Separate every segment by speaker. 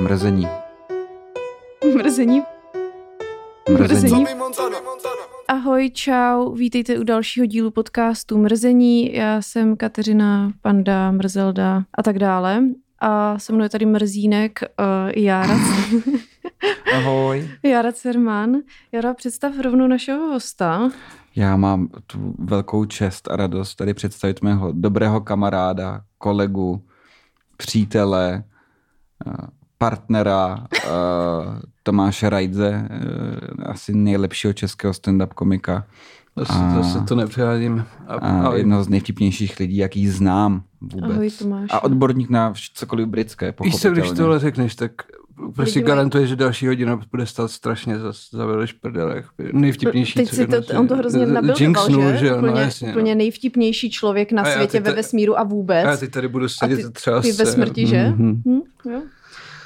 Speaker 1: Mrzení.
Speaker 2: Mrzení.
Speaker 1: Mrzení.
Speaker 2: Mrzení. Ahoj, čau, vítejte u dalšího dílu podcastu Mrzení. Já jsem Kateřina, Panda, Mrzelda a tak dále. A se mnou je tady Mrzínek, uh, Jára,
Speaker 1: Ahoj.
Speaker 2: Jára Cerman. Jára, představ rovnou našeho hosta.
Speaker 1: Já mám tu velkou čest a radost tady představit mého dobrého kamaráda, kolegu, přítele, eh, partnera eh, Tomáše Rajdze, eh, asi nejlepšího českého stand-up komika
Speaker 3: Zase,
Speaker 1: A-
Speaker 3: zase to nepřehádím. A,
Speaker 1: a
Speaker 3: ale
Speaker 1: jednoho z nejvtipnějších lidí, jaký znám vůbec.
Speaker 2: Ahoj, Tomáš.
Speaker 1: A odborník na vš- cokoliv britské,
Speaker 3: víš co,
Speaker 1: pochopitelně.
Speaker 3: když tohle řekneš, tak prostě
Speaker 2: Lidi mají-
Speaker 3: garantuje, že další hodina bude stát strašně za, za vedeš prdelech. Nejvtipnější.
Speaker 2: Teď
Speaker 3: co vlastně-
Speaker 2: si
Speaker 3: jednou
Speaker 2: to, on to hrozně
Speaker 3: z-
Speaker 2: nabil,
Speaker 3: jinxnul,
Speaker 2: že?
Speaker 3: že?
Speaker 2: úplně,
Speaker 3: no, jasně.
Speaker 2: úplně
Speaker 3: no.
Speaker 2: nejvtipnější člověk na
Speaker 3: A já
Speaker 2: světě
Speaker 3: teď
Speaker 2: ve
Speaker 3: ta-
Speaker 2: vesmíru a vůbec.
Speaker 3: A já teď tady budu sedět
Speaker 2: ty-
Speaker 3: a třeba
Speaker 2: Ty ve
Speaker 3: se-
Speaker 2: smrti, že?
Speaker 3: Mhm.
Speaker 2: Hm? Jo.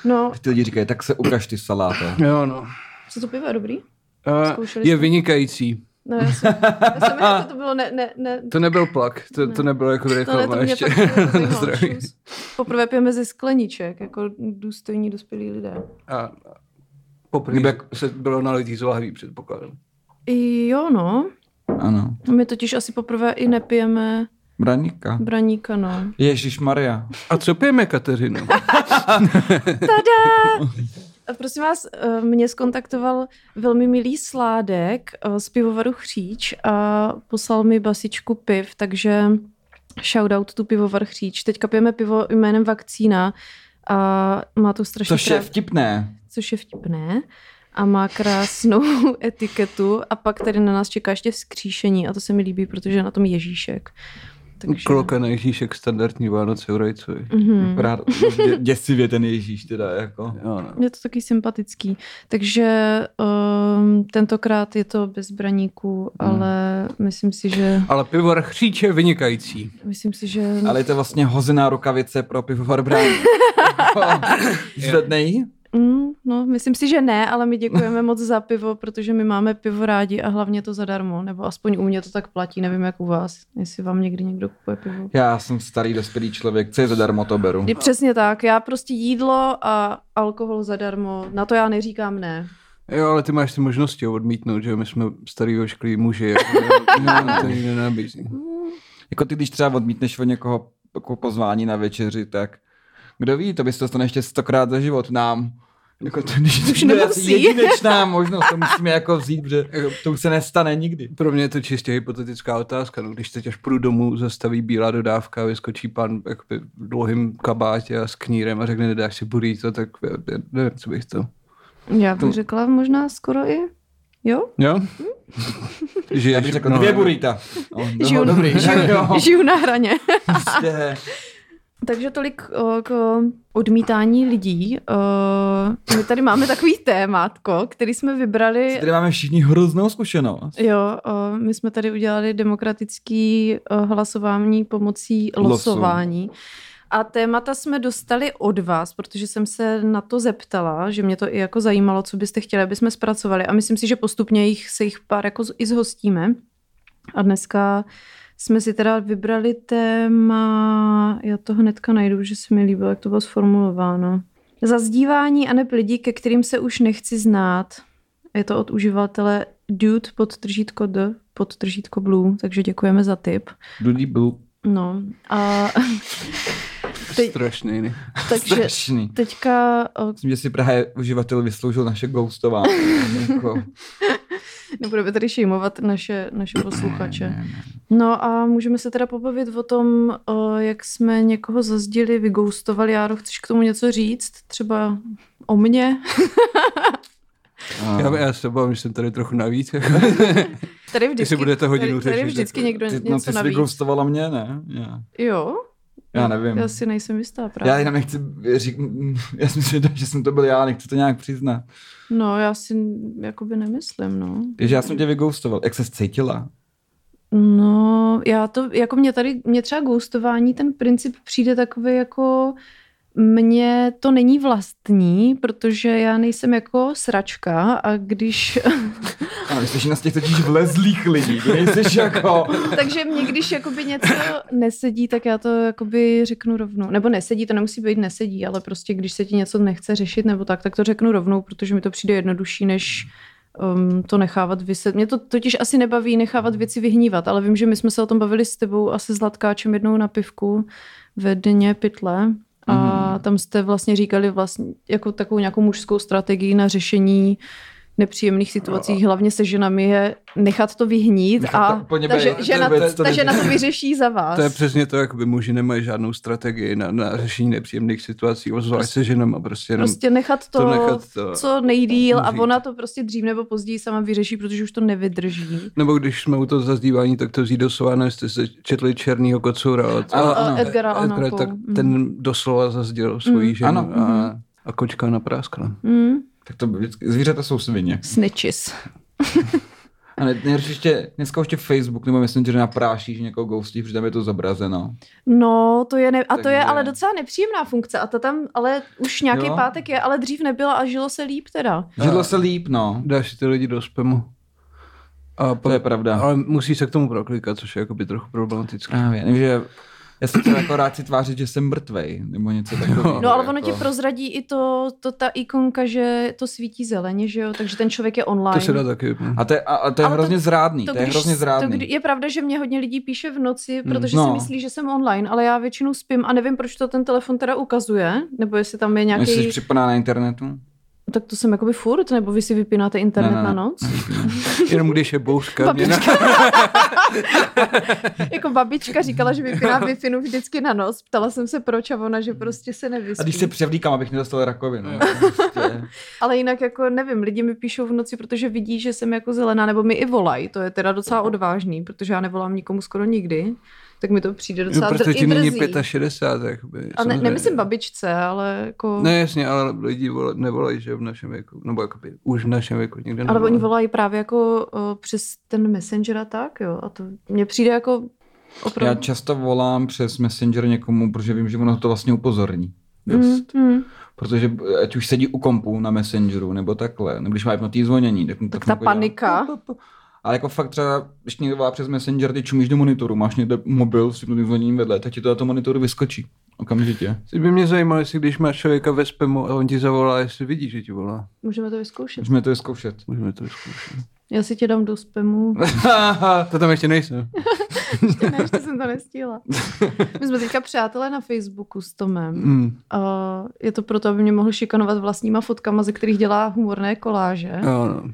Speaker 2: No,
Speaker 1: Ty lidi říkají, tak se ukaž ty saláte.
Speaker 3: Jo, no.
Speaker 2: co to pivo je dobrý?
Speaker 3: A
Speaker 2: Zkoušeli
Speaker 3: je
Speaker 2: jste?
Speaker 3: vynikající.
Speaker 2: No, já jsem, já jsem jako to bylo ne, ne, ne,
Speaker 3: To nebyl plak, to, to nebylo jako
Speaker 2: no, ne,
Speaker 3: reklama
Speaker 2: to mě
Speaker 3: ještě.
Speaker 2: fakt
Speaker 3: na
Speaker 2: zajímalo,
Speaker 3: zdraví.
Speaker 2: šus. Poprvé pijeme ze skleniček, jako důstojní dospělí lidé.
Speaker 3: A poprvé
Speaker 1: Kdyby jak-
Speaker 3: se bylo na lidí zláhavý, předpokládám.
Speaker 2: I jo, no.
Speaker 1: Ano.
Speaker 2: My totiž asi poprvé i nepijeme
Speaker 1: Braníka.
Speaker 2: braníka, no.
Speaker 1: Ježíš Maria.
Speaker 3: A co pijeme, Kateřino?
Speaker 2: A Prosím vás, eh, mě skontaktoval velmi milý sládek eh, z pivovaru Chříč a poslal mi basičku piv, takže shoutout tu pivovar Chříč. Teďka pijeme pivo jménem Vakcína a má to strašně
Speaker 1: Což je
Speaker 2: krásný-
Speaker 1: vtipné.
Speaker 2: což je vtipné a má krásnou etiketu a pak tady na nás čeká ještě vzkříšení a to se mi líbí, protože je na tom Ježíšek. Takže...
Speaker 3: Kloka na Ježíšek standardní Vánoce u Rajcovi.
Speaker 2: Mhm.
Speaker 1: Rád, dě, děsivě ten Ježíš teda jako.
Speaker 3: Jo, no.
Speaker 2: Je to taky sympatický. Takže um, tentokrát je to bez braníků,
Speaker 1: Hmm.
Speaker 2: ale myslím si, že
Speaker 3: Ale pivovar chříč je vynikající.
Speaker 2: myslím si, že
Speaker 1: Ale je to vlastně hozená rukavice pro pivovar Jako, brání. Zvedne ji?
Speaker 2: mm, no, myslím si, že ne, ale my děkujeme moc za pivo, protože my máme pivo rádi a hlavně to zadarmo, nebo aspoň u mě to tak platí, nevím jak u vás, jestli vám někdy někdo kupuje pivo.
Speaker 1: Já jsem starý dospělý člověk, co je zadarmo to beru.
Speaker 2: Je přesně tak. Já prostě jídlo a alkohol zadarmo. Na to já neříkám ne.
Speaker 3: Jo, ale ty máš ty možnosti ho odmítnout, že jo? my jsme starý ošklí muži, jako, jo, to nikdo nenabízí.
Speaker 1: Jako ty, když třeba odmítneš od někoho jako pozvání na večeři, tak kdo ví, to bys to dostane ještě stokrát za život nám. Jako to, když
Speaker 2: Už
Speaker 1: to je asi
Speaker 2: nemusí.
Speaker 1: jedinečná možnost, to musíme jako vzít, protože to už se nestane nikdy.
Speaker 3: Pro mě je to čistě hypotetická otázka. No, když teď až půjdu domů, zastaví bílá dodávka, vyskočí pán jakoby, v dlouhém kabátě a s knírem a řekne, nedáš si burrito, tak já- já nevím, co bych to.
Speaker 2: Já bych řekla možná skoro i. Jo?
Speaker 3: Jo? Žiješ,
Speaker 1: Já bych řekl jako dvě burita. No,
Speaker 2: Žiju-
Speaker 1: dobrý, tak jo.
Speaker 2: Žiju na hraně.
Speaker 1: Prostě.
Speaker 2: Takže tolik o, k o, odmítání lidí. O, my tady máme takový témátko, který jsme vybrali.
Speaker 1: Tady máme všichni hroznou zkušenost.
Speaker 2: Jo, o, my jsme tady udělali demokratický o, hlasování pomocí
Speaker 1: Losu.
Speaker 2: losování. A témata jsme dostali od vás, protože jsem se na to zeptala, že mě to i jako zajímalo, co byste chtěli, aby jsme zpracovali. A myslím si, že postupně jich, se jich pár jako z- i zhostíme. A dneska jsme si teda vybrali téma, já to hnedka najdu, že se mi líbilo, jak to bylo sformulováno. Zazdívání a neb lidí, ke kterým se už nechci znát. Je to od uživatele dude podtržítko d podtržítko blue, takže děkujeme za tip.
Speaker 1: Dudý byl
Speaker 2: No a Ty-
Speaker 3: Strašný. ne?
Speaker 2: takže
Speaker 1: strašný.
Speaker 2: teďka, o,
Speaker 1: Myslím, že si Praha uživatel vysloužil naše ghostování. jako.
Speaker 2: nebudeme tady šejmovat naše, naše posluchače.
Speaker 1: Ne, ne.
Speaker 2: No a můžeme se teda pobavit o tom, o, jak jsme někoho zazdili, vygoustovali. Járo, chceš k tomu něco říct? Třeba o mně? No.
Speaker 1: A
Speaker 3: Já, já se bavím, že jsem tady trochu navíc. Jako.
Speaker 2: Tady vždycky,
Speaker 3: Jestli budete hodinu
Speaker 2: tady, tady
Speaker 3: řešit,
Speaker 2: vždycky
Speaker 3: jako-
Speaker 2: někdo
Speaker 1: Ty, no,
Speaker 2: něco
Speaker 1: ty jsi
Speaker 2: navíc.
Speaker 1: vyghostovala mě, ne? Já,
Speaker 2: Jo?
Speaker 1: já nevím.
Speaker 2: Já si nejsem jistá právě.
Speaker 1: Já jenom nechci říct, já jsem si že jsem to byl já, nechci to nějak přiznat.
Speaker 2: No, já si jakoby nemyslím, no.
Speaker 1: Takže já jsem tě vygoustoval. Jak se cítila?
Speaker 2: No, já to, jako mě tady, mě třeba ghostování, ten princip přijde takový jako, mně to není vlastní, protože já nejsem jako sračka a když...
Speaker 1: Ale jsi na z těch totiž vlezlých lidí, ty nejsi jako...
Speaker 2: Takže mě, když jakoby něco nesedí, tak já to jakoby řeknu rovnou. Nebo nesedí, to nemusí být nesedí, ale prostě když se ti něco nechce řešit nebo tak, tak to řeknu rovnou, protože mi to přijde jednodušší, než um, to nechávat vyset. Mě to totiž asi nebaví nechávat věci vyhnívat, ale vím, že my jsme se o tom bavili s tebou a se Zlatkáčem jednou na pivku ve dně pytle.
Speaker 1: Mhm.
Speaker 2: A tam jste vlastně říkali vlastně jako takovou nějakou mužskou strategii na řešení nepříjemných situací, hlavně se ženami, je nechat to vyhnít
Speaker 1: Nechat to
Speaker 2: a
Speaker 1: úplně
Speaker 2: ta,
Speaker 1: být,
Speaker 2: že,
Speaker 1: to je
Speaker 2: žena,
Speaker 1: vůbec to
Speaker 2: ta
Speaker 1: není.
Speaker 2: žena to vyřeší za vás.
Speaker 3: To je přesně to, jak by muži nemají žádnou strategii na, na řešení nepříjemných situací, obzvlášť se ženama, prostě jenom
Speaker 2: Prostě nechat to,
Speaker 3: to nechat to
Speaker 1: eh,
Speaker 2: co nejdíl a
Speaker 3: uzít.
Speaker 2: ona to prostě dřív nebo později sama vyřeší, protože už to nevydrží.
Speaker 3: Nebo když jsme u toho zazdívání, tak to vzít doslova, nevím, jste se četli Černýho kocoura od
Speaker 1: Ano,
Speaker 3: a-
Speaker 1: ano.
Speaker 2: Edgara Allan Poe.
Speaker 3: E- tak
Speaker 2: Mm.
Speaker 3: ten doslova zazděl
Speaker 2: Mhm.
Speaker 3: svoji ženu
Speaker 1: Ano.
Speaker 3: a, a kočka napráskla.
Speaker 2: Hmm?
Speaker 1: Tak to vždycky, zvířata jsou svině.
Speaker 2: Snitches.
Speaker 1: A ne, ne, ještě, dneska ještě Facebook nebo Messenger naprášíš někoho ghostíš, protože tam je to zobrazeno.
Speaker 2: No, to je ne- a to je
Speaker 1: Takže-
Speaker 2: ale docela nepříjemná funkce a ta tam ale už nějaký
Speaker 1: Jo.
Speaker 2: pátek je, ale dřív nebyla a žilo se líp teda.
Speaker 1: Židlo se líp, no.
Speaker 3: Dáš si ty lidi do spamu. A
Speaker 1: To je pravda.
Speaker 3: Ale musí se k tomu proklikat, což je jakoby trochu problematické.
Speaker 1: Právě, nevím, že já jsem chtěl jako rád si tvářit, že jsem mrtvej, nebo něco takového.
Speaker 2: No, ale ono
Speaker 1: jako.
Speaker 2: ti prozradí i to, to, ta ikonka, že to svítí zeleně, že jo, takže ten člověk je online.
Speaker 3: To se dá taky.
Speaker 1: A to je, a, a to je
Speaker 2: Ale to-
Speaker 1: hrozně zrádný, to,
Speaker 2: To,
Speaker 1: je
Speaker 2: když-
Speaker 1: hrozně
Speaker 2: to,
Speaker 1: zrádný.
Speaker 2: kdy- je pravda, že mě hodně lidí píše v noci, protože
Speaker 1: No.
Speaker 2: si myslí, že jsem online, ale já většinou spím a nevím, proč to ten telefon teda ukazuje, nebo jestli tam je nějaký...
Speaker 1: Jestli jsi připaná na internetu?
Speaker 2: Tak to jsem jakoby furt, nebo vy si vypínáte internet
Speaker 1: Ne, ne, ne.
Speaker 2: na noc?
Speaker 3: Jenom když je bouřka. mě na-
Speaker 2: Babička. jako babička říkala, že vypíná wi vždycky na noc. Ptala jsem se proč a ona, že prostě se nevyspí.
Speaker 1: Mm. A když se převlíkám, abych nedostal rakovinu. Prostě.
Speaker 2: Ale jinak jako nevím, lidi mi píšou v noci, protože vidí, že jsem jako zelená, nebo mi i volají. To je teda docela odvážný, protože já nevolám nikomu skoro nikdy. Tak mi to přijde
Speaker 3: No,
Speaker 2: docela
Speaker 3: protože
Speaker 2: dr-
Speaker 3: ti
Speaker 2: i
Speaker 3: není
Speaker 2: drzí.
Speaker 3: 65. Jakoby,
Speaker 2: A ne,
Speaker 3: samozřejmě.
Speaker 2: nemyslím babičce, ale jako...
Speaker 3: Ne, jasně, ale lidi vola, nevolají, že v našem věku. Nebo jakoby, už v našem věku nikde
Speaker 2: Ale
Speaker 3: nevolají.
Speaker 2: oni volají právě jako uh, přes ten messenger a tak, jo. A to mně přijde jako
Speaker 1: Já
Speaker 2: opravdu...
Speaker 1: často volám přes Messenger někomu, protože vím, že ono to vlastně upozorní. Dost.
Speaker 2: Mm, mm.
Speaker 1: Protože ať už sedí u kompu na Messengeru nebo takhle, nebo když má na zvonění, tak, mu tak
Speaker 2: Tak ta
Speaker 1: mu jako dělá
Speaker 2: panika.
Speaker 1: pu, pu, pu. Ale jako fakt třeba, když někdo volá přes Messenger, ty čumíš do monitoru, máš někde mobil s tím zvoněním vedle, tak ti to na tom monitoru vyskočí okamžitě.
Speaker 3: Teď by mě zajímalo, jestli když máš člověka ve spamu a on ti zavolá, jestli vidí, že ti volá.
Speaker 2: Můžeme to vyzkoušet.
Speaker 1: Můžeme to vyzkoušet.
Speaker 3: Můžeme to zkoušet.
Speaker 2: Já si tě dám do spamu.
Speaker 3: to tam ještě nejsem.
Speaker 2: Ještě ne, ještě jsem to nestihla. My jsme teďka přátelé na Facebooku s Tomem.
Speaker 3: Mm.
Speaker 2: A je to proto, aby mě mohl šikanovat vlastníma fotkama, ze kterých dělá humorné koláže.
Speaker 3: Jo, no.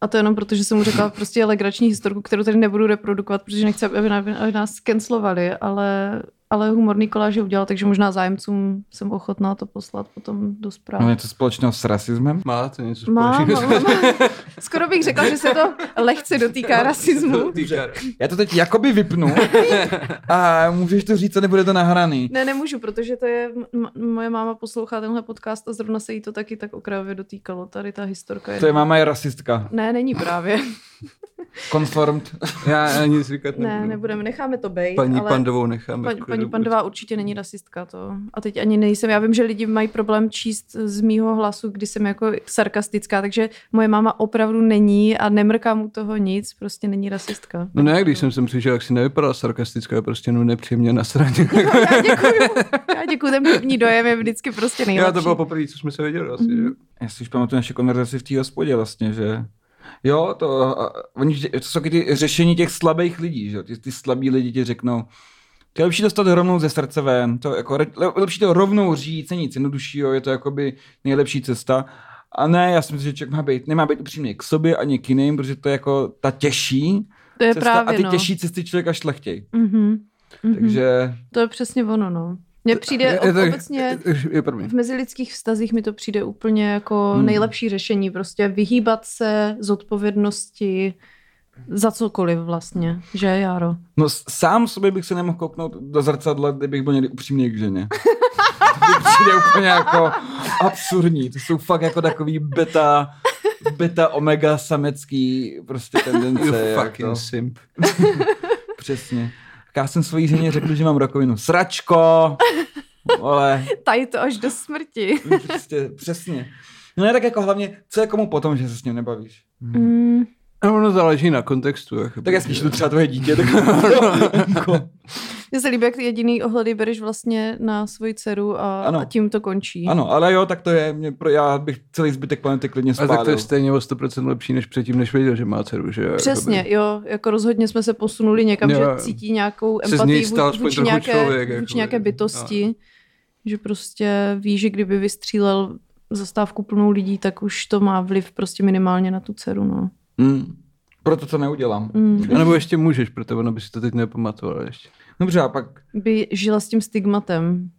Speaker 2: A to jenom proto, že jsem mu řekla prostě legrační historku, kterou tady nebudu reprodukovat, protože nechci, aby na- aby nás cancelovali, ale, ale humorný koláže udělal, takže možná zájemcům jsem ochotná to poslat potom do zpráv.
Speaker 1: Má No, něco společného s rasismem?
Speaker 3: Má to něco
Speaker 2: Má,
Speaker 3: společného
Speaker 2: má, má. Skoro bych řekla, že se to lehce dotýká rasismu.
Speaker 1: Já No, to teď jakoby vypnu a můžeš to říct, a nebude to nahraný.
Speaker 2: Ne, nemůžu, protože to je, m- m- moje máma poslouchá tenhle podcast a zrovna se jí to taky tak okrajově dotýkalo. Tady ta historka je...
Speaker 1: To je máma je rasistka.
Speaker 2: Ne, není právě.
Speaker 1: Confirmed.
Speaker 3: Já, já nic říkat
Speaker 2: Ne, nebudeme, necháme to bejt.
Speaker 3: Paní
Speaker 2: ale...
Speaker 3: Pandovou jako necháme. v
Speaker 2: Paní,
Speaker 3: klidu.
Speaker 2: paní Pandová určitě není rasistka to. A teď ani nejsem. Já vím, že lidi mají problém číst z mýho hlasu, kdy jsem jako sarkastická, takže moje máma opravdu není a nemrká mu toho nic, prostě není rasistka.
Speaker 3: No ne, když jsem sem přišel, jak si nevypadala sarkastická, prostě jenom nepříjemně na straně.
Speaker 2: Já děkuju. Já děkuju, ten první dojem je vždycky prostě nejlepší.
Speaker 3: Já to bylo poprvé, co jsme se viděli asi, že?
Speaker 1: Já si už pamatuju naše konverzaci v té hospodě vlastně, že jo, to, a, a oni, vždy- to jsou taky ty řešení těch slabých lidí, že jo, ty, ty slabí lidi ti řeknou, to je lepší dostat rovnou ze srdce ven, to jako, re- le- lepší to rovnou říct, není nic jednoduššího, je to jakoby nejlepší cesta. A ne, já si myslím, že člověk má být, nemá být upřímný k sobě ani k jiným, protože to je jako ta těžší
Speaker 2: to je
Speaker 1: cesta
Speaker 2: právě,
Speaker 1: a ty
Speaker 2: no.
Speaker 1: těžší cesty člověka šlechtěj.
Speaker 2: Mm-hmm. Mm-hmm.
Speaker 1: Takže
Speaker 2: To je přesně ono, no. Mně přijde
Speaker 3: Je- je to-
Speaker 2: obecně
Speaker 3: je- Je, první.
Speaker 2: v mezilidských vztazích mi to přijde úplně jako hmm. nejlepší řešení. Prostě vyhýbat se z odpovědnosti za cokoliv vlastně, že Jaro?
Speaker 1: No s- sám sobě bych se nemohl kouknout do zrcadla, kdybych byl někdy upřímný k ženě. To mi přijde úplně jako absurdní. To jsou fakt jako takový beta, beta omega samecký prostě
Speaker 3: You
Speaker 1: tendence.
Speaker 3: fucking
Speaker 1: Jako,
Speaker 3: simp.
Speaker 1: přesně. Tak Já jsem svojí ženě řekl, že mám rakovinu. Sračko! Vole,
Speaker 2: Tají to až do smrti.
Speaker 1: prostě, přesně. No ne, tak jako hlavně, co je komu potom, že se s ním nebavíš?
Speaker 2: Mm,
Speaker 3: A ono záleží na kontextu. Jak
Speaker 1: Tak jasně, že to třeba tvoje dítě, tak
Speaker 2: Mně se líbí, jak ty jediný ohledy bereš vlastně na svoji dceru a,
Speaker 1: Ano.
Speaker 2: a tím to končí.
Speaker 1: Ano, ale jo, tak to je, mě, pro, já bych celý zbytek planety klidně
Speaker 3: A
Speaker 1: spálil.
Speaker 3: tak to je stejně o 100% lepší, než předtím, než věděl, že má dceru, že jo,
Speaker 2: Přesně,
Speaker 3: jakoby.
Speaker 2: jo, jako rozhodně jsme se posunuli někam,
Speaker 3: Jo,
Speaker 2: že
Speaker 3: jo.
Speaker 2: cítí nějakou
Speaker 3: Se z
Speaker 2: empatii
Speaker 3: něj stal
Speaker 2: vůči,
Speaker 3: aspoň
Speaker 2: vůči
Speaker 3: trochu
Speaker 2: nějaké,
Speaker 3: člověk, jako,
Speaker 2: vůči
Speaker 3: jakoby.
Speaker 2: nějaké bytosti, že prostě ví, že kdyby vystřílel zastávku plnou lidí, tak už to má vliv prostě minimálně na tu dceru, no.
Speaker 1: Mm. Proto to neudělám.
Speaker 2: Mm.
Speaker 3: A nebo ještě můžeš, protože ona by si to teď nepamatovala ještě.
Speaker 1: Dobře, a pak
Speaker 2: By žila s tím stigmatem.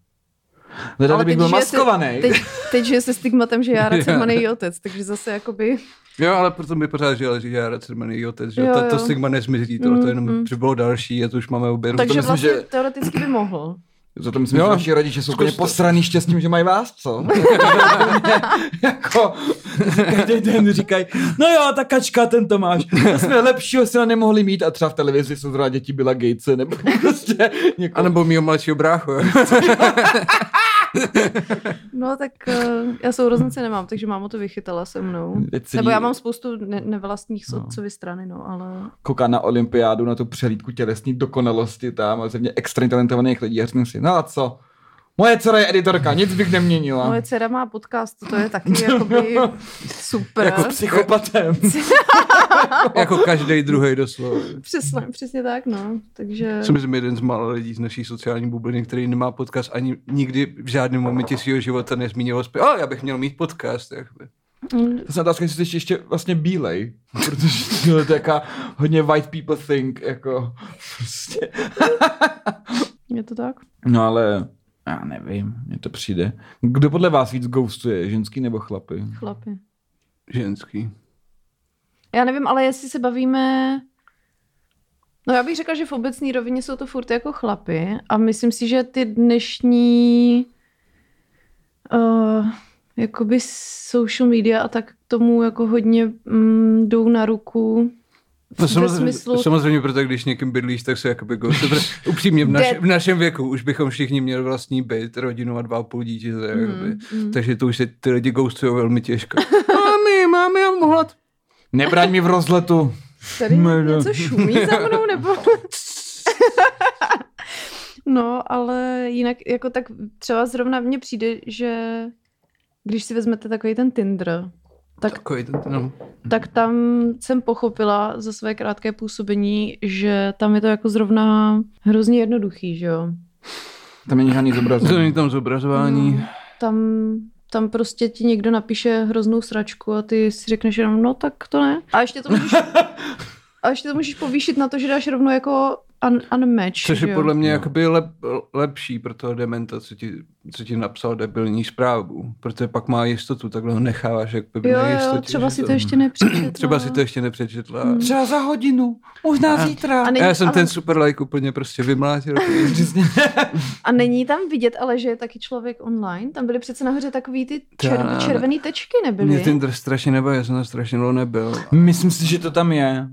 Speaker 1: hledat, bych byl
Speaker 2: žije se-
Speaker 1: maskovaný.
Speaker 2: teď, teď žije se stigmatem, že Jára
Speaker 3: Jo.
Speaker 2: Cerman je její otec, takže zase jakoby...
Speaker 3: Jo, ale proto by pořád žila, že Jara Cerman je její otec, že
Speaker 2: Jo,
Speaker 3: jo, ta,
Speaker 2: jo.
Speaker 3: to stigma nezmizí, to, to jenom
Speaker 2: Mm, mm.
Speaker 3: přibylo další a to už máme obě.
Speaker 2: takže
Speaker 1: myslím,
Speaker 2: vlastně
Speaker 1: že-
Speaker 2: teoreticky by mohl.
Speaker 1: Za to myslím,
Speaker 3: Jo,
Speaker 1: že naši rodiče jsou
Speaker 3: zkus
Speaker 1: úplně
Speaker 3: to.
Speaker 1: posraný štěstím, že mají vás, co? jako, každý den říkají, no jo, ta kačka, ten Tomáš, to jsme lepšího si nemohli mít a třeba v televizi jsou zrovna děti byla Gatese, nebo prostě
Speaker 3: A
Speaker 1: někoho.
Speaker 3: nebo mýho mladšího bráchu. jo.
Speaker 2: No tak eh, já sourozence nemám, takže máma to vychytala se mnou.
Speaker 1: Teď
Speaker 2: Nebo já mám spoustu ne- nevlastních z
Speaker 1: No.
Speaker 2: otcovy strany, no, ale...
Speaker 1: kouká na olympiádu, na tu přehlídku tělesní dokonalosti tam a země extrémně talentovaných lidí a říkám si, no a co? Moje dcera je editorka, nic bych neměnila.
Speaker 2: Moje dcera má podcast, to je taky jakoby super.
Speaker 1: jako psychopatem.
Speaker 3: jako každý druhý doslova.
Speaker 2: přesně, přesně tak, no. Takže...
Speaker 3: Jsem myslím jeden z mála lidí z naší sociální bubliny, který nemá podcast ani nikdy v žádném momentě svého života nezmínil. aspoň, A já bych měl mít podcast. Jakoby.
Speaker 2: Mm,
Speaker 1: To jsem otázka, jestli jsi ještě vlastně bílej, protože to je taká hodně white people thing, jako prostě.
Speaker 2: Je to tak?
Speaker 1: No ale já nevím, mně to přijde. Kdo podle vás víc ghostuje, ženský nebo chlapy?
Speaker 2: Chlapi.
Speaker 3: Ženský.
Speaker 2: Já nevím, ale jestli se bavíme... No já bych řekla, že v obecní rovině jsou to furt jako chlapy a myslím si, že ty dnešní uh, jakoby social media a tak tomu jako hodně mm, jdou na ruku.
Speaker 3: No,
Speaker 2: Ve
Speaker 3: samozřejmě,
Speaker 2: smyslu-
Speaker 3: samozřejmě, protože když někým bydlíš, tak se jakoby ghosty. protože Upřímně, v, naš,
Speaker 2: Jde-
Speaker 3: v našem věku už bychom všichni měli vlastní byt, rodinu a dva a půl dítěte. Jakoby.
Speaker 2: mm.
Speaker 3: Takže to už se ty lidi ghostují velmi těžko. Mami, mami, já mohla... t-
Speaker 1: Nebraň mi v rozletu.
Speaker 2: Mhm. Tady
Speaker 1: Mega.
Speaker 2: něco šumí za mnou, nebo... no, ale jinak, jako tak třeba zrovna mně přijde, že když si vezmete takový ten Tinder, tak,
Speaker 3: Takový ten, no.
Speaker 2: tak tam jsem pochopila za své krátké působení, že tam je to jako zrovna hrozně jednoduchý, že jo.
Speaker 1: Tam není žádný zobrazení.
Speaker 3: To není tam zobrazování.
Speaker 2: No, Tam, tam prostě ti někdo napíše hroznou sračku a ty si řekneš jenom, no tak to ne. A ještě to můžeš, a ještě to můžeš povýšit na to, že dáš rovnou jako un, unmatch.
Speaker 3: Což
Speaker 2: že
Speaker 3: je
Speaker 2: jo?
Speaker 3: podle mě
Speaker 1: Jo.
Speaker 3: jakoby lep, lepší pro toho dementa, co ti, co ti napsal debilní zprávu, protože pak má jistotu, takhle ho necháváš jakoby v
Speaker 2: Jo, jo,
Speaker 3: nejistotě,
Speaker 2: třeba
Speaker 3: že
Speaker 2: si to ještě no. nepřečetla.
Speaker 3: Třeba si to ještě nepřečetla.
Speaker 2: Hmm.
Speaker 1: Třeba za hodinu, možná
Speaker 3: A-
Speaker 1: zítra.
Speaker 2: a
Speaker 1: A
Speaker 2: ne-
Speaker 1: ne...
Speaker 3: A já jsem
Speaker 2: ale-
Speaker 3: ten super like úplně prostě vymlátil.
Speaker 2: A není tam vidět, ale že je taky člověk online. Tam byly přece nahoře takový ty čer,
Speaker 3: Ta-
Speaker 2: červený tečky,
Speaker 3: Mě
Speaker 2: nebyly?
Speaker 3: Tinder strašně nebo já jsem na strašně dlouho nebyl.
Speaker 1: Myslím si, že to tam je.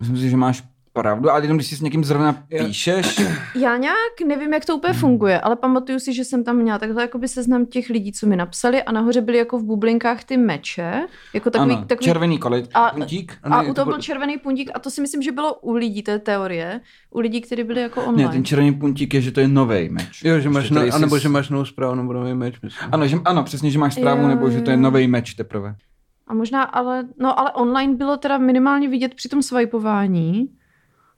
Speaker 1: Myslím si, že máš pravdu, ale jenom když si s někým zrovna píšeš,
Speaker 2: Já nějak nevím, jak to úplně
Speaker 1: Hmm.
Speaker 2: funguje, ale pamatuju si, že jsem tam měla takhle jakoby seznam těch lidí, co mi napsali a nahoře byly jako v bublinkách ty meče. Jako takový,
Speaker 1: ano,
Speaker 2: takový
Speaker 1: červený kolik,
Speaker 2: A-
Speaker 1: puntík.
Speaker 2: A
Speaker 3: ne,
Speaker 2: u
Speaker 3: to
Speaker 2: toho
Speaker 3: bylo-
Speaker 2: byl červený puntík a to si myslím, že bylo u lidí, to je teorie, u lidí, kteří byli jako online.
Speaker 1: Ne, ten červený puntík je, že to je nový meč.
Speaker 3: Jo, že máš,
Speaker 1: Ještě
Speaker 3: no,
Speaker 1: tady jsi-
Speaker 3: anebo že máš novou zprávu nebo nový meč, myslím.
Speaker 1: Ano, že, ano, přesně, že máš zprávu,
Speaker 2: Jo,
Speaker 1: nebo že to je
Speaker 2: jo.
Speaker 1: nový meč teprve.
Speaker 2: A možná, ale, no, ale online bylo teda minimálně vidět při tom swipování,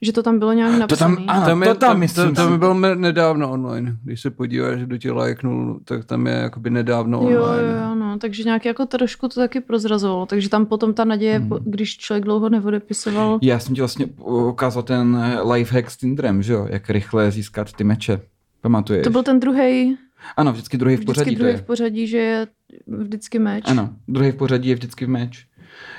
Speaker 2: že to tam bylo nějak
Speaker 1: To tam,
Speaker 2: napsané.
Speaker 1: ano,
Speaker 3: Tam,
Speaker 1: to tam,
Speaker 3: to,
Speaker 1: myslím
Speaker 3: to, tam
Speaker 1: si.
Speaker 3: bylo me- nedávno online. Když se podíváš, kdo tě lajknul, tak tam je jakoby nedávno
Speaker 2: Jo,
Speaker 3: online.
Speaker 2: jo, jo, no, takže nějak jako trošku to taky prozrazovalo, takže tam potom ta naděje,
Speaker 1: Hmm.
Speaker 2: po- když člověk dlouho neodepisoval,
Speaker 1: Já jsem ti vlastně ukázal ten eh, lifehack s Tinderem, že jo, jak rychle získat ty meče. Pamatuješ?
Speaker 2: to byl ten druhý,
Speaker 1: Ano, vždycky druhý v
Speaker 2: vždycky
Speaker 1: pořadí to
Speaker 2: druhý
Speaker 1: je.
Speaker 2: v pořadí, že je vždycky meč.
Speaker 1: Ano, druhý v pořadí je vždycky v meč.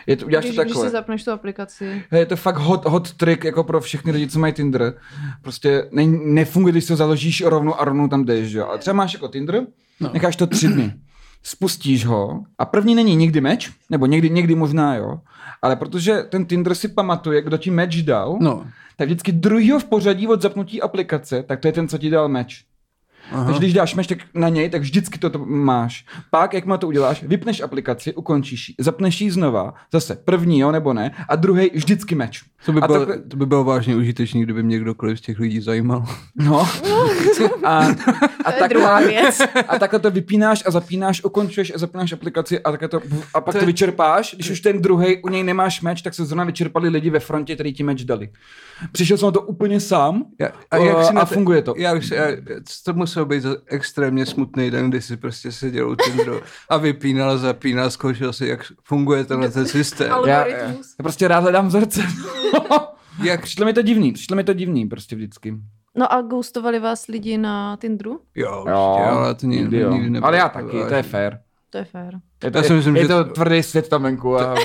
Speaker 1: Je to, uděláš
Speaker 2: když,
Speaker 1: to
Speaker 2: když si
Speaker 1: takhle.
Speaker 2: zapneš tu aplikaci.
Speaker 1: Hej, Je to fakt hot, hot trick jako pro všechny lidi, co mají Tinder. Prostě ne, nefunguje, když to založíš rovnou a rovnou tam jdeš, jo. A třeba máš jako Tinder, no.
Speaker 3: No.
Speaker 1: necháš to tři dny. Spustíš ho a první není nikdy meč, nebo někdy, někdy možná, jo. Ale protože ten Tinder si pamatuje, kdo ti meč dal,
Speaker 3: No,
Speaker 1: tak vždycky druhýho v pořadí od zapnutí aplikace, tak to je ten, co ti dal meč. Aha. Takže když dáš meč tak na něj, tak vždycky to, to máš. Pak, jak má to uděláš, vypneš aplikaci, ukončíš ji, zapneš ji znova, zase první jo nebo ne, a druhý vždycky meč.
Speaker 3: To by,
Speaker 1: a
Speaker 3: bylo,
Speaker 1: takhle-
Speaker 3: to by bylo vážně užitečný, kdyby mě kdokoliv z těch lidí zajímal.
Speaker 1: No. A, a,
Speaker 2: To je druhá věc.
Speaker 1: a takhle to vypínáš a zapínáš, ukončuješ a zapínáš aplikaci a, takhle to, a pak
Speaker 3: To
Speaker 1: to,
Speaker 3: je-
Speaker 1: to vyčerpáš. Když už ten druhý u něj nemáš meč, tak se zrovna vyčerpali lidi ve frontě, který ti meč dali. Přišel jsem na to úplně sám
Speaker 3: Já,
Speaker 1: a, jak si
Speaker 3: na
Speaker 1: a funguje to.
Speaker 3: Já, už- já, to musel být za extrémně smutný den, kdy si prostě seděl u Tinderu a vypínal, zapínal, zkoušel si, jak funguje tenhle ten systém.
Speaker 2: Ale-
Speaker 1: Já, já
Speaker 2: Algoritmus.
Speaker 1: prostě rád hledám vzorce.
Speaker 3: Jak,
Speaker 1: přišlo mi to divný, přišlo mi to divný prostě vždycky.
Speaker 2: No a ghostovali vás lidi na Tinderu?
Speaker 3: jo, určitě, ale to nikdy,
Speaker 1: jo.
Speaker 3: nikdy nebylo.
Speaker 1: Ale já taky, to je
Speaker 3: vážný.
Speaker 1: fair.
Speaker 2: To je fér.
Speaker 1: Je to,
Speaker 3: Já si myslím,
Speaker 1: je,
Speaker 3: že
Speaker 1: je to
Speaker 3: to-
Speaker 1: tvrdý svět tam venku. A...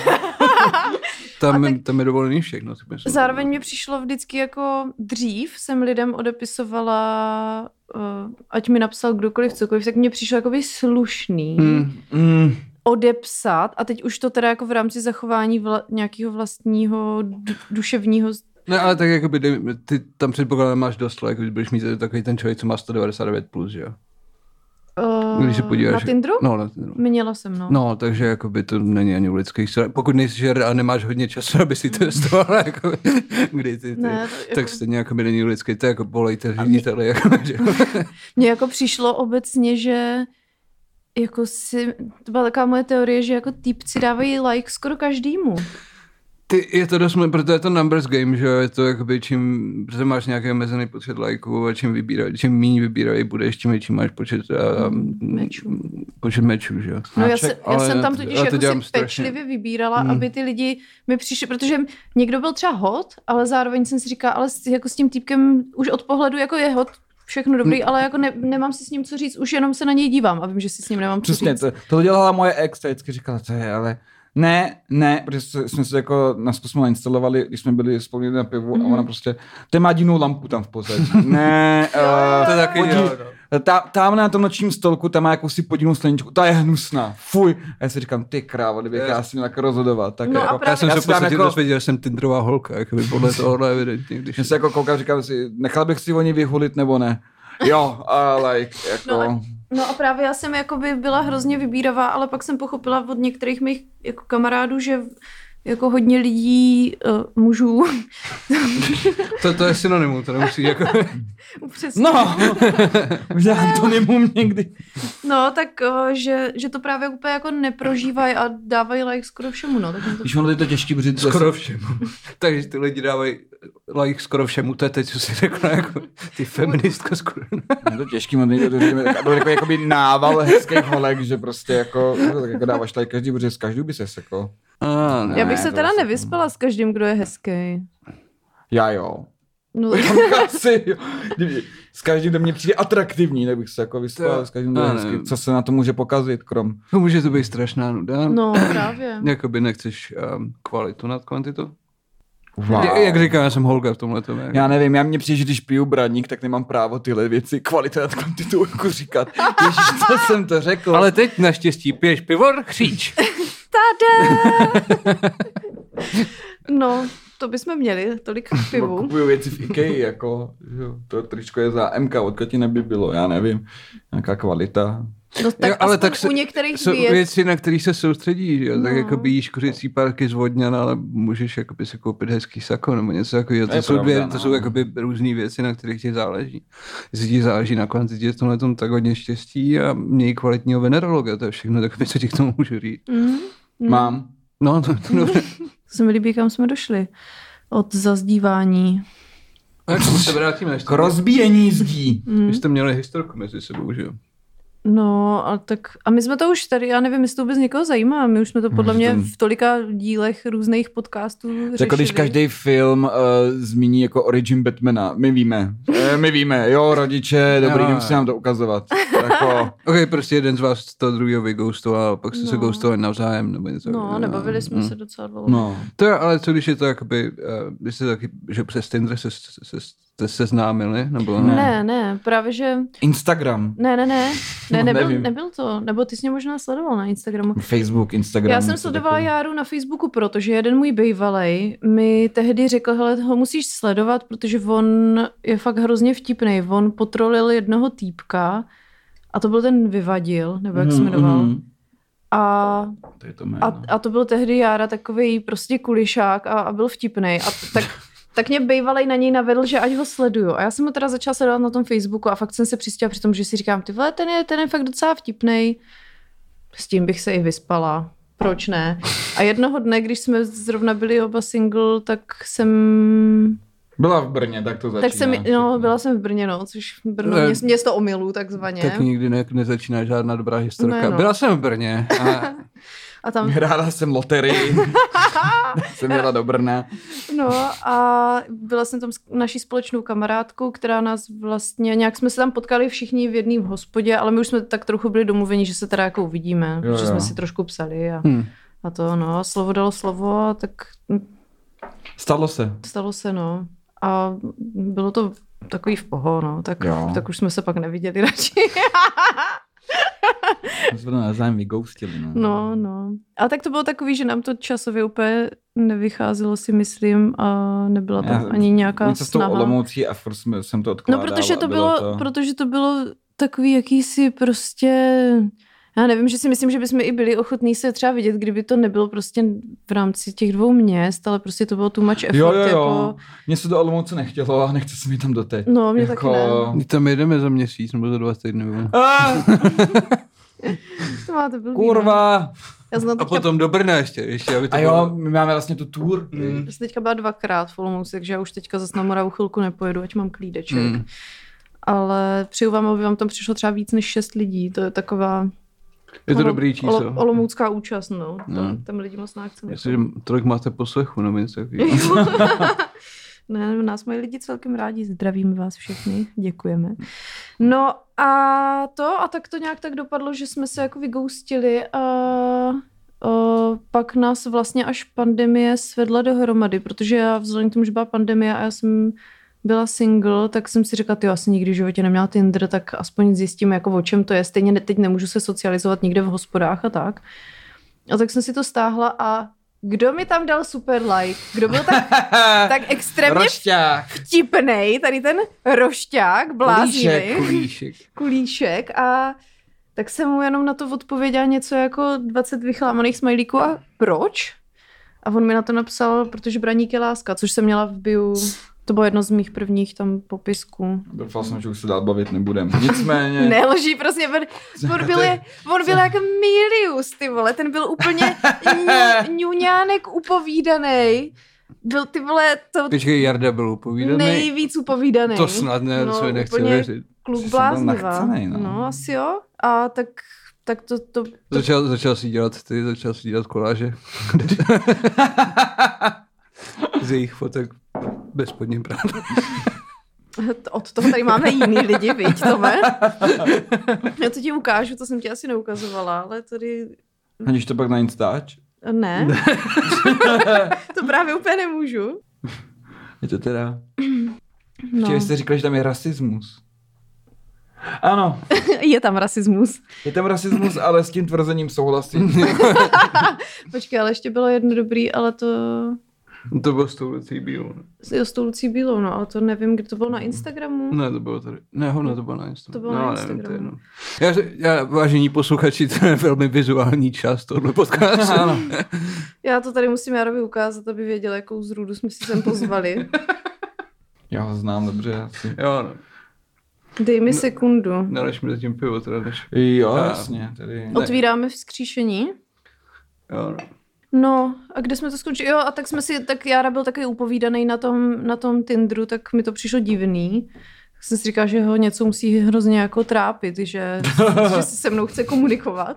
Speaker 3: Tam, tak... tam je dovolený všechno. si myslím.
Speaker 2: Zároveň mi přišlo vždycky jako dřív jsem lidem odepisovala, eh, ať mi napsal kdokoliv cokoliv, tak mně přišlo jakoby slušný
Speaker 3: Hmm.
Speaker 1: Mm.
Speaker 2: odepsat a teď už to teda jako v rámci zachování vla, nějakého vlastního du, duševního
Speaker 3: Ne, ale tak jakoby, dej- ty tam předpokládám máš dost, jako když budeš mít takový ten člověk, co má 199 plus, že jo?
Speaker 2: uh,
Speaker 3: Když se podíváš...
Speaker 2: na Tinderu?
Speaker 3: No, na Tinderu.
Speaker 2: Měla jsem, no.
Speaker 3: No, takže jakoby to není ani u lidských stran. Pokud nejsi žer a nemáš hodně času, aby si testoval, jako, kdy ty, ty
Speaker 2: Ne, to jako-
Speaker 3: tak stejně jako by není u lidských, to je jako volejte řediteli. Jako, že...
Speaker 2: Mně jako přišlo obecně, že jako si, to byla taková moje teorie, že jako týpci dávají like skoro každému.
Speaker 3: ty, je to dost, protože je to numbers game, že jo, je to jakoby čím, protože máš nějaký omezený počet lajků a čím, vybírají, čím méně vybírají budeš, tím větší máš počet, a,
Speaker 2: Mečů.
Speaker 3: počet mečů, že jo.
Speaker 2: No já,
Speaker 1: Snáček,
Speaker 2: se, já
Speaker 3: ale
Speaker 2: jsem
Speaker 3: já
Speaker 2: tam
Speaker 3: to-
Speaker 2: totiž
Speaker 3: já to
Speaker 2: jako
Speaker 3: dělám
Speaker 2: si
Speaker 3: strašně. Hmm.
Speaker 2: pečlivě vybírala, aby ty lidi mi přišli, protože někdo byl třeba hot, ale zároveň jsem si říkala, ale s- jako s tím týpkem už od pohledu jako je hot, všechno
Speaker 3: No.
Speaker 2: dobrý, ale jako ne, nemám si s ním co říct, už jenom se na něj dívám a vím, že si s ním nemám co
Speaker 1: Přesně,
Speaker 2: říct.
Speaker 1: to, to dělala moje ex, ta vždycky říkala, to je, ale ne, ne, protože se- jsme se jako na zkus nainstalovali, když jsme byli spolu na pivu mm. a ona
Speaker 2: Mhm.
Speaker 1: prostě, ten má divnou lampu tam v pozadí. ne, uh,
Speaker 3: To taky jo,
Speaker 2: no.
Speaker 1: ta, tam na tom nočním stolku, tam má jakousi podivnou sleničku, ta je hnusná, fuj. A já si říkám, ty krávo, kdybych
Speaker 3: Yes.
Speaker 1: já si měl tak rozhodovat. Tak
Speaker 2: No a
Speaker 1: jako,
Speaker 2: právě-
Speaker 3: Já jsem
Speaker 1: Já
Speaker 3: se v
Speaker 1: si dám
Speaker 3: podstatě
Speaker 1: jako-
Speaker 3: dozvěděl, že jsem Tinderová holka, jakoby podle tohohle evidentně. Když...
Speaker 1: že se jako koukám, říkám si, nechal bych si o ní vyhulit nebo ne. Jo, ale like, jako...
Speaker 2: No a- No a právě já jsem jakoby byla hrozně vybíravá, ale pak jsem pochopila od některých mých jako kamarádů, že jako hodně lidí, uh, mužů,
Speaker 3: To, to je synonymum, to nemusí jako...
Speaker 2: přesně,
Speaker 1: No, už já antonymum někdy.
Speaker 2: no tak, uh, že, že to právě úplně jako neprožívají a dávají like skoro všemu, no. Tak mi to...
Speaker 1: Když ono je to těžký, protože
Speaker 3: Skoro všemu. Takže ty lidi dávají like skoro všemu, to je teď, co si řekla, jako ty feministka skoro.
Speaker 1: Je to těžký, mám někdo, to jako, jakoby nával hezkých holek, že prostě jako, tak jako dáváš like každý, protože s každou by jako- se sekl.
Speaker 3: A,
Speaker 1: ne.
Speaker 2: Já bych se
Speaker 1: to
Speaker 2: teda
Speaker 1: asi-
Speaker 2: nevyspala s každým, kdo je hezký.
Speaker 1: Já jo.
Speaker 2: No,
Speaker 1: Asi, jo. Kdyby- S každým, kdo mě přijde atraktivní, tak bych se jako vyspal,
Speaker 3: To- no,
Speaker 1: s každým, kdo je
Speaker 3: já nevím.
Speaker 1: hezký. Co se na to může pokazit, krom...
Speaker 3: To Jako může to být strašná nuda.
Speaker 2: no právě.
Speaker 3: Jakoby nechceš um, kvalitu nad kvantitu. Wow. Jak říkám, já jsem holka v tomhle tomu.
Speaker 1: Já nevím, já mě přijde, že když piju braník, tak nemám právo tyhle věci kvalita nad kvantitou jako říkat. Ježiš, co jsem to řekl.
Speaker 3: Ale teď naštěstí piješ pivor kříč.
Speaker 2: Tada! No, to bychom měli, tolik k
Speaker 1: Nebo
Speaker 2: pivu.
Speaker 1: Jako Kupuju věci v IKEA, jako, že jo, to tričko je za MK, odkud ti neby bylo, já nevím, nějaká kvalita.
Speaker 2: No, tak
Speaker 3: Jo, ale
Speaker 2: ale tak
Speaker 3: tak se-
Speaker 2: u některých
Speaker 3: Jsou
Speaker 2: věcí.
Speaker 3: věci, na které se soustředí, že jo? Tak
Speaker 2: No.
Speaker 3: jako jíš kuřecí párky z vodňan, ale můžeš jakoby si koupit hezký sako nebo něco takového.
Speaker 1: To je
Speaker 3: To, jsou dvě,
Speaker 1: pravda,
Speaker 3: to
Speaker 1: no.
Speaker 3: jsou jakoby různé věci, na kterých ti záleží. Jestli ti záleží na kvantitě, v tomhle tom tak hodně štěstí a měj kvalitního venerologa, to je všechno takové, co ti k tomu můžu říct.
Speaker 2: Mm.
Speaker 1: Mám.
Speaker 3: No, to, to dobře.
Speaker 2: To se mi líbí, kam jsme došli. Od zazdívání.
Speaker 3: Tak tomu se vrátíme,
Speaker 1: K Jako rozbíjení zdí.
Speaker 2: Mm.
Speaker 3: jste měli historku mezi sebou, že jo?
Speaker 2: No, a tak a my jsme to už tady, já nevím, jestli to vůbec někoho zajímá, my už jsme to podle
Speaker 1: Hmm, že
Speaker 2: mě
Speaker 1: to-
Speaker 2: v tolika dílech různých podcastů řešili.
Speaker 1: Jako když každý film uh, zmíní jako
Speaker 4: Eh,
Speaker 1: origin Batmana, my víme, Eh, my víme, jo, rodiče, dobrý,
Speaker 3: Jo.
Speaker 2: No.
Speaker 1: nemusí nám to ukazovat. Tak,
Speaker 4: jako...
Speaker 3: Ok, prostě jeden z vás toho druhého vygoustoval, a pak jste no. se
Speaker 2: No.
Speaker 3: goustovali navzájem, nebo něco. Hm.
Speaker 2: No, nebavili jsme
Speaker 1: Hmm.
Speaker 2: se docela dlouho.
Speaker 4: No,
Speaker 3: To je, ale co když je to jakoby, eh, když jste taky, že přes Tinder se, se, se, se seznámili, nebo
Speaker 4: Ne.
Speaker 2: Ne, ne, právě že...
Speaker 4: Instagram,
Speaker 2: Ne, ne, ne, ne
Speaker 4: No,
Speaker 2: nebyl,
Speaker 4: nevím.
Speaker 2: nebyl to. Nebo ty jsi mě možná sledoval na Instagramu.
Speaker 4: Facebook, Instagram.
Speaker 2: Já jsem
Speaker 4: něco
Speaker 2: sledovala
Speaker 4: takového.
Speaker 2: Járu na Facebooku, protože jeden můj bývalej mi tehdy řekl, hele, ho musíš sledovat, protože on je fakt hrozně vtipný. On potrolil jednoho týpka a to byl ten Vyvadil, nebo jak se
Speaker 4: Mhm,
Speaker 2: jmenoval.
Speaker 4: mhm.
Speaker 2: A
Speaker 4: To je to jméno.
Speaker 2: a, a to byl tehdy Jára takový prostě kulišák a, a byl vtipný. A t- tak, tak mě bývalej na něj navedl, že ať ho sleduju. A já jsem ho teda začala sledovat na tom Facebooku a fakt jsem se přistěla při tom, že si říkám, ty vole, ten je, ten je fakt docela vtipný. S tím bych se i vyspala. Proč ne? A jednoho dne, když jsme zrovna byli oba single, tak jsem...
Speaker 4: Byla v Brně, tak to začíná.
Speaker 2: Tak jsem, no, byla jsem v Brně, no, což Brno,
Speaker 3: Ne.
Speaker 2: mě, město omylů takzvaně.
Speaker 3: Tak nikdy ne, nezačíná žádná dobrá historka.
Speaker 2: Ne, no.
Speaker 3: Byla jsem v Brně a
Speaker 2: A tam
Speaker 4: Hrála jsem loterii. jsem jela do Brna.
Speaker 2: No a byla jsem tam s naší společnou kamarádkou, která nás vlastně, nějak jsme se tam potkali všichni v jedném hospodě, ale my už jsme tak trochu byli domluveni, že se teda jako uvidíme,
Speaker 4: Jo,
Speaker 2: jo, že
Speaker 4: jo.
Speaker 2: jsme si trošku psali a,
Speaker 3: hm,
Speaker 2: a to no, a slovo dalo slovo a tak
Speaker 4: Stalo se.
Speaker 2: stalo se no a bylo to takový v poho, no, tak,
Speaker 4: Jo.
Speaker 2: tak už jsme se pak neviděli radši.
Speaker 4: My jsme to navzájem vygoustili. No.
Speaker 2: No, no. A tak to bylo takový, že nám to časově úplně nevycházelo si myslím a nebyla tam
Speaker 4: Já-
Speaker 2: ani nějaká
Speaker 4: Něco s tou
Speaker 2: snaha.
Speaker 4: Olomoucí a furt jsme, jsem to
Speaker 2: No,
Speaker 4: odkládal.
Speaker 2: protože
Speaker 4: a
Speaker 2: to bylo,
Speaker 4: to...
Speaker 2: protože to bylo takový jakýsi prostě, já nevím, že si myslím, že bychom i byli ochotní se třeba vidět, kdyby to nebylo prostě v rámci těch dvou měst, ale prostě to bylo too much effort.
Speaker 4: Jo, jo, jo.
Speaker 2: Jako,
Speaker 4: Mně se do Olomouce nechtělo a nechce se mi tam doteď.
Speaker 2: no, mě jako... taky ne.
Speaker 3: my tam jedeme za měsíc nebo za dva týdny. nebo-
Speaker 4: Ah,
Speaker 2: To máte blbý, no.
Speaker 4: kurva.
Speaker 2: Já jsem
Speaker 3: A
Speaker 2: teďka, potom...
Speaker 3: potom do Brna ještě, ještě aby to
Speaker 4: A
Speaker 3: bylo-
Speaker 4: jo, my máme vlastně tu tour.
Speaker 3: Mm.
Speaker 2: já jsem teďka byla dvakrát v Olomouci, takže já už teďka zase na Moravu chvilku nepojedu, ať mám klídeček.
Speaker 3: Mm.
Speaker 2: Mm. Ale přeju vám, aby vám tam přišlo třeba víc než šest lidí, to je taková
Speaker 3: Je to
Speaker 2: Olo-
Speaker 3: dobrý číslo.
Speaker 2: Olo- olomoucká účast, no. Tam,
Speaker 3: No.
Speaker 2: tam lidi moc náchcou.
Speaker 3: Jestliže tolik máte poslechu nebo něco takového.
Speaker 2: Jo. ne, No nás mají lidi celkem rádi, zdravím vás všechny, děkujeme. No a to, a tak to nějak tak dopadlo, že jsme se jako vygoustili a, a pak nás vlastně až pandemie svedla dohromady, protože já vzhledem k tomu, že byla pandemie a já jsem byla single, tak jsem si řekla, ty já jsem nikdy v životě neměla Tinder, tak aspoň zjistím, jako o čem to je. Stejně ne- teď nemůžu se socializovat nikde v hospodách a tak. A tak jsem si to stáhla a kdo mi tam dal super like? Kdo byl tak, tak extrémně
Speaker 4: Rošťák.
Speaker 2: vtipnej, tady ten rošťák,
Speaker 4: Kulíšek,
Speaker 2: bláznivý,
Speaker 4: kulíšek.
Speaker 2: kulíšek a tak jsem mu jenom na to odpověděla něco jako 20 vychlámaných smajlíků a proč? A on mi na to napsal, protože braník je láska, což jsem měla v biu, to bylo jedno z mých prvních tam popisků.
Speaker 4: Doufal jsem, že už se dál bavit nebudem. Nicméně.
Speaker 2: Nelží, prostě, on, on, byl, je, on byl jak Milius, ty vole, ten byl úplně ňu- ňuňánek upovídaný. Byl ty vole, to
Speaker 3: Počkej, Jarda byl upovídaný.
Speaker 2: nejvíc upovídaný.
Speaker 3: To snad ne,
Speaker 2: No,
Speaker 3: no, co nechci
Speaker 2: úplně-
Speaker 3: věřit.
Speaker 2: kluk
Speaker 4: Jsi byl
Speaker 2: bláznivá.
Speaker 4: nachcenej, no.
Speaker 2: no. no. asi jo. A tak, tak to, to, to
Speaker 3: Začal, začal si dělat ty, začal si dělat koláže. Z jejich fotek bez podním práva.
Speaker 2: od toho tady máme jiný lidi, viď, Tome? Já to ti ukážu, to jsem ti asi neukazovala, ale tady
Speaker 4: Hodíš to pak na Instač?
Speaker 2: ne. to právě úplně nemůžu.
Speaker 4: Je to teda...
Speaker 2: No.
Speaker 4: Včera jste říkal, že tam je rasismus. Ano,
Speaker 2: Je tam rasismus.
Speaker 4: je tam rasismus, ale s tím tvrzením souhlasím.
Speaker 2: Počkej, ale ještě bylo jedno dobrý, ale to
Speaker 3: To bylo s tou Lucí Bílou. ne?
Speaker 2: jo, s tou Lucí Bílou, no, ale to nevím, kde to bylo na
Speaker 4: No.
Speaker 2: Instagramu.
Speaker 3: Ne, to bylo tady. Ne, hovno, to bylo na Instagramu.
Speaker 2: To bylo na
Speaker 3: no, nevím,
Speaker 2: Instagramu.
Speaker 3: to je jedno. já, se- já, vážení posluchači, to je velmi vizuální část tohle podcastu. ano.
Speaker 2: Já to tady musím Jarovi ukázat, aby věděl, jakou zrůdu jsme si sem pozvali.
Speaker 4: Já ho znám dobře asi.
Speaker 3: Jo, no.
Speaker 2: Dej
Speaker 4: No.
Speaker 2: mi sekundu.
Speaker 3: Naleš mi zatím pivo, teda než...
Speaker 4: Jo,
Speaker 3: A-
Speaker 4: jasně, tedy.
Speaker 2: Otvíráme vzkříšení.
Speaker 3: Jo, no.
Speaker 2: No, a kde jsme to skončili? Jo, a tak jsme si, tak Jára byl taky upovídaný na tom, na tom Tinderu, tak mi to přišlo divný. Tak jsem si říkala, že ho něco musí hrozně jako trápit, že, že si se mnou chce komunikovat.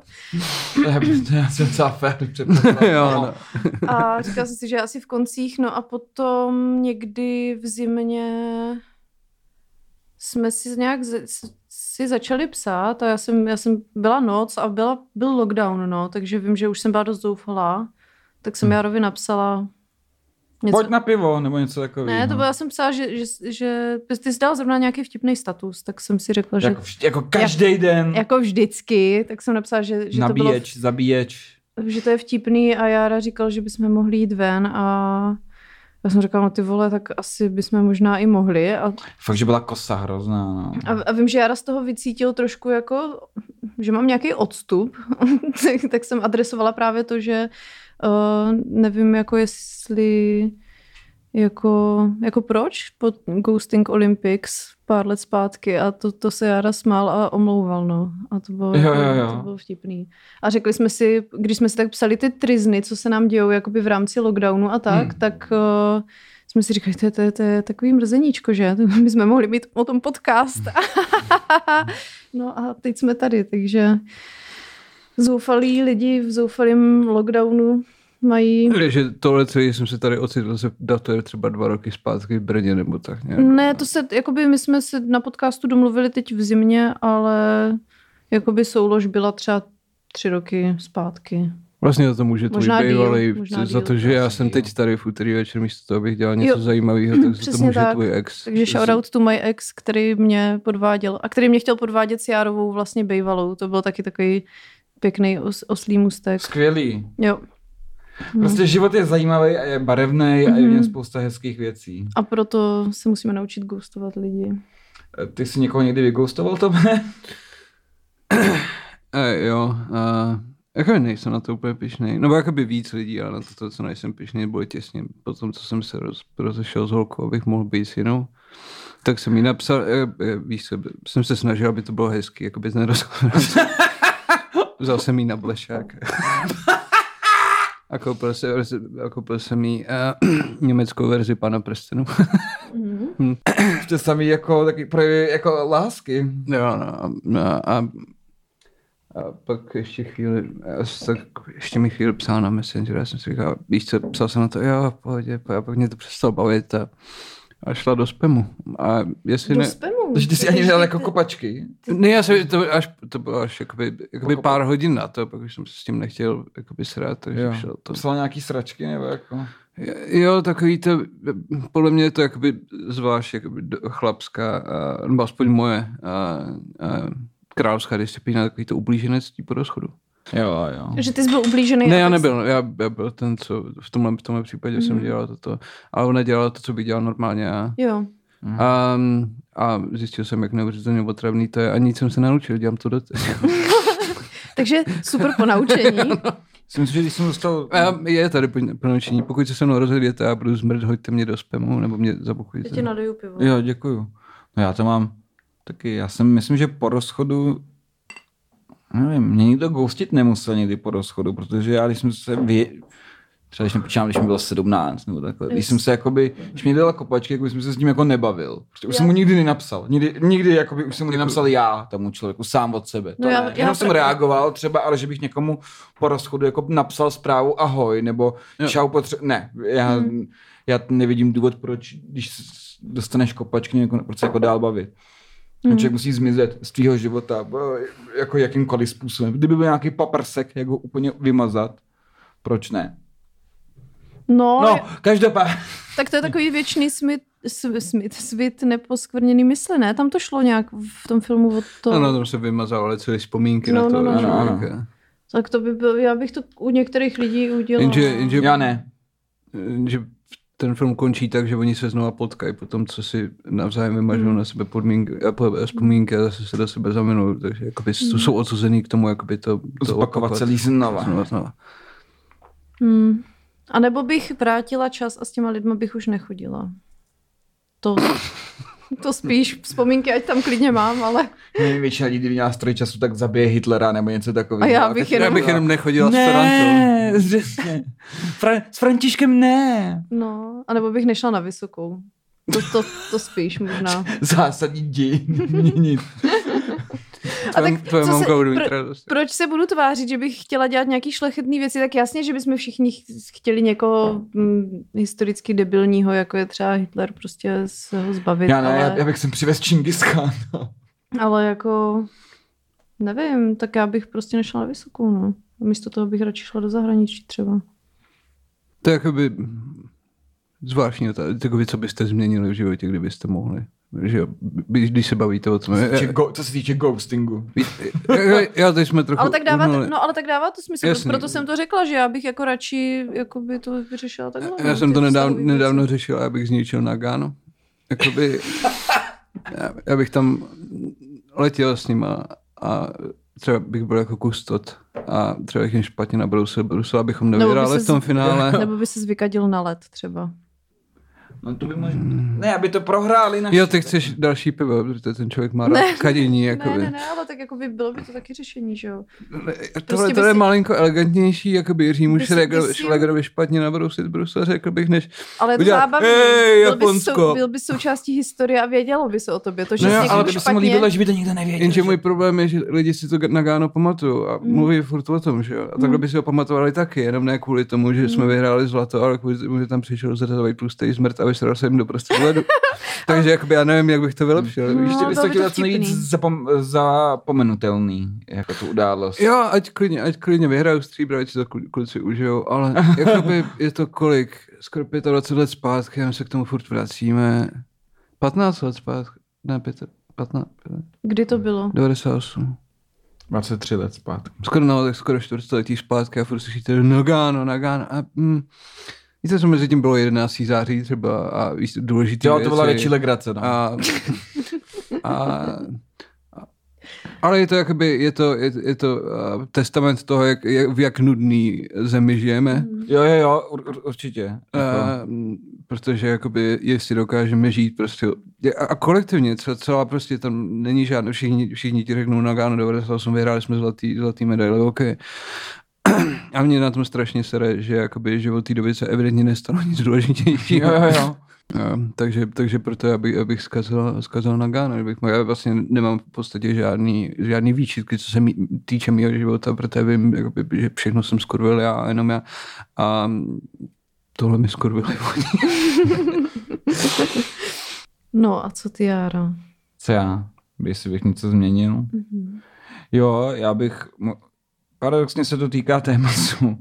Speaker 4: To je- to je asi docela fér, předpoklad.
Speaker 3: Jo, no.
Speaker 2: A říkala jsem si, že asi v koncích, no a potom někdy v zimě jsme si nějak, z, s- si začali psát a já jsem, já jsem byla noc a byla, byl lockdown, no, takže vím, že už jsem byla dost zoufalá, tak jsem Jarovi napsala něco.
Speaker 1: Pojď na pivo, nebo něco takového. no.
Speaker 2: ne, to bylo, já jsem psala, že, že, že ty jsi dal zrovna nějaký vtipný status, tak jsem si řekla, že
Speaker 1: Jako, vž- jako každý den.
Speaker 2: jako vždycky, tak jsem napsala, že, že to bylo
Speaker 1: nabíječ, zabíječ.
Speaker 2: že to je vtipný a Jára říkal, že bychom mohli jít ven a já jsem říkala, no ty vole, tak asi bychom možná i mohli. A,
Speaker 1: Fakt, že byla kosa hrozná. No.
Speaker 2: a, a vím, že Jára z toho vycítil trošku jako, že mám nějaký odstup, tak, tak jsem adresovala právě to, že uh, nevím, jako jestli, jako, jako proč pod Ghosting Olympics pár let zpátky a to, to se Jára smál a omlouval, no. A to bylo,
Speaker 1: Jo, jo, jo.
Speaker 2: to bylo vtipný. A řekli jsme si, když jsme si tak psali ty trizny, co se nám dějou jakoby v rámci lockdownu a tak,
Speaker 1: Hmm.
Speaker 2: hmm. tak uh, jsme si říkali, to je, to, je, to je takový mrzeníčko, že? My jsme mohli mít o tom podcast. no a teď jsme tady, takže zoufalí lidi v zoufalém lockdownu mají...
Speaker 3: Takže tohle, co jsem se tady ocitl, se datuje třeba dva roky zpátky v Brně nebo tak nějak.
Speaker 2: Ne, to se, jakoby my jsme se na podcastu domluvili teď v zimě, ale jakoby soulož byla třeba tři roky zpátky.
Speaker 3: Vlastně za to může tvůj
Speaker 2: Možná díl,
Speaker 3: bývalý,
Speaker 2: možná
Speaker 3: za to,
Speaker 2: díl.
Speaker 3: že já
Speaker 1: Asi
Speaker 3: jsem
Speaker 1: díl.
Speaker 3: teď tady v úterý večer, místo toho, abych dělal něco
Speaker 2: Jo,
Speaker 3: zajímavého, tak za to
Speaker 2: přesně
Speaker 3: může
Speaker 2: tak.
Speaker 3: tvůj ex.
Speaker 2: Takže shoutout to my ex, který mě podváděl a který mě chtěl podvádět s Járovou vlastně bejvalou. To byl taky takový pěkný os, oslý mustek.
Speaker 1: Skvělý.
Speaker 2: Jo. Hmm.
Speaker 1: Prostě život je zajímavý a je barevný a je v něm
Speaker 2: Mhm.
Speaker 1: spousta hezkých věcí.
Speaker 2: A proto se musíme naučit ghostovat lidi.
Speaker 1: E, Ty jsi někoho někdy vygoustoval, Tome?
Speaker 3: E, jo, a jako nejsem na to úplně pišnej. Nebo jakoby víc lidí, ale na to, to co nejsem pišnej, bylo těsně po tom, co jsem se roz, rozešel s holkou, abych mohl být s jinou. Tak jsem jí napsal, e, e, víš, co, jsem se snažil, aby to bylo hezký, jakoby z nerozkladnosti. Vzal jsem jí na blešák. A koupil, se, a koupil jsem jí uh, německou verzi pana prstenu.
Speaker 1: To samý jako taky projevy jako lásky.
Speaker 3: Jo, no, no a, a pak ještě chvíli, já s- tak ještě mi chvíli psal na Messenger, já jsem si říkal, víš co, psal jsem na to, jo, v pohodě, a pak mě to přestalo bavit a, a šla do spamu. A jestli
Speaker 2: Do
Speaker 3: ne,
Speaker 2: spamu.
Speaker 1: Takže ty jsi ani nedal jako kopačky.
Speaker 3: ne, já jsem, to, až, to bylo až jakoby, jakoby
Speaker 1: Pokopat.
Speaker 3: pár hodin na to, pak už jsem se s tím nechtěl jakoby srát, takže jo. šel to.
Speaker 1: Psal nějaký sračky nebo jako...
Speaker 3: Jo, takový to, podle mě je to jakoby zvlášť jakoby do- chlapská, a, nebo aspoň moje, a, a, královská disciplína, takový to ublíženectví po rozchodu.
Speaker 1: Jo, jo.
Speaker 2: Že ty jsi byl ublížený.
Speaker 3: Ne,
Speaker 2: a
Speaker 3: já
Speaker 2: tak-
Speaker 3: nebyl, já, já byl ten, co v tomhle, v tomhle případě
Speaker 2: Mhm.
Speaker 3: mm-hmm. jsem dělal toto, ale ona dělala to, co bych dělal normálně já.
Speaker 2: Jo.
Speaker 3: A, a zjistil jsem, jak neuvěřitelně otravný to je a nic jsem se naučil, dělám to doteď.
Speaker 2: Takže super ponaučení.
Speaker 1: Myslím si, že když jsem dostal...
Speaker 3: A je tady pon- ponaučení, pokud se se mnou rozhodněte, já budu zmrt, hoďte mě do spamu nebo mě
Speaker 2: Já ti
Speaker 3: zabukujte.
Speaker 2: naliju pivo.
Speaker 1: Jo, děkuju. No já to mám taky. Já jsem, myslím, že po rozchodu... Nevím, mě nikdo ghostit nemusel nikdy po rozchodu, protože já, když jsem se vě... Třeba když nepočítám, když mi bylo 17 nebo takhle. Když jsem se jakoby, když mi dala kopačky, jako jsem se s tím jako nebavil. Prostě už jsem mu nikdy nenapsal. Nikdy, nikdy jakoby už jsem mu nenapsal já tomu člověku, sám od sebe. To
Speaker 2: No já-
Speaker 1: ne.
Speaker 2: já
Speaker 1: Jenom jsem
Speaker 2: taky.
Speaker 1: reagoval třeba, ale že bych někomu po rozchodu jako napsal zprávu ahoj, nebo
Speaker 3: Jo.
Speaker 1: čau potře- Ne, já, hmm.
Speaker 2: Mhm.
Speaker 1: já nevidím důvod, proč, když s- dostaneš kopačky, někoho, proč se jako dál bavit. Hmm. Člověk musí zmizet z tvýho života, bo- jako jakýmkoliv způsobem. Kdyby byl nějaký paprsek, jak ho úplně vymazat, proč ne?
Speaker 2: No,
Speaker 1: No, každopádně.
Speaker 2: tak to je takový věčný smit, sv- smit, svit neposkvrněný mysli, ne? Tam to šlo nějak v tom filmu od toho.
Speaker 3: Ano, No, tam se vymazávali celé vzpomínky
Speaker 2: No,
Speaker 3: na to.
Speaker 2: no, no,
Speaker 3: že
Speaker 1: no.
Speaker 3: jak je.
Speaker 2: Tak to by byl, já bych to u některých lidí udělala.
Speaker 3: Jenže, jenže,
Speaker 1: Já ne.
Speaker 3: Eh, že ten film končí tak, že oni se znova potkají po tom, co si navzájem vymažou
Speaker 2: Hmm.
Speaker 3: na sebe podmínky, a po- eh, vzpomínky a zase se do sebe zamilují. Takže jakoby
Speaker 2: Hmm.
Speaker 3: to jsou odsuzený k tomu, jakoby to, to
Speaker 1: Zopakovat
Speaker 3: opakovat.
Speaker 1: celý znova.
Speaker 3: znova, znova.
Speaker 2: Hmm. A nebo bych vrátila čas a s těma lidma bych už nechodila. To, to spíš vzpomínky, ať tam klidně mám, ale
Speaker 1: Nevím, Většina lidí, kdyby měla stroj času, tak zabije Hitlera nebo něco takového.
Speaker 2: A já bych
Speaker 1: teď-
Speaker 2: jenom-
Speaker 3: Já bych jenom nechodila s Tarantou.
Speaker 1: Ne, přesně. Fra- s Františkem ne.
Speaker 2: no. A nebo bych nešla na vysokou. To, to, to spíš možná.
Speaker 1: Zásadní děj.
Speaker 2: A
Speaker 3: Tvoje,
Speaker 2: tak
Speaker 3: tvoje
Speaker 2: co se-
Speaker 3: mamka budu mít
Speaker 2: pro-
Speaker 3: radost.
Speaker 2: Proč se budu tvářit, že bych chtěla dělat nějaký šlechetný věci? Tak jasně, že bychom všichni ch- chtěli někoho hm, historicky debilního, jako je třeba Hitler, prostě se ho zbavit.
Speaker 1: Já ne,
Speaker 2: ale...
Speaker 1: já, já bych sem přivez Čingischána.
Speaker 2: Ale jako, nevím, tak já bych prostě nešla na vysokou, no. Místo toho bych radši šla do zahraničí třeba.
Speaker 3: To je jakoby zvláštní otázka. Takový, co byste změnili v životě, kdybyste mohli. Že jo, když když se bavíte o tom.
Speaker 1: Co se týče
Speaker 3: Já-
Speaker 1: go- Co se týče ghostingu.
Speaker 3: já- já- Já teď jsme trochu
Speaker 2: Ale tak, dává to,
Speaker 3: uhnuli.
Speaker 2: no, ale tak dává to smysl,
Speaker 3: Jasný.
Speaker 2: Jasný. proto jsem to řekla, že já bych jako radši jakoby to vyřešila takhle.
Speaker 3: Já
Speaker 2: no,
Speaker 3: jsem
Speaker 2: ty
Speaker 3: to nedávno,
Speaker 2: vztahový věci.
Speaker 3: nedávno řešil, abych zničil Nagano. Jakoby, já, já bych tam letěl s nima a třeba bych byl jako kustot a třeba bych jim špatně nabrousil Brusel, abychom
Speaker 2: Nebo No, by
Speaker 3: nevyhráli
Speaker 2: ses-
Speaker 3: v tom finále.
Speaker 2: Nebo by se zvykadil na let třeba.
Speaker 1: No to by možná... Ne, aby to prohráli naši.
Speaker 3: Jo, ty chceš další pivo, protože ten člověk má
Speaker 2: Ne.
Speaker 3: rád kadění. Jakoby.
Speaker 2: Ne, ne, ne, ale tak jakoby bylo by to taky řešení, že jo.
Speaker 3: Tohle,
Speaker 2: by
Speaker 3: tohle je
Speaker 2: si-
Speaker 3: malinko elegantnější, jakoby Jiřímu
Speaker 2: By si- by
Speaker 3: Šlegr-
Speaker 2: si-
Speaker 3: Šlegrovi špatně nabrousit Brusel, řekl bych, než...
Speaker 2: Ale je to
Speaker 3: Udělá-
Speaker 2: zábavný.
Speaker 3: Ej,
Speaker 2: byl, by
Speaker 3: Japonsko.
Speaker 2: sou, byl by součástí historie a vědělo by se o tobě. To, že
Speaker 3: No
Speaker 2: no,
Speaker 3: jo,
Speaker 2: jo,
Speaker 3: ale
Speaker 1: Ale
Speaker 3: to
Speaker 1: to by
Speaker 2: špatně,
Speaker 1: se mu líbilo, že No, by to nikdo nevěděl.
Speaker 3: Jenže můj problém je, že lidi si to Nagano pamatují a mluví furt o tom, že jo. A takhle by si ho pamatovali taky, jenom ne kvůli tomu, že jsme vyhráli zlato, ale kvůli tomu, že tam přišel zřezový tlustý zmrt a vysral se jim do prostě ledu. Takže jakoby já nevím, jak bych to vylepšil.
Speaker 2: No,
Speaker 3: víš.
Speaker 1: Ještě bys to
Speaker 2: bylo by to
Speaker 1: chtěla co nejvíc
Speaker 2: vtipný.
Speaker 1: zapom- zapomenutelný, jako tu událost.
Speaker 3: Jo, ať klidně, ať klidně vyhraju stříbro, ať si to klu- kluci užijou, ale jakoby je to kolik? Skoro 25 let zpátky, a my se k tomu furt vracíme. 15 let zpátky, ne, 5, 15,
Speaker 2: Kdy to bylo?
Speaker 3: 98.
Speaker 1: 23 let zpátky.
Speaker 3: skoro, no, tak skoro čtvrtstoletí zpátky a furt slyšíte Nagano, Nagano a mm, víte, co mezi tím bylo 11. září třeba a víš, důležitý
Speaker 1: Jo, to byla větší legrace, no.
Speaker 3: a, a, a, ale je to jakoby, je to, je, je to uh, testament toho, jak, jak, v jak nudný zemi žijeme.
Speaker 1: Jo, jo, jo, ur, ur, určitě. Jako,
Speaker 3: A, Eh, protože jakoby, jestli dokážeme žít prostě je- a a kolektivně, cel- celá prostě tam není žádný, všichni, všichni ti řeknou "No, Nagano 98, vyhráli jsme zlatý, zlatý medaile, ok. A mě na tom strašně sere, že jakoby život té doby se evidentně nestalo nic důležitějšího.
Speaker 1: jo, jo, jo.
Speaker 3: Ehm, takže, takže proto já bych, abych zkazil, zkazil na Gánu. Bych, já vlastně nemám v podstatě žádný, žádný výčitky, co se mý, týče mého života, protože vím, jakoby, že všechno jsem skurvil já a jenom já. A tohle mi skurvili oni.
Speaker 2: No a co ty, Jára?
Speaker 1: Co já? Jestli bych něco změnil?
Speaker 2: Mhm.
Speaker 1: Jo, já bych... mo- Paradoxně se to týká tématu.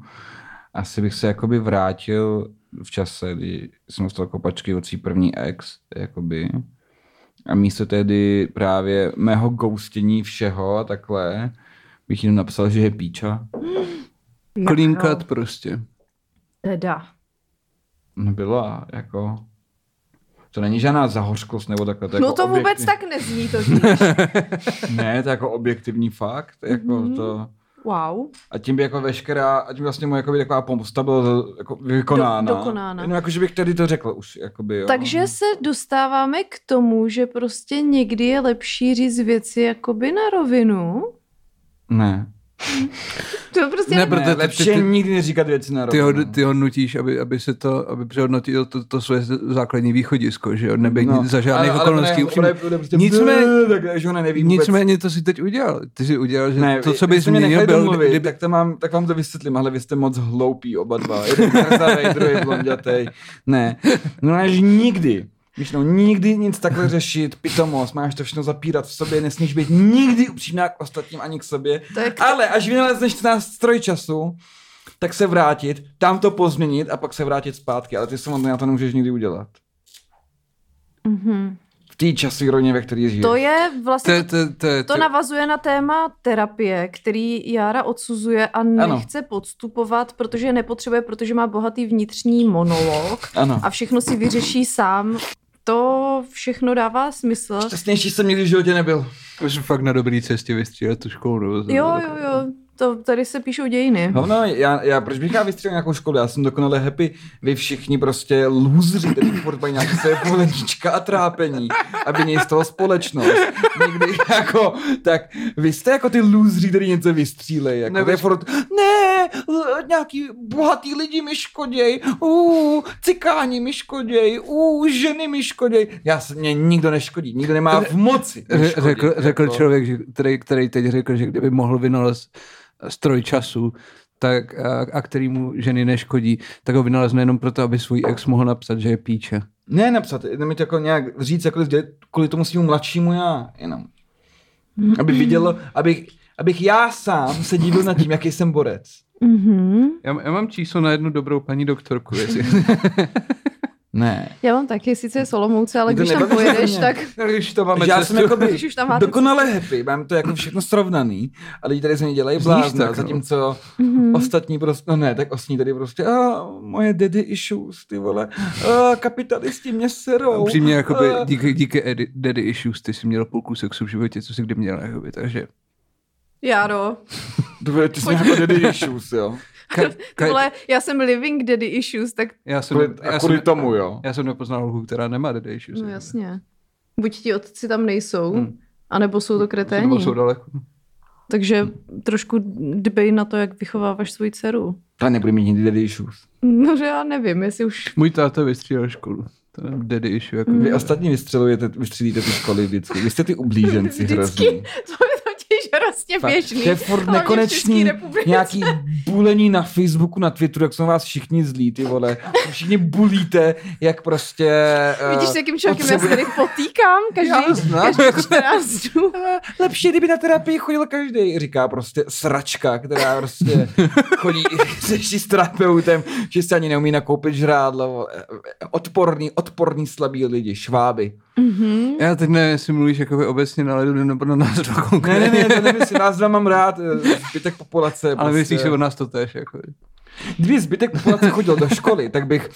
Speaker 1: Asi bych se jakoby vrátil v čase, kdy jsem dostal kopačky od svý první ex, jakoby. A místo tedy právě mého ghostění všeho a takhle, bych jim napsal, že je píča. No.
Speaker 3: Clean
Speaker 2: Jo,
Speaker 3: cut prostě.
Speaker 2: Teda.
Speaker 1: Nebyla, jako... To není žádná zahořkost nebo takhle. To je
Speaker 2: no
Speaker 1: jako
Speaker 2: to vůbec
Speaker 1: objektiv-
Speaker 2: tak nezní to. víš.
Speaker 1: Ne, to je jako objektivní fakt. Jako
Speaker 2: Mhm.
Speaker 1: to...
Speaker 2: Wow.
Speaker 1: A tím by jako veškerá, a tím vlastně moje jakoby taková pomsta byla za- jako vykonána.
Speaker 2: Do- dokonána.
Speaker 1: Jenom jako, že bych tady to řekl už, jakoby, jo.
Speaker 2: Takže se dostáváme k tomu, že prostě někdy je lepší říct věci jakoby na rovinu.
Speaker 1: Ne.
Speaker 2: To prostě
Speaker 3: Ne,
Speaker 2: ne,
Speaker 1: Proto
Speaker 3: Proto ty-
Speaker 1: ne,
Speaker 3: ty-
Speaker 1: lepší
Speaker 3: ty-
Speaker 1: je nikdy neříkat věci na
Speaker 3: Ty ho,
Speaker 1: rovinu. no.
Speaker 3: ty ho nutíš, aby, aby, se to, aby přehodnotil to, to své základní východisko, že jo? Nebyl no, za žádných
Speaker 1: ale- ale
Speaker 3: okolností.
Speaker 1: ono je- ono je-
Speaker 3: upřímně.
Speaker 1: ono je prostě-
Speaker 3: Nicméně-
Speaker 1: tak, takže ho neví vůbec.
Speaker 3: Nicméně to si teď udělal. Ty si udělal, že
Speaker 1: Ne,
Speaker 3: to,
Speaker 1: vy-
Speaker 3: co
Speaker 1: vy
Speaker 3: bys
Speaker 1: jste mě
Speaker 3: změnil,
Speaker 1: nechali
Speaker 3: byl,
Speaker 1: domluvit,
Speaker 3: kdyby,
Speaker 1: tak, to mám, tak vám to vysvětlím, ale vy jste moc hloupí oba dva. Jeden krzavej, druhý blondětej. Ne, no až nikdy. Víš, no, nikdy nic takhle řešit, pitomost, máš to všechno zapírat v sobě, nesmíš být nikdy upřímná k ostatním ani k sobě.
Speaker 2: Tak-
Speaker 1: Ale až vynalezneš nástroj času, tak se vrátit, tam to pozměnit a pak se vrátit zpátky, ale ty samotný na to nemůžeš nikdy udělat.
Speaker 2: Mhm.
Speaker 1: V té časové rovině, ve které žiješ.
Speaker 2: To je vlastně...
Speaker 3: to, je- to, je- to, je-
Speaker 2: To navazuje na téma terapie, který Jára odsuzuje a nechce podstupovat, protože je nepotřebuje, protože má bohatý vnitřní monolog
Speaker 1: Ano.
Speaker 2: a všechno si vyřeší sám. To všechno dává smysl.
Speaker 1: Šťastnější jsem nikdy v životě nebyl.
Speaker 3: Už jsem fakt na dobrý cestě vystřílet tu školu. Nebo
Speaker 2: Jo, jo, jo. To, tady se píšou dějiny.
Speaker 1: Hovno, No, já, já, proč bych já vystřelil nějakou školu? Já jsem dokonale happy. Vy všichni prostě lůzři, který furt mají nějaké své pohledička a trápení. A vy z toho společnost. Nikdy jako, tak vy jste jako ty lůzři, který něco vystřílejí. Jako,
Speaker 3: Nebo-
Speaker 1: ne, furt, ne, l- nějaký bohatý lidi mi škoděj, ú, cikáni mi škoděj, ú, ženy mi škoděj. Já se, mě nikdo neškodí, nikdo nemá v moci. mi škodit,
Speaker 3: Řekl, řekl
Speaker 1: jako.
Speaker 3: člověk, že- který, který teď řekl, že kdyby mohl vynalézt stroj času, tak, a, a který mu ženy neškodí, tak ho vynalezne jenom proto, aby svůj ex mohl napsat, že je píče.
Speaker 1: Ne napsat, jenom mi to jako nějak říct, jako sdělit kvůli tomu svým mladšímu já, jenom.
Speaker 2: Mhm.
Speaker 1: Aby vidělo, abych, abych já sám se díval nad tím, jaký jsem borec.
Speaker 2: Mm-hmm.
Speaker 3: Já, já mám číslo na jednu dobrou paní doktorku, jestli...
Speaker 4: Ne.
Speaker 2: Já mám taky, sice je Solomouce, ale
Speaker 1: Mě to
Speaker 2: když tam
Speaker 1: nebaví
Speaker 2: pojedeš,
Speaker 1: stejně.
Speaker 2: tak
Speaker 3: Když to máme
Speaker 1: Že já jsem jakoby
Speaker 2: když už tam máte...
Speaker 1: dokonale happy, mám to jako všechno srovnaný a lidi tady se mě dělají
Speaker 3: Zníš
Speaker 1: blázna,
Speaker 3: tak, no.
Speaker 1: zatímco
Speaker 2: Mhm.
Speaker 1: ostatní prostě, no ne, tak osní tady prostě, a moje daddy issues, ty vole, a kapitalisti mě serou.
Speaker 3: jako- Upřímně, jakoby,
Speaker 1: a-
Speaker 3: díky, díky Edi- Daddy Issues, ty jsi měl půl sexu v životě, co jsi kdy měl, jakoby, takže...
Speaker 2: Já no.
Speaker 1: Dobře, ty jsi nějaká daddy issues, jo.
Speaker 3: Ka-
Speaker 2: Ty
Speaker 3: ka-
Speaker 2: vole, já jsem living daddy issues, tak
Speaker 3: já jsem,
Speaker 1: Kvůli, a
Speaker 3: já,
Speaker 1: kvůli
Speaker 3: jsem,
Speaker 1: tomu, jo.
Speaker 3: já jsem nepoznal holku, která nemá Daddy Issues.
Speaker 2: no
Speaker 3: jakoby.
Speaker 2: jasně. Buď ti otci tam nejsou,
Speaker 3: Hmm.
Speaker 2: anebo jsou to
Speaker 3: Nebo
Speaker 2: kreténi.
Speaker 3: jsou daleko.
Speaker 2: Takže
Speaker 1: Hm.
Speaker 2: trošku dbej na to, jak vychováváš svoji dceru.
Speaker 4: Ta nebude mít nikdy daddy issues.
Speaker 2: No, že já nevím, jestli už...
Speaker 3: Můj táta vystřílel školu. To je Daddy Issue, jako...
Speaker 2: Hmm.
Speaker 1: Vy ostatní vystřelujete, vystřílíte ty školy vždycky. Vy jste ty ublíženci
Speaker 2: Vždycky.
Speaker 1: hrozný.
Speaker 2: To je totiž hrozně
Speaker 1: Fakt.
Speaker 2: běžný.
Speaker 1: To je furt
Speaker 2: hlavně v České
Speaker 1: nekonečný
Speaker 2: republice.
Speaker 1: nějaký bulení na Facebooku, na Twitteru, jak jsou vás všichni zlí, ty vole. Všichni bulíte, jak prostě... eh,
Speaker 2: Vidíš, s jakým člověkem já se
Speaker 1: potřebuje-
Speaker 2: tady potýkám
Speaker 1: Já no.
Speaker 2: každý,
Speaker 1: znám.
Speaker 2: každý 14 dnů.
Speaker 1: Eh, Lepší, kdyby na terapii chodil každý, říká prostě sračka, která prostě chodí, řeší s terapeutem, že se ani neumí nakoupit žrádlo. vole. Odporný, odporný slabý lidi, šváby.
Speaker 2: Mhm.
Speaker 3: Já teď nevím, jestli mluvíš jakoby obecně na lidu nebo na nás dva
Speaker 1: Ne, ne,
Speaker 3: konkrétně.
Speaker 1: ne, to nemyslím, vás dva mám rád, eh, zbytek populace.
Speaker 3: Ale
Speaker 1: prostě-
Speaker 3: myslíš si o nás to tež, jako.
Speaker 1: Kdyby zbytek populace chodil do školy, tak bych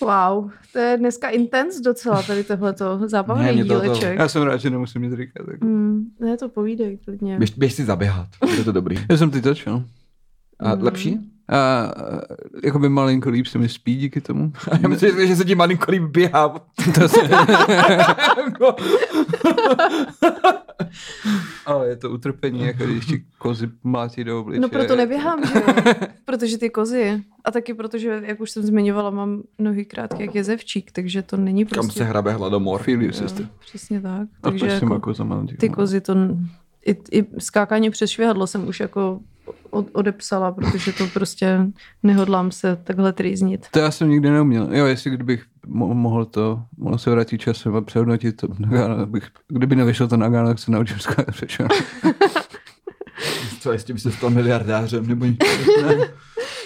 Speaker 2: Wow, to je dneska intens docela tady tohleto
Speaker 1: Ne,
Speaker 2: zábavný
Speaker 1: mě to- to-
Speaker 2: díleček.
Speaker 3: Já jsem rád, že nemusím nic říkat. Jako.
Speaker 2: Mm, ne, to povídej klidně.
Speaker 1: Běž, běž si zaběhat, je to dobrý.
Speaker 3: Já jsem teď začal.
Speaker 1: A
Speaker 2: Mm.
Speaker 1: lepší?
Speaker 3: A, a jakoby malinko líp se mi spí díky tomu.
Speaker 1: Já myslím, že- že se ti malinko líp běhá.
Speaker 3: To se,
Speaker 1: Jako,
Speaker 3: ale je to utrpení, jako když ti kozy mlátí do obličeje.
Speaker 2: No proto neběhám, že jo? Protože ty kozy. A taky protože, jak už jsem zmiňovala, mám nohy krátké jak jezevčík, takže to není prostě...
Speaker 1: Kam se hrabe hladomor.
Speaker 3: Feel you,
Speaker 2: Jo,
Speaker 3: sister.
Speaker 2: Přesně tak. No.
Speaker 3: A
Speaker 2: Takže
Speaker 3: to s těma
Speaker 2: jako
Speaker 3: kozama.
Speaker 2: ty kozy to... I, I skákání přes švihadlo jsem už jako od, odepsala, protože to prostě nehodlám se takhle trýznit.
Speaker 3: To já jsem nikdy neuměl. Jo, jestli kdybych mo- mohl to, mohl se vrátit časem a přehodnotit to Nagano, bych, kdyby nevyšel to Nagano, tak se naučím skákat přes všechno.
Speaker 1: Co, jestli by se stal miliardářem nebo něco.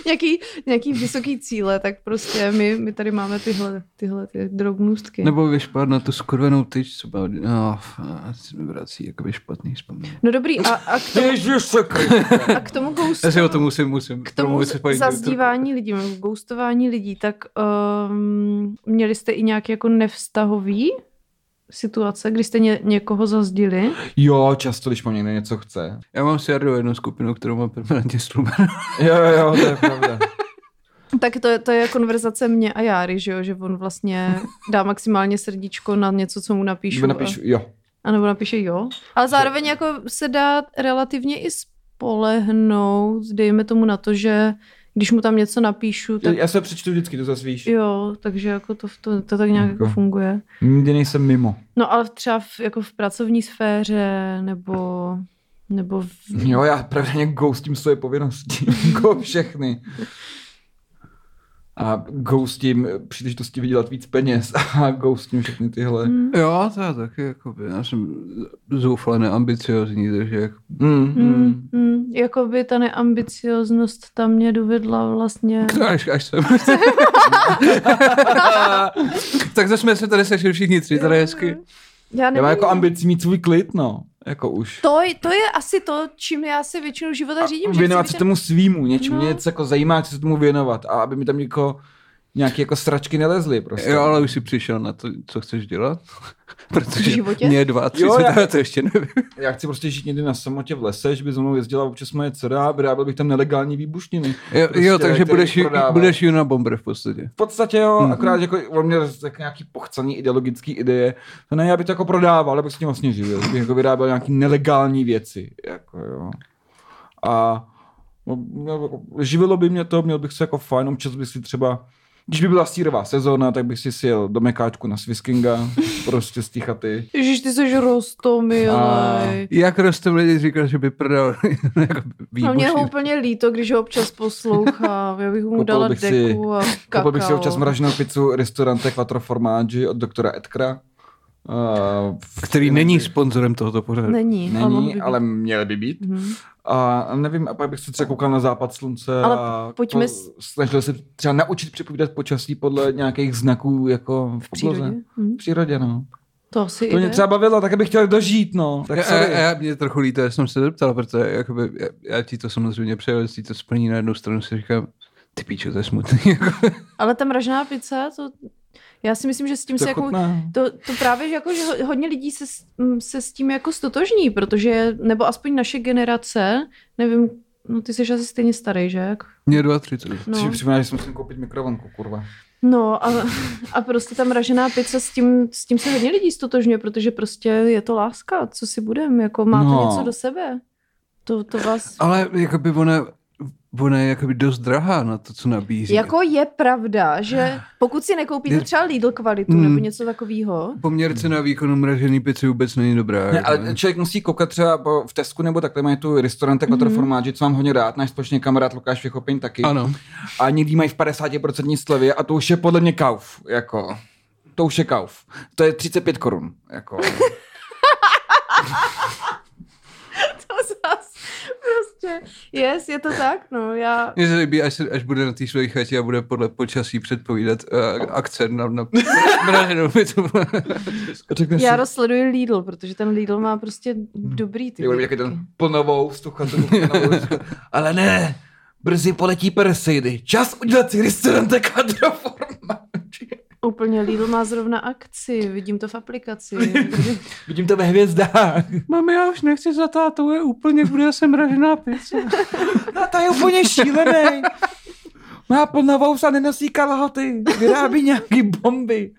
Speaker 2: Nějaký, nějaký vysoký cíle, tak prostě my, my tady máme tyhle, tyhle ty drobnůstky.
Speaker 3: Nebo vyšpat na tu skurvenou tyč, co byla... No, a se mi vrací jakoby špatný vzpomínek.
Speaker 2: No dobrý, a, a, k, tomu,
Speaker 1: Ježiši,
Speaker 2: a k tomu ghostu.
Speaker 3: Já si o to musím, musím.
Speaker 2: k tomu
Speaker 3: musím paní
Speaker 2: zazdívání lidí, nebo ghostování lidí, tak um, měli jste i nějaké jako nevztahový situace, kdy jste ně, někoho zazdili?
Speaker 1: Jo, často, když po někde něco chce.
Speaker 3: doktorku. Já mám s Jardou jednu skupinu, kterou mám permanentně slubenou.
Speaker 1: Jo, jo, jo, to je pravda.
Speaker 2: Tak to je, to je konverzace mě a Járy, že jo? Že on vlastně dá maximálně srdíčko na něco, co mu napíšu.
Speaker 1: Nebo napíšu, jo.
Speaker 2: A, a nebo napíše jo. Ale zároveň jako se dá relativně i spolehnout, dejme tomu na to, že když mu tam něco napíšu, tak
Speaker 1: Já se přečtu vždycky, to zase víš.
Speaker 2: jo, takže jako to, to, to tak nějak jako
Speaker 1: Jako-
Speaker 2: funguje.
Speaker 1: Nikdy nejsem mimo.
Speaker 2: No ale třeba v, jako v pracovní sféře, nebo, nebo v...
Speaker 1: Mm-hmm. Jo, já pravidelně ghostím svoje povinnosti. Go všechny. A ghostím příležitosti vydělat víc peněz. A ghostím všechny tyhle. Mm-hmm.
Speaker 2: Mm.
Speaker 3: Jo, to já taky, jakoby, já jsem zoufale neambiciozní, takže jak...
Speaker 1: Mm.
Speaker 2: Mm, mm, jakoby ta neambicioznost tam mě dovedla vlastně...
Speaker 1: Jako
Speaker 3: No, Až, až jsem.
Speaker 1: Mm-hmm.
Speaker 3: tak zase jsme se tady sešli všichni tři, tady je hezky.
Speaker 2: no. Já
Speaker 1: Já
Speaker 2: nevím.
Speaker 1: mám jako ambici mít svůj klid, no. Jako už.
Speaker 2: to, je- to je asi to, čím já se většinu života řídím. že
Speaker 1: věnovat
Speaker 2: chci
Speaker 1: se
Speaker 2: být-
Speaker 1: tomu svýmu, něčemu,
Speaker 2: No.
Speaker 1: no. něco jako zajímá, co se tomu věnovat a aby mi tam něko, nějaký jako sračky nelezly prostě.
Speaker 3: Jo, ale už jsi přišel na to, co chceš dělat. Protože
Speaker 2: V životě?
Speaker 3: mě je 32,
Speaker 1: Jo, já-
Speaker 3: já... to ještě nevím.
Speaker 1: Já chci prostě žít někdy na samotě v lese, že by za mnou jezdila občas moje dcera a vyráběl bych tam nelegální výbušniny.
Speaker 3: Jo,
Speaker 1: Prostě,
Speaker 3: jo takže
Speaker 1: který
Speaker 3: budeš,
Speaker 1: prodává.
Speaker 3: budeš Juna Bomber v podstatě.
Speaker 1: V podstatě jo,
Speaker 3: Mhm.
Speaker 1: hmm. akorát že jako on měl tak nějaký pochcaný ideologický ideje. To ne, já bych to jako prodával, ale bych s tím vlastně živil. Bych jako vyráběl nějaký nelegální věci. Jako jo. A no, měl, jako- živilo by mě to, měl bych se jako fajn, občas bych si třeba když by byla sírová sezóna, tak bych si sjel do Mekáčku na Swiskinga, prostě z té chaty.
Speaker 2: Ježiš, ty jsi rostomilej.
Speaker 3: Jak roste lidi říkal, že by prodal jako
Speaker 2: No mě ho
Speaker 3: výbušiny.
Speaker 2: úplně líto, když ho občas poslouchám. Já bych mu
Speaker 1: Koupil
Speaker 2: dala
Speaker 1: bych si-
Speaker 2: deku a kakao.
Speaker 1: Koupil bych si občas mraženou pizzu restaurante Quattro Formaggi od doktora Edkra. Uh,
Speaker 3: Který není sponzorem tohoto pořadu.
Speaker 2: Není, ale mohl by
Speaker 1: Není,
Speaker 2: být.
Speaker 1: ale měl by být.
Speaker 2: Mhm.
Speaker 1: A nevím, a pak bych se třeba koukal na západ slunce
Speaker 2: Ale
Speaker 1: a
Speaker 2: pojďme
Speaker 1: po,
Speaker 2: s-
Speaker 1: snažil se třeba naučit připovídat počasí podle nějakých znaků jako v,
Speaker 2: V přírodě.
Speaker 1: podloze.
Speaker 2: Mhm.
Speaker 1: V přírodě, no.
Speaker 2: To asi
Speaker 1: To mě
Speaker 2: jde.
Speaker 1: třeba bavilo, tak bych chtěl dožít, no. Tak
Speaker 3: já,
Speaker 1: sorry.
Speaker 3: já, mě trochu líto, já jsem se zeptal, protože jakoby, já, já ti to samozřejmě přeju, jestli ti to splní na jednu stranu, si říkám, ty píčo, to je smutný. jako.
Speaker 2: Ale ta mražená pizza, to... Já si myslím, že s tím
Speaker 1: To
Speaker 2: se jako...
Speaker 1: chutná.
Speaker 2: To, to právě, že, jako, že ho- hodně lidí se, s- m, se s tím jako stotožní, protože, nebo aspoň naše generace, nevím, no ty jsi asi stejně starý, že? Jak-
Speaker 3: mě 32.
Speaker 1: No.
Speaker 2: No,
Speaker 1: Si připomíná, že si musím koupit mikrovlnku, kurva.
Speaker 2: no a, a prostě ta mražená pizza, s tím, s tím se hodně lidí stotožňuje, protože prostě je to láska, co si budem, jako má to
Speaker 1: No.
Speaker 2: něco do sebe. To, to vás...
Speaker 3: Ale jakoby ona, ona je jakoby dost drahá na to, co nabízí.
Speaker 2: Jako je pravda, že pokud si nekoupíte
Speaker 3: Je-
Speaker 2: třeba Lidl kvalitu
Speaker 3: Mm.
Speaker 2: nebo něco takového,
Speaker 3: Poměrce na výkonu mražený pici vůbec není dobrá.
Speaker 1: Ne,
Speaker 3: jako.
Speaker 1: ale člověk musí koukat třeba po- v Tesku nebo takhle mají tu restaurant jako
Speaker 2: Mhm.
Speaker 1: mm-hmm. formáči, co mám hodně rád, náš společný kamarád Lukáš Vychopin taky.
Speaker 3: Ano.
Speaker 1: A někdy mají v 50% slevě a to už je podle mě kauf, jako. To už je kauf. To je 35 korun, jako.
Speaker 2: to zas prostě, yes, je to tak, no, já...
Speaker 3: Mně se líbí, až, se, až bude na té své chatě a bude podle počasí předpovídat uh, akce na, na mraženou pizzu.
Speaker 1: Řekne
Speaker 2: Já rozsleduji Lidl, protože ten Lidl má prostě
Speaker 1: Hmm.
Speaker 2: dobrý ty
Speaker 1: Já budu
Speaker 2: výrobky.
Speaker 1: jaký ten plnovou stuchatou. Ale ne, brzy poletí Perseidy. Čas udělat si restaurant kadroformáči.
Speaker 2: Úplně Lidl má zrovna akci, vidím to v aplikaci.
Speaker 1: Vidím to ve hvězdách.
Speaker 3: Mami, já už nechci za tátou, je úplně, bude se mražená pizza.
Speaker 1: No to je úplně šílený. Má plnovou a nenosí kalhoty. Vyrábí nějaký bomby.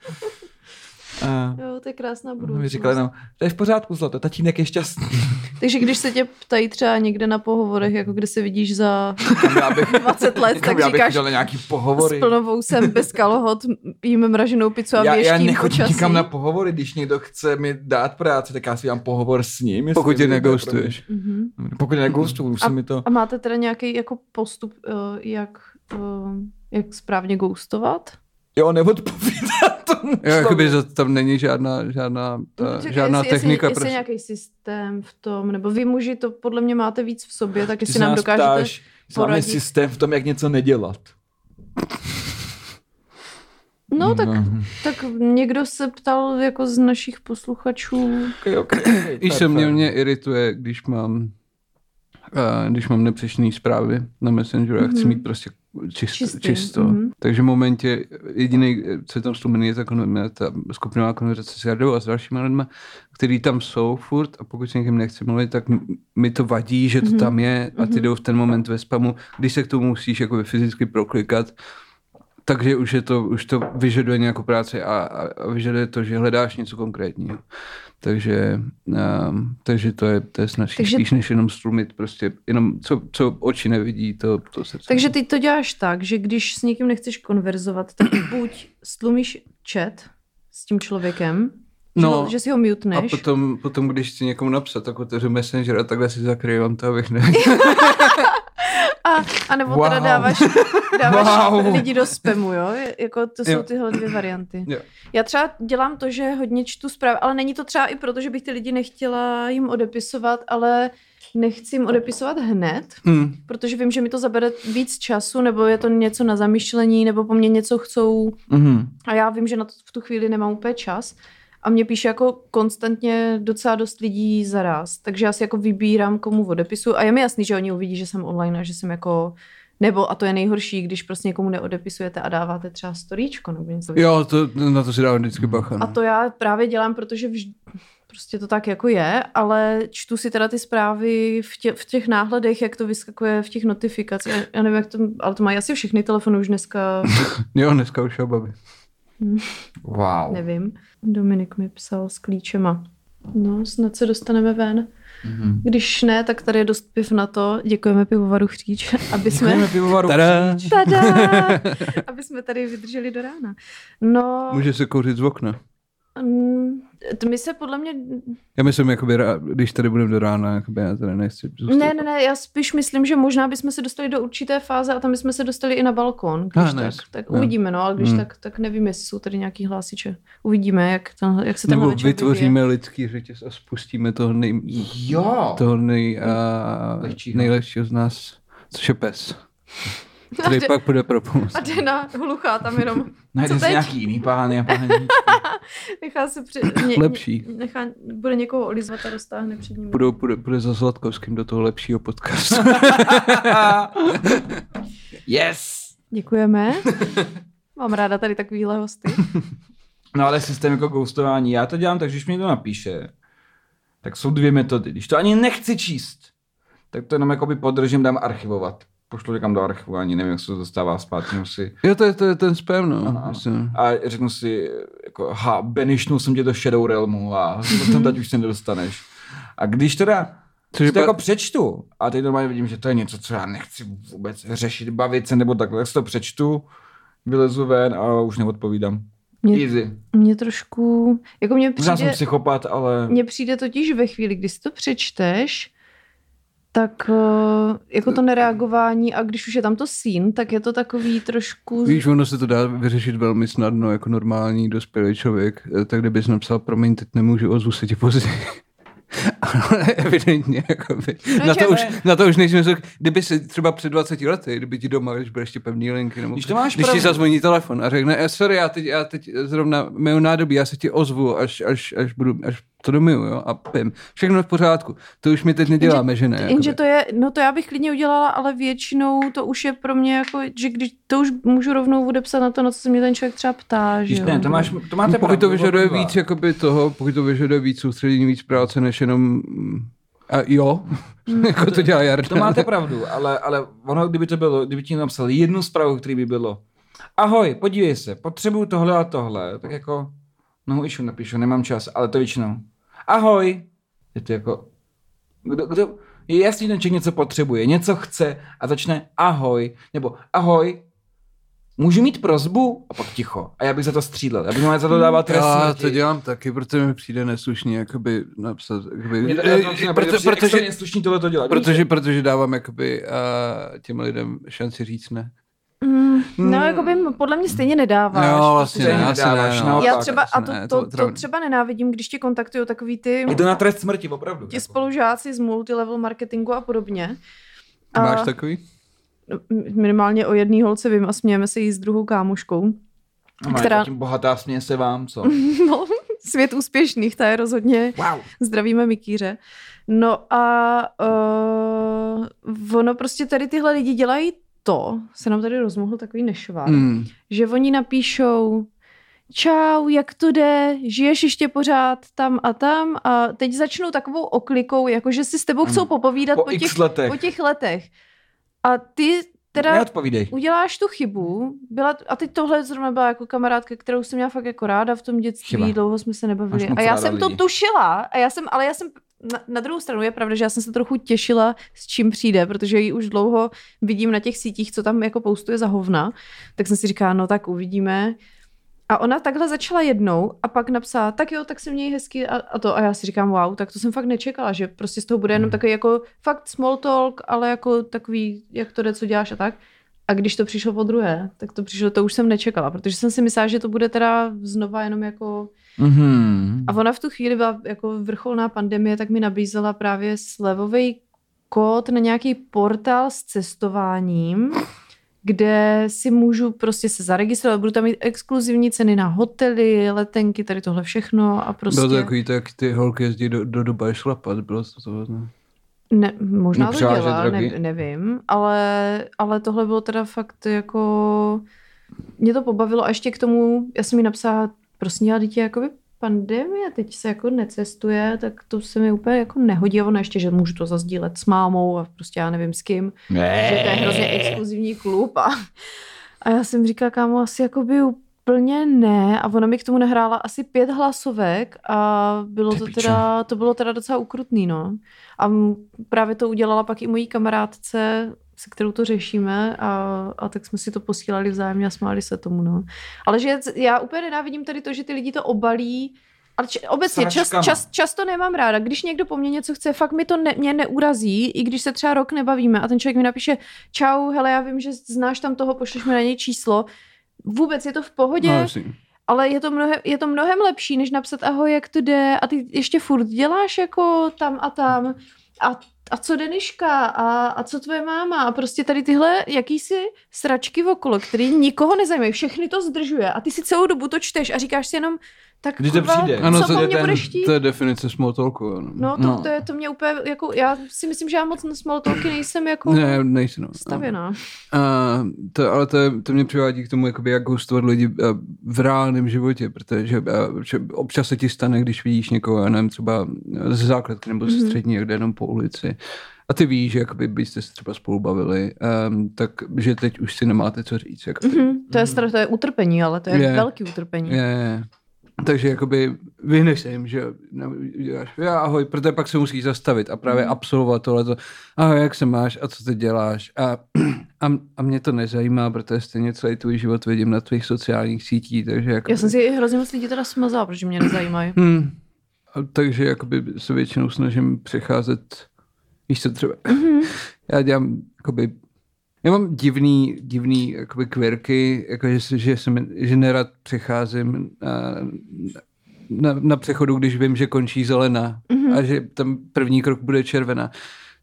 Speaker 1: A
Speaker 2: jo, to je krásná
Speaker 1: on No, mi
Speaker 2: budoucnost.
Speaker 1: říkal jenom, to je v pořádku zlato, tatínek je šťastný.
Speaker 2: Takže když se tě ptají třeba někde na pohovorech, jako kde se vidíš za
Speaker 1: Já bych,
Speaker 2: 20 let, tak
Speaker 1: já bych
Speaker 2: říkáš,
Speaker 1: udělal nějaký
Speaker 2: s
Speaker 1: pohovory.
Speaker 2: plnovou jsem bez kalhot, jím mraženou pizzu a
Speaker 1: Já, já
Speaker 2: věštím
Speaker 1: nechodím
Speaker 2: počasí.
Speaker 1: nikam na pohovory, když někdo chce mi dát práci, tak já si dám pohovor s ním. jestli
Speaker 3: Pokud tě
Speaker 1: to je
Speaker 3: neghostuješ.
Speaker 2: Mhm.
Speaker 1: dobré. Pokud negoustuju, už se mi to...
Speaker 2: A máte teda nějaký jako postup, eh, jak, eh, jak správně ghostovat?
Speaker 1: Jo, neodpovídá tomu
Speaker 3: Jo, jakoby
Speaker 1: člověku.
Speaker 3: za- tam není žádná, žádná, ta,
Speaker 2: Čekaj,
Speaker 3: žádná
Speaker 2: No, jestli,
Speaker 3: technika.
Speaker 2: Jestli, jestli
Speaker 3: prostě.
Speaker 2: nějaký systém v tom, nebo vy muži to podle mě máte víc v sobě, tak
Speaker 1: Ty
Speaker 2: jestli
Speaker 1: se
Speaker 2: nám
Speaker 1: nás
Speaker 2: dokážete...
Speaker 1: ptáš, jestli máme
Speaker 2: poradit.
Speaker 1: systém v tom, jak něco nedělat.
Speaker 2: No tak,
Speaker 1: No.
Speaker 2: tak někdo se ptal jako z našich posluchačů.
Speaker 1: Okay, okay, okay,
Speaker 3: Víš, co mě, mě irituje, když mám eh, když mám nepřečný zprávy na Messengeru a chci
Speaker 2: Mhm.
Speaker 3: mít prostě čist,
Speaker 2: Čistý,
Speaker 3: čisto.
Speaker 2: mhm.
Speaker 3: Takže v momentě, jediný, co je tam stlumený, je ta, kon- ta skupinová konverzace s Jardou a s dalšími lidmi, který tam jsou furt a pokud s někým nechci mluvit, tak m- mi to vadí, že to
Speaker 2: Mhm.
Speaker 3: tam je a ty
Speaker 2: Mhm.
Speaker 3: jdou v ten moment ve spamu, když se k tomu musíš jakoby fyzicky proklikat, takže už, je to, už to vyžaduje nějakou práci a, a a vyžaduje to, že hledáš něco konkrétního. Takže, um, takže to je, to je snažší
Speaker 2: Takže-
Speaker 3: takže... spíš než jenom strumit prostě, jenom co, co oči nevidí, to, to srdce.
Speaker 2: Takže ty to děláš tak, že když s někým nechceš konverzovat, tak buď stlumíš chat s tím člověkem, no,
Speaker 3: no,
Speaker 2: že, že si ho
Speaker 3: a
Speaker 2: muteneš.
Speaker 3: potom, potom, když chci někomu napsat, tak otevřu Messenger a takhle si zakrývám to, abych ne...
Speaker 2: A, a nebo wow. teda
Speaker 1: Wow.
Speaker 2: dáváš, dáváš wow.
Speaker 1: Wow.
Speaker 2: lidi do spamu, jo? Je- Jako to jsou
Speaker 3: Jo.
Speaker 2: tyhle dvě varianty.
Speaker 3: Jo.
Speaker 2: Já třeba dělám to, že hodně čtu zprávy, ale není to třeba i proto, že bych ty lidi nechtěla jim odepisovat, ale nechci jim odepisovat hned,
Speaker 3: hmm.
Speaker 2: protože vím, že mi to zabere víc času, nebo je to něco na zamyšlení, nebo po mně něco chcou
Speaker 1: Mm-hmm.
Speaker 3: mhm.
Speaker 2: a já vím, že na to v tu chvíli nemám úplně čas. A mě píše jako konstantně docela dost lidí zaraz, takže já si jako vybírám, komu odepisu. A je mi jasný, že oni uvidí, že jsem online a že jsem jako... Nebo, a to je nejhorší, když prostě někomu neodepisujete a dáváte třeba storíčko nebo něco.
Speaker 3: Jo, to, na to si dávám vždycky bacha.
Speaker 2: A
Speaker 3: no.
Speaker 2: to já právě dělám, protože vždy, prostě to tak jako je, ale čtu si teda ty zprávy v, tě, v těch náhledech, jak to vyskakuje v těch notifikacích. Já- Já nevím, jak to, ale to mají asi všechny telefony už dneska
Speaker 3: Jo, dneska už jo, babi.
Speaker 1: Wow.
Speaker 2: Nevím. Dominik mi psal s klíčema. No, snad se dostaneme ven.
Speaker 1: Mhm.
Speaker 2: Když ne, tak tady je dost piv na to. Děkujeme pivovaru Chříč, aby jsme...
Speaker 1: Děkujeme pivovaru.
Speaker 3: Tada!
Speaker 2: Tada! Aby jsme tady vydrželi do rána. No,
Speaker 3: Může se kouřit z okna.
Speaker 2: Mm, t- My se podle mě...
Speaker 3: Já myslím, jakoby, rá- když tady budeme do rána, jakoby já tady nechci zůstat.
Speaker 2: Ne, ne, ne, já spíš myslím, že možná bychom se dostali do určité fáze a tam bychom se dostali i na balkon, když
Speaker 3: Ah,
Speaker 2: tak.
Speaker 3: nice.
Speaker 2: Tak
Speaker 3: Jo.
Speaker 2: uvidíme, no, ale když
Speaker 3: Hmm.
Speaker 2: tak, tak nevím, jestli jsou tady nějaký hlásiče. Uvidíme, jak, ten, jak se tenhle
Speaker 3: Nebo
Speaker 2: večer vyvíje.
Speaker 3: vytvoříme lidský řetěz a spustíme toho nej,
Speaker 1: Jo.
Speaker 3: toho nej, a,
Speaker 1: Lehčího.
Speaker 3: nejlepšího z nás, což je pes.
Speaker 2: A
Speaker 3: Který
Speaker 2: jde-
Speaker 3: pak bude pro pomoc.
Speaker 2: A jde na hluchá tam jenom.
Speaker 1: Najde
Speaker 2: Co
Speaker 1: se
Speaker 2: teď?
Speaker 1: No, nějaký jiný pány a pány.
Speaker 2: Nechá se před... Ně,
Speaker 3: Lepší.
Speaker 2: Ně, nechá, bude někoho olizvat a roztáhne před ním.
Speaker 3: Budou, bude, bude za Zlatkovským do toho lepšího podcastu.
Speaker 1: Yes!
Speaker 2: Děkujeme. Mám ráda tady takovýhle hosty.
Speaker 1: No ale systém jako ghostování, já to dělám tak, že když mi to napíše, tak jsou dvě metody. Když to ani nechci číst, tak to jenom jakoby podržím, dám archivovat. Pošlu někam do archivu, ani nevím, jak se to dostává zpátky. jenom si
Speaker 3: jo, to je, to je ten spam, no.
Speaker 1: Ano.
Speaker 3: myslím.
Speaker 1: a řeknu si, jako, ha, benišnul jsem tě do Shadow Realmu a tam teď už se nedostaneš. A když teda
Speaker 3: Což
Speaker 1: Což to
Speaker 3: je
Speaker 1: jako
Speaker 3: pa-
Speaker 1: přečtu a teď normálně vidím, že to je něco, co já nechci vůbec řešit, bavit se nebo takhle, tak si to přečtu, vylezu ven a už neodpovídám.
Speaker 2: Mě-
Speaker 1: Easy.
Speaker 2: Mě trošku, jako mě
Speaker 1: Možná jsem
Speaker 2: přijde,
Speaker 1: psychopat, ale...
Speaker 2: mně přijde totiž ve chvíli, kdy si to přečteš, tak eh, jako to nereagování a když už je tam to sín, tak je to takový trošku...
Speaker 3: Víš, ono se to dá vyřešit velmi snadno, jako normální dospělý člověk. Eh, Tak kdybys napsal, promiň, teď nemůžu, ozvu se ti později. Ale evidentně, jakoby.
Speaker 2: No,
Speaker 3: na, to
Speaker 2: že
Speaker 3: už, na to už nejsme zvyk. Kdyby si třeba před 20 lety, kdyby ti doma, když byly ještě pevný linky, nebo
Speaker 1: Když to máš
Speaker 3: když ti
Speaker 1: pravdu.
Speaker 3: zazvoní telefon a řekne, eh, sorry, já teď, já teď zrovna mého nádobí, já se ti ozvu, až, až, až, budu, až to domiju, jo, a pim. Všechno v pořádku. To už my teď neděláme, že ne?
Speaker 2: Jenže
Speaker 3: jakoby.
Speaker 2: to je, no to já bych klidně udělala, ale většinou to už je pro mě jako, že když to už můžu rovnou odepsat na to, na co se mě ten člověk třeba ptá, že
Speaker 1: Když
Speaker 2: jo.
Speaker 1: ne, to, máš, to máte
Speaker 3: No, pokud to
Speaker 1: pravdu,
Speaker 3: vyžaduje
Speaker 1: oba dva.
Speaker 3: víc jakoby toho, pokud to vyžaduje víc soustředění, víc práce, než jenom mm, a jo, jako to dělá Jarda.
Speaker 1: To máte pravdu, ale, ale ono, kdyby to bylo, kdyby ti napsal jednu zprávu, který by bylo Ahoj, podívej se, potřebuju tohle a tohle, tak jako, no išu napíšu, nemám čas, ale to většinou. Ahoj! Je to jako, kdo, kdo, je jasný, ten člověk něco potřebuje, něco chce a začne ahoj, nebo ahoj, můžu mít prozbu? A pak ticho. A já bych za to střílel, já bych mu za to dával trest
Speaker 3: Já
Speaker 1: smrti.
Speaker 3: to dělám taky, protože mi přijde neslušně jakoby napsat. Jakoby,
Speaker 1: Mě to,
Speaker 3: eh,
Speaker 1: já to, například
Speaker 3: proto-
Speaker 1: přijde jako extrémně
Speaker 3: protože,
Speaker 1: slušný tohle to dělat.
Speaker 3: protože, protože dávám jakoby, uh, těm lidem šanci říct ne.
Speaker 2: Mm, no, jako by podle mě stejně nedáváš.
Speaker 3: No, vlastně ne,
Speaker 1: stejně
Speaker 3: asi ne,
Speaker 1: nedáváš,
Speaker 3: no.
Speaker 1: no.
Speaker 2: já
Speaker 1: tak,
Speaker 2: třeba, a to,
Speaker 3: ne, to
Speaker 2: to, to,
Speaker 3: opravdu.
Speaker 2: třeba nenávidím, když ti kontaktují takový ty,
Speaker 1: Je to na trest smrti, opravdu. jako.
Speaker 2: ti spolužáci z multilevel marketingu a podobně.
Speaker 3: Ty Máš takový?
Speaker 2: minimálně o jedný holce vím a smějeme se jí s druhou kámoškou.
Speaker 1: No, má,
Speaker 2: která-
Speaker 1: která... Tím bohatá směje se vám, co?
Speaker 2: No, svět úspěšných, ta je rozhodně
Speaker 1: Wow.
Speaker 2: Zdravíme Mikýře. No a uh, ono prostě tady tyhle lidi dělají to, se nám tady rozmohl takový nešvar,
Speaker 1: Hmm.
Speaker 2: mm.
Speaker 3: Mm.
Speaker 2: že oni napíšou čau, jak to jde, žiješ ještě pořád tam a tam a teď začnou takovou oklikou, jakože si s tebou
Speaker 1: Mm.
Speaker 2: chcou popovídat po,
Speaker 1: Po
Speaker 2: po, těch,
Speaker 1: x letech.
Speaker 2: po těch letech. A ty teda
Speaker 1: Neodpovídej.
Speaker 2: uděláš tu chybu, byla, a teď tohle zrovna byla jako kamarádka, kterou jsem měla fakt jako ráda v tom dětství,
Speaker 1: Chyba.
Speaker 2: Chyba. dlouho jsme se nebavili.
Speaker 1: Máš moc
Speaker 2: A já
Speaker 1: ráda
Speaker 2: jsem to
Speaker 1: lidi.
Speaker 2: tušila, a já jsem, ale já jsem na, na druhou stranu je pravda, že já jsem se trochu těšila, s čím přijde, protože ji už dlouho vidím na těch sítích, co tam jako postuje za hovna, tak jsem si říkala, no tak uvidíme. A ona takhle začala jednou a pak napsala, tak jo, tak si měj hezky a, a to. A já si říkám, wow, tak to jsem fakt nečekala, že prostě z toho bude
Speaker 1: Mhm.
Speaker 2: jenom takový jako fakt small talk, ale jako takový, jak to jde, co děláš a tak. A když to přišlo po druhé, tak to přišlo, to už jsem nečekala, protože jsem si myslela, že to bude teda znova jenom jako...
Speaker 3: Hmm.
Speaker 1: Mm-hmm.
Speaker 2: A ona v tu chvíli byla jako vrcholná pandemie, tak mi nabízela právě slevový kód na nějaký portál s cestováním, kde si můžu prostě se zaregistrovat, budu tam mít exkluzivní ceny na hotely, letenky, tady tohle všechno a prostě...
Speaker 3: Bylo to jako takový, tak ty holky jezdí do, do Dubaje šlapat, bylo to to, ne?
Speaker 2: Ne, možná to
Speaker 1: Nepřevážet
Speaker 2: dělá, ne,
Speaker 1: drogy?
Speaker 2: nevím, ale, ale tohle bylo teda fakt jako... Mě to pobavilo a ještě k tomu, já jsem jí napsala, prosím, ale dítě, jakoby pandemie, teď se jako necestuje, tak to se mi úplně jako nehodí a ona ještě, že můžu to zazdílet s mámou a prostě já nevím s kým, že to je hrozně exkluzivní klub a, a já jsem říkala, kámo, asi jako by úplně ne a ona mi k tomu nahrála asi pět hlasovek a bylo to teda, to bylo teda docela ukrutný, no. A m- právě to udělala pak i mojí kamarádce, se kterou to řešíme a, a tak jsme si to posílali vzájemně a smáli se tomu, no. Ale že já úplně nenávidím tady to, že ty lidi to obalí ale č- obecně čas,
Speaker 1: Sračkama.
Speaker 2: čas, často nemám ráda. Když někdo po mně něco chce, fakt mi to ne, mě neurazí, i když se třeba rok nebavíme a ten člověk mi napíše, čau, hele, já vím, že znáš tam toho, pošleš mi na něj číslo. Vůbec je to v pohodě,
Speaker 3: No,
Speaker 2: no,
Speaker 3: jasně.
Speaker 2: ale je to, mnohem, je to mnohem lepší, než napsat ahoj, jak to jde a ty ještě furt děláš jako tam a tam a, a co Deniška a, a co tvoje máma a prostě tady tyhle jakýsi sračky okolo, který nikoho nezajímají, všechny to zdržuje a ty si celou dobu to čteš a říkáš si jenom tak
Speaker 1: Když to
Speaker 2: kurva,
Speaker 1: přijde.
Speaker 3: Ano,
Speaker 2: co
Speaker 3: to
Speaker 2: po
Speaker 3: je
Speaker 2: mně
Speaker 3: ten-
Speaker 2: budeš chtít?
Speaker 3: To je definice small talku. Ano.
Speaker 2: No, to, no. to, je, to mě úplně, jako, já si myslím, že já moc na small talky nejsem jako
Speaker 3: Ne, nejsi no.
Speaker 2: stavěná.
Speaker 3: A to, ale to, je- to mě přivádí k tomu, jakoby, jak hostovat lidi eh, v reálném životě, protože eh, že občas se ti stane, když vidíš někoho, já nevím, třeba ze základky nebo
Speaker 2: Mhm.
Speaker 3: ze střední, jak jde jenom po ulici. A ty víš, že jakoby byste se třeba spolu bavili, um, tak že teď už si nemáte co říct. Jakoby.
Speaker 2: Mhm, To je, stra- to je utrpení, ale to je
Speaker 3: Mm. Je.
Speaker 2: velký utrpení.
Speaker 3: Je, je. Takže jakoby vyhneš se jim, že jo, ne- děláš, já ahoj, protože pak se musíš zastavit a
Speaker 2: Mm.
Speaker 3: právě absolvovat tohleto. Ahoj, jak se máš a co ty děláš? A, a, a mě to nezajímá, protože stejně celý tvůj život vidím na tvých sociálních sítích, takže jako...
Speaker 2: Já jsem si hrozně moc lidí teda smazala, protože mě nezajímají.
Speaker 3: Hmm. A takže jakoby se většinou snažím přecházet, víš co třeba,
Speaker 2: Mhm.
Speaker 3: já dělám jakoby, já mám divný, divný jakoby kvirky, jako že, se- že, jsem, že nerad přecházím na, na, na přechodu, když vím, že končí zelená a že tam první krok bude červená.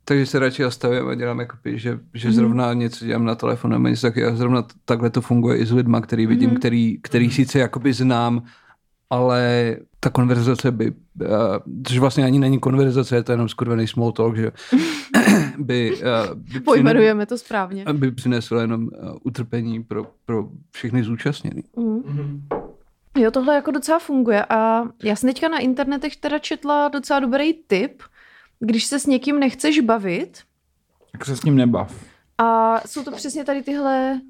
Speaker 3: Takže se radši zastavím a dělám jakoby, že, že zrovna něco dělám na telefonu nebo něco taky a zrovna t- takhle to funguje i s lidma, který vidím, který, který sice jakoby znám, ale ta konverzace by, eh, což vlastně ani není konverzace, je to jenom skurvený small talk, že by, eh, by, přine,
Speaker 2: Pojmenujeme to správně.
Speaker 3: by přineslo jenom eh, utrpení pro, pro všechny zúčastněný.
Speaker 2: Mm. Jo, tohle jako docela funguje a já jsem teďka na internetech teda četla docela dobrý tip, když se s někým nechceš bavit
Speaker 1: Tak se s ním nebav.
Speaker 2: a jsou to přesně tady tyhle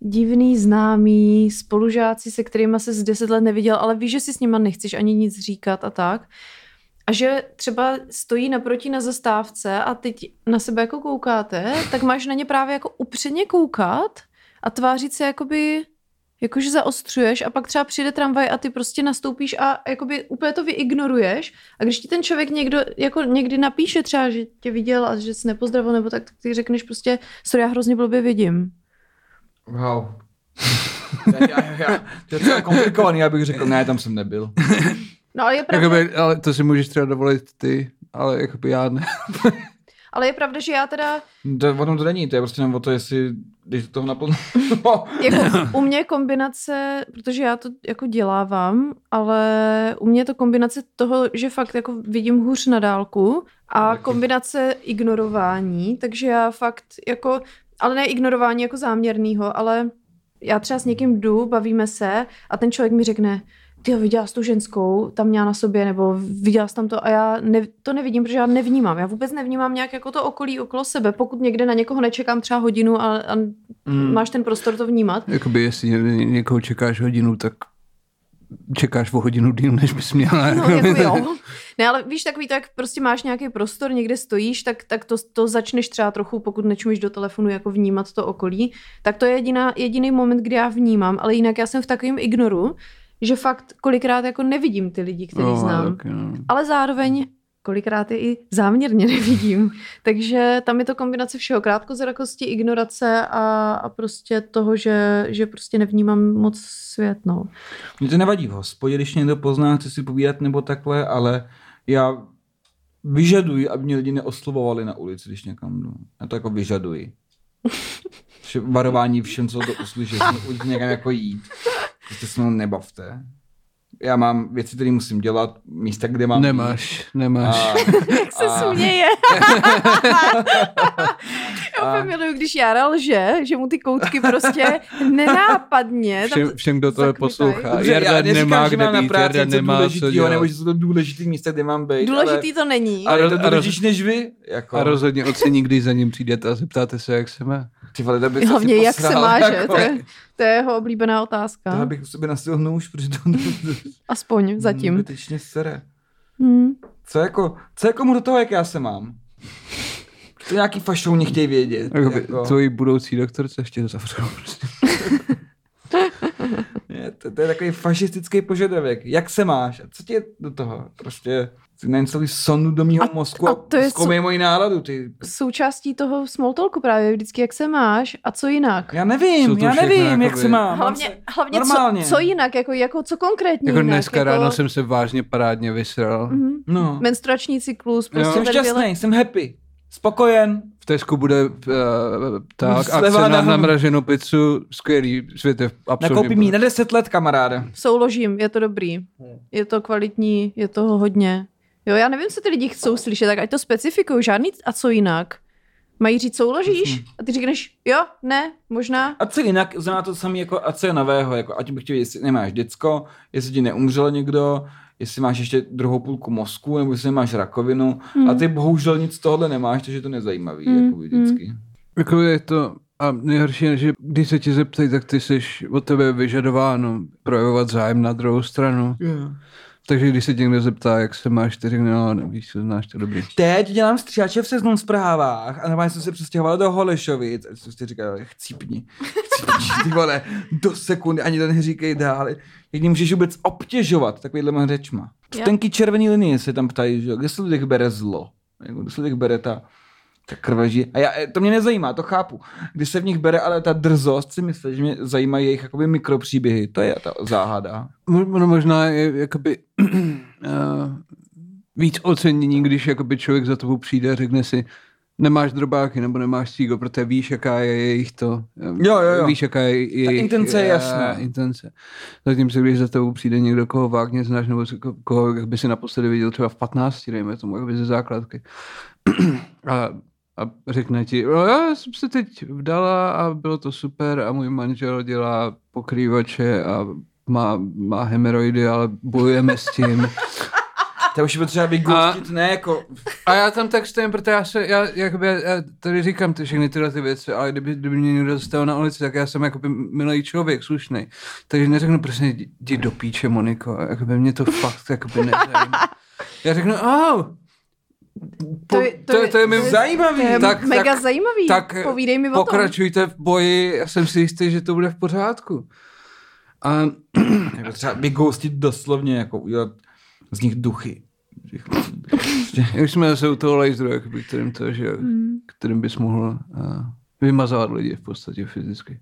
Speaker 2: divný známí, spolužáci, se kterými se z deset let neviděl, ale víš, že si s nima nechceš ani nic říkat a tak. A že třeba stojí naproti na zastávce a teď na sebe jako koukáte, tak máš na ně právě jako upřeně koukat a tvářit se jakoby, jakože zaostřuješ a pak třeba přijde tramvaj a ty prostě nastoupíš a jakoby úplně to vyignoruješ a když ti ten člověk někdo jako někdy napíše třeba, že tě viděl a že jsi nepozdravil nebo tak, tak ty řekneš prostě, sorry, já hrozně blbě vidím.
Speaker 1: Wow. já, já, já, to je docela komplikovaný, já bych řekl, ne, tam jsem nebyl.
Speaker 2: No ale je pravda,
Speaker 3: Jakoby, ale to si můžeš třeba dovolit ty, ale jakoby já ne.
Speaker 2: ale je pravda že já teda,
Speaker 1: To, o tom to není, to je prostě jenom o to, jestli když to toho No, naplno.
Speaker 2: jako u mě kombinace, protože já to jako dělávám, ale u mě je to kombinace toho, že fakt jako vidím hůř na dálku a kombinace ignorování, takže já fakt jako, ale ne ignorování jako záměrného, ale já třeba s někým jdu, bavíme se a ten člověk mi řekne, ty viděla jsi tu ženskou, tam měla na sobě, nebo viděla jsi tam to a já ne, to nevidím, protože já nevnímám. Já vůbec nevnímám nějak jako to okolí okolo sebe, pokud někde na někoho nečekám třeba hodinu a, a mm. máš ten prostor to vnímat.
Speaker 3: Jakoby jestli ně- někoho čekáš hodinu, tak čekáš o hodinu díl, než bys měla.
Speaker 2: No, jako jo. Ne, ale víš, takový to, jak prostě máš nějaký prostor, někde stojíš, tak, tak to, to začneš třeba trochu, pokud nečumíš do telefonu, jako vnímat to okolí. Tak to je jediná, jediný moment, kdy já vnímám, ale jinak já jsem v takovém ignoru, že fakt kolikrát jako nevidím ty lidi, který
Speaker 3: No,
Speaker 2: znám.
Speaker 3: tak jo.
Speaker 2: ale zároveň kolikrát je i záměrně nevidím. Takže tam je to kombinace všeho krátkozrakosti, ignorace a, a prostě toho, že, že prostě nevnímám moc svět. No.
Speaker 1: Mně to nevadí v hospodě, když někdo pozná, chce si povídat nebo takhle, ale já vyžaduji, aby mě lidi neoslovovali na ulici, když někam jdu. Já to jako vyžaduji. Vše, varování všem, co to uslyší, že se nechodíte někam jako jít. Prostě se mnou nebavte. Já mám věci, které musím dělat, místa, kde mám jít.
Speaker 3: Nemáš, nemáš.
Speaker 1: A,
Speaker 2: Jak se směje. já úplně miluju, když Jara lže, že mu ty koutky prostě nenápadně. Tam...
Speaker 3: Všem, všem, kdo tohle
Speaker 2: zakmitaj.
Speaker 3: poslouchá.
Speaker 1: Dobře,
Speaker 3: Jarda
Speaker 1: já neříkám,
Speaker 3: nemá
Speaker 1: že
Speaker 3: kde
Speaker 1: mám na
Speaker 3: být,
Speaker 1: práci
Speaker 3: Jarda
Speaker 1: něco
Speaker 3: nemá co
Speaker 1: důležitýho,
Speaker 3: dělat.
Speaker 1: nebo že jsou to důležitý místa, kde mám být.
Speaker 2: Důležitý to není.
Speaker 1: ale, ale
Speaker 3: A
Speaker 1: to
Speaker 3: roz-
Speaker 1: důležitější než vy. Jako.
Speaker 3: A rozhodně ocení, když za ním přijdete a zeptáte se, jak se má.
Speaker 1: Ty vole, by se
Speaker 2: Hlavně jak se má, že?
Speaker 1: Jako,
Speaker 2: To je, to je jeho oblíbená otázka.
Speaker 1: já bych Hmm, sobě nasil nůž, protože to
Speaker 2: Aspoň zatím.
Speaker 1: Vytečně sere.
Speaker 2: Hmm.
Speaker 1: Co jako, co jako mu do toho, jak já se mám? To nějaký fašouni chtějí vědět.
Speaker 3: Jakoby,
Speaker 1: Jako,
Speaker 3: Tvojí budoucí doktorce ještě zavřou. Prostě.
Speaker 1: je, to, to, je takový fašistický požadavek. Jak se máš? A co ti je do toho? Prostě si nainstaluj sondu do mýho
Speaker 2: A-
Speaker 1: mozku
Speaker 2: a
Speaker 1: a,
Speaker 2: to je
Speaker 1: a zkoumej moji náladu. Ty.
Speaker 2: Součástí toho smalltalku právě vždycky, jak se máš a co jinak.
Speaker 1: Já
Speaker 3: Jsou
Speaker 1: nevím,
Speaker 3: to
Speaker 1: já
Speaker 3: všechno
Speaker 1: nevím, jak
Speaker 3: jakoby-
Speaker 1: se mám. Mám se-
Speaker 2: Hlavně, hlavně
Speaker 1: normálně.
Speaker 2: co, co jinak, jako, jako co konkrétně
Speaker 3: Jako
Speaker 2: jinak.
Speaker 3: dneska
Speaker 2: jako,
Speaker 3: ráno jsem se vážně parádně vysral.
Speaker 2: Mhm.
Speaker 1: No.
Speaker 2: Menstruační cyklus, prostě
Speaker 1: Jsem
Speaker 2: tady tyhle-
Speaker 1: šťastný, jsem happy, spokojen.
Speaker 3: V Tesku bude uh, tak
Speaker 1: Sleva
Speaker 3: akce na
Speaker 1: na-
Speaker 3: namraženou pizzu. Skvělý, světev, absolutně.
Speaker 1: Nakoupím jí na 10 let, kamaráde.
Speaker 2: Souložím, je to dobrý.
Speaker 3: Hmm.
Speaker 2: Je to kvalitní, je toho hodně. Jo, já nevím, co ty lidi chcou slyšet, tak ať to specifikují, žádný a co jinak. Mají říct,
Speaker 3: Hmm.
Speaker 2: souložíš? A ty řekneš, jo, ne, možná.
Speaker 1: A co jinak, znamená to samé, jako, a co je nového, jako, ať bych chtěl, jestli nemáš děcko, jestli ti neumřel někdo, jestli máš ještě druhou půlku mozku, nebo jestli nemáš rakovinu.
Speaker 2: Hmm.
Speaker 1: Hmm. A ty bohužel nic z tohohle nemáš, takže to nezajímavý,
Speaker 2: Hmm,
Speaker 1: hmm. jako vždycky.
Speaker 3: Jako je to, a nejhorší je, že když se ti zeptají, tak ty jsi od tebe vyžadováno projevovat zájem na druhou stranu.
Speaker 1: Hmm.
Speaker 3: Takže když se tě někdo zeptá, jak se máš, ty řekne, no, nevíš, co znáš, to je dobrý.
Speaker 1: Teď dělám stříhače v seznam zprávách a normálně jsem se přestěhovala do Holešovic. A jsem si říkal, chcípni, chcípni, ty vole, do sekundy, ani to neříkej dál. Jak mě můžeš vůbec obtěžovat takovýhle řečma. V
Speaker 2: Já-
Speaker 1: tenký červený linii se tam ptají, že jo, kde se lidech bere zlo, jako, kde se lidech bere ta, ta krveží. A já, eh, to mě nezajímá, to chápu. Když se v nich bere, ale ta drzost si myslím, že mě zajímají jejich jakoby mikropříběhy. To je ta záhada.
Speaker 3: Mo- No, možná je jakoby uh, víc ocenění, když jakoby člověk za tebou přijde a řekne si, nemáš drobáky nebo nemáš cígo, protože víš, jaká je jejich to. eh,
Speaker 1: Jo, jo, jo.
Speaker 3: Víš, jaká je jejich,
Speaker 1: intence je
Speaker 3: eh,
Speaker 1: jasná.
Speaker 3: Intence. Zatímco, když za tebou přijde někdo, koho vágně znáš, nebo se- ko- koho jak by si naposledy viděl třeba v 15, dejme tomu, jakoby ze základky. a, a řekne ti, no, já jsem se teď vdala a bylo to super a můj manžel dělá pokrývače a má, má hemeroidy, ale bojujeme s tím.
Speaker 1: To už je potřeba vygustit, ne jako...
Speaker 3: A já tam tak stojím, protože já se, já, jakoby, já tady říkám ty všechny tyhle ty věci, ale kdyby, kdyby mě někdo zastavil na ulici, tak já jsem jakoby milý člověk, slušný. Takže neřeknu prostě, jdi jdi do píče, Moniko, jakoby mě to fakt jakoby nezajímá. Já řeknu, oh, po, to, je, to, je, to je mi
Speaker 1: zajímavý.
Speaker 2: To je
Speaker 3: Tak-
Speaker 2: mega
Speaker 3: tak-
Speaker 2: zajímavý,
Speaker 3: tak eh,
Speaker 2: povídej mi o tom.
Speaker 3: pokračujte v boji, já jsem si jistý, že to bude v pořádku. A
Speaker 1: Jako třeba vygoustit doslovně, jako udělat z nich duchy.
Speaker 3: už jsme zase u toho laseru, jakoby, kterým, to, že, kterým bys mohl uh, vymazovat lidi v podstatě fyzicky.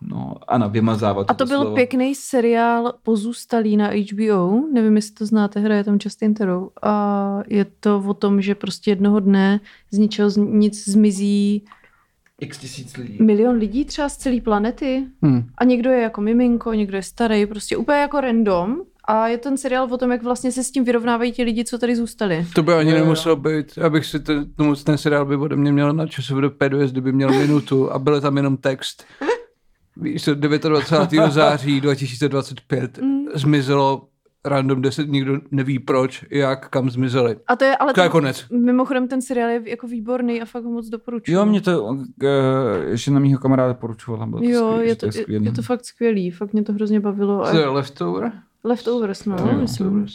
Speaker 1: No, ano, vymazávat.
Speaker 2: A to byl
Speaker 1: doslova.
Speaker 2: pěkný seriál Pozůstalý na HBO. Nevím, jestli to znáte, hraje tam Justin Theroux. A je to o tom, že prostě jednoho dne z ničeho z- nic zmizí
Speaker 1: X tisíc lidí.
Speaker 2: milion lidí třeba z celé planety.
Speaker 3: Hmm.
Speaker 2: A někdo je jako miminko, někdo je starý, prostě úplně jako random. A je ten seriál o tom, jak vlastně se s tím vyrovnávají ti lidi, co tady zůstali.
Speaker 3: To by ani
Speaker 1: Jo, jo.
Speaker 3: nemuselo být, abych si ten, tomu- ten seriál by ode mě měl na časově P2, kdyby měl minutu a byl tam jenom text. Víš, co, 29. září 2025 zmizelo random 10, nikdo neví proč, jak, kam zmizeli.
Speaker 2: A to je
Speaker 1: Jako
Speaker 2: ale
Speaker 3: To je
Speaker 2: ten,
Speaker 3: konec.
Speaker 2: mimochodem ten seriál je jako výborný a fakt ho moc doporučuji.
Speaker 1: Jo, mě to uh, ještě na mýho kamaráda poručovala. Bylo to
Speaker 2: Jo,
Speaker 1: skvělý,
Speaker 2: je
Speaker 1: že
Speaker 2: to, je,
Speaker 1: skvělý.
Speaker 2: je to fakt skvělý, fakt mě to hrozně bavilo. A
Speaker 3: To je Hmm. leftover?
Speaker 2: leftovers, no,
Speaker 1: Jo.
Speaker 2: myslím.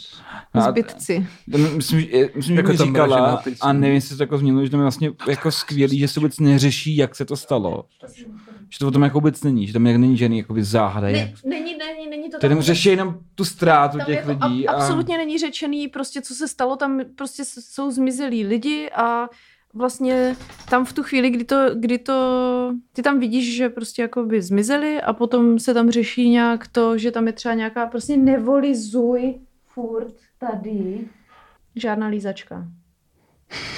Speaker 1: No a-
Speaker 2: Zbytci.
Speaker 1: Myslím, že, je- myslím, že
Speaker 3: Jako
Speaker 1: mi
Speaker 3: tam mražená
Speaker 1: říkala,
Speaker 3: pizza.
Speaker 1: a nevím, jestli to jako změnilo, že tam je vlastně jako skvělý, že se vůbec neřeší, jak se to stalo. Že to o tom jako vůbec není, že tam jak není žádný jakoby záhada. jak-
Speaker 2: není, není, není
Speaker 1: To jenom řeší jenom tu ztrátu
Speaker 2: tam
Speaker 1: těch
Speaker 2: jako ab-
Speaker 1: lidí.
Speaker 2: absolutně není řečený prostě, co se stalo, tam prostě s- jsou zmizelí lidi a vlastně tam v tu chvíli, kdy to, kdy to, ty tam vidíš, že prostě jako by zmizeli a potom se tam řeší nějak to, že tam je třeba nějaká, prostě nevolizuj furt tady. Žádná lízačka.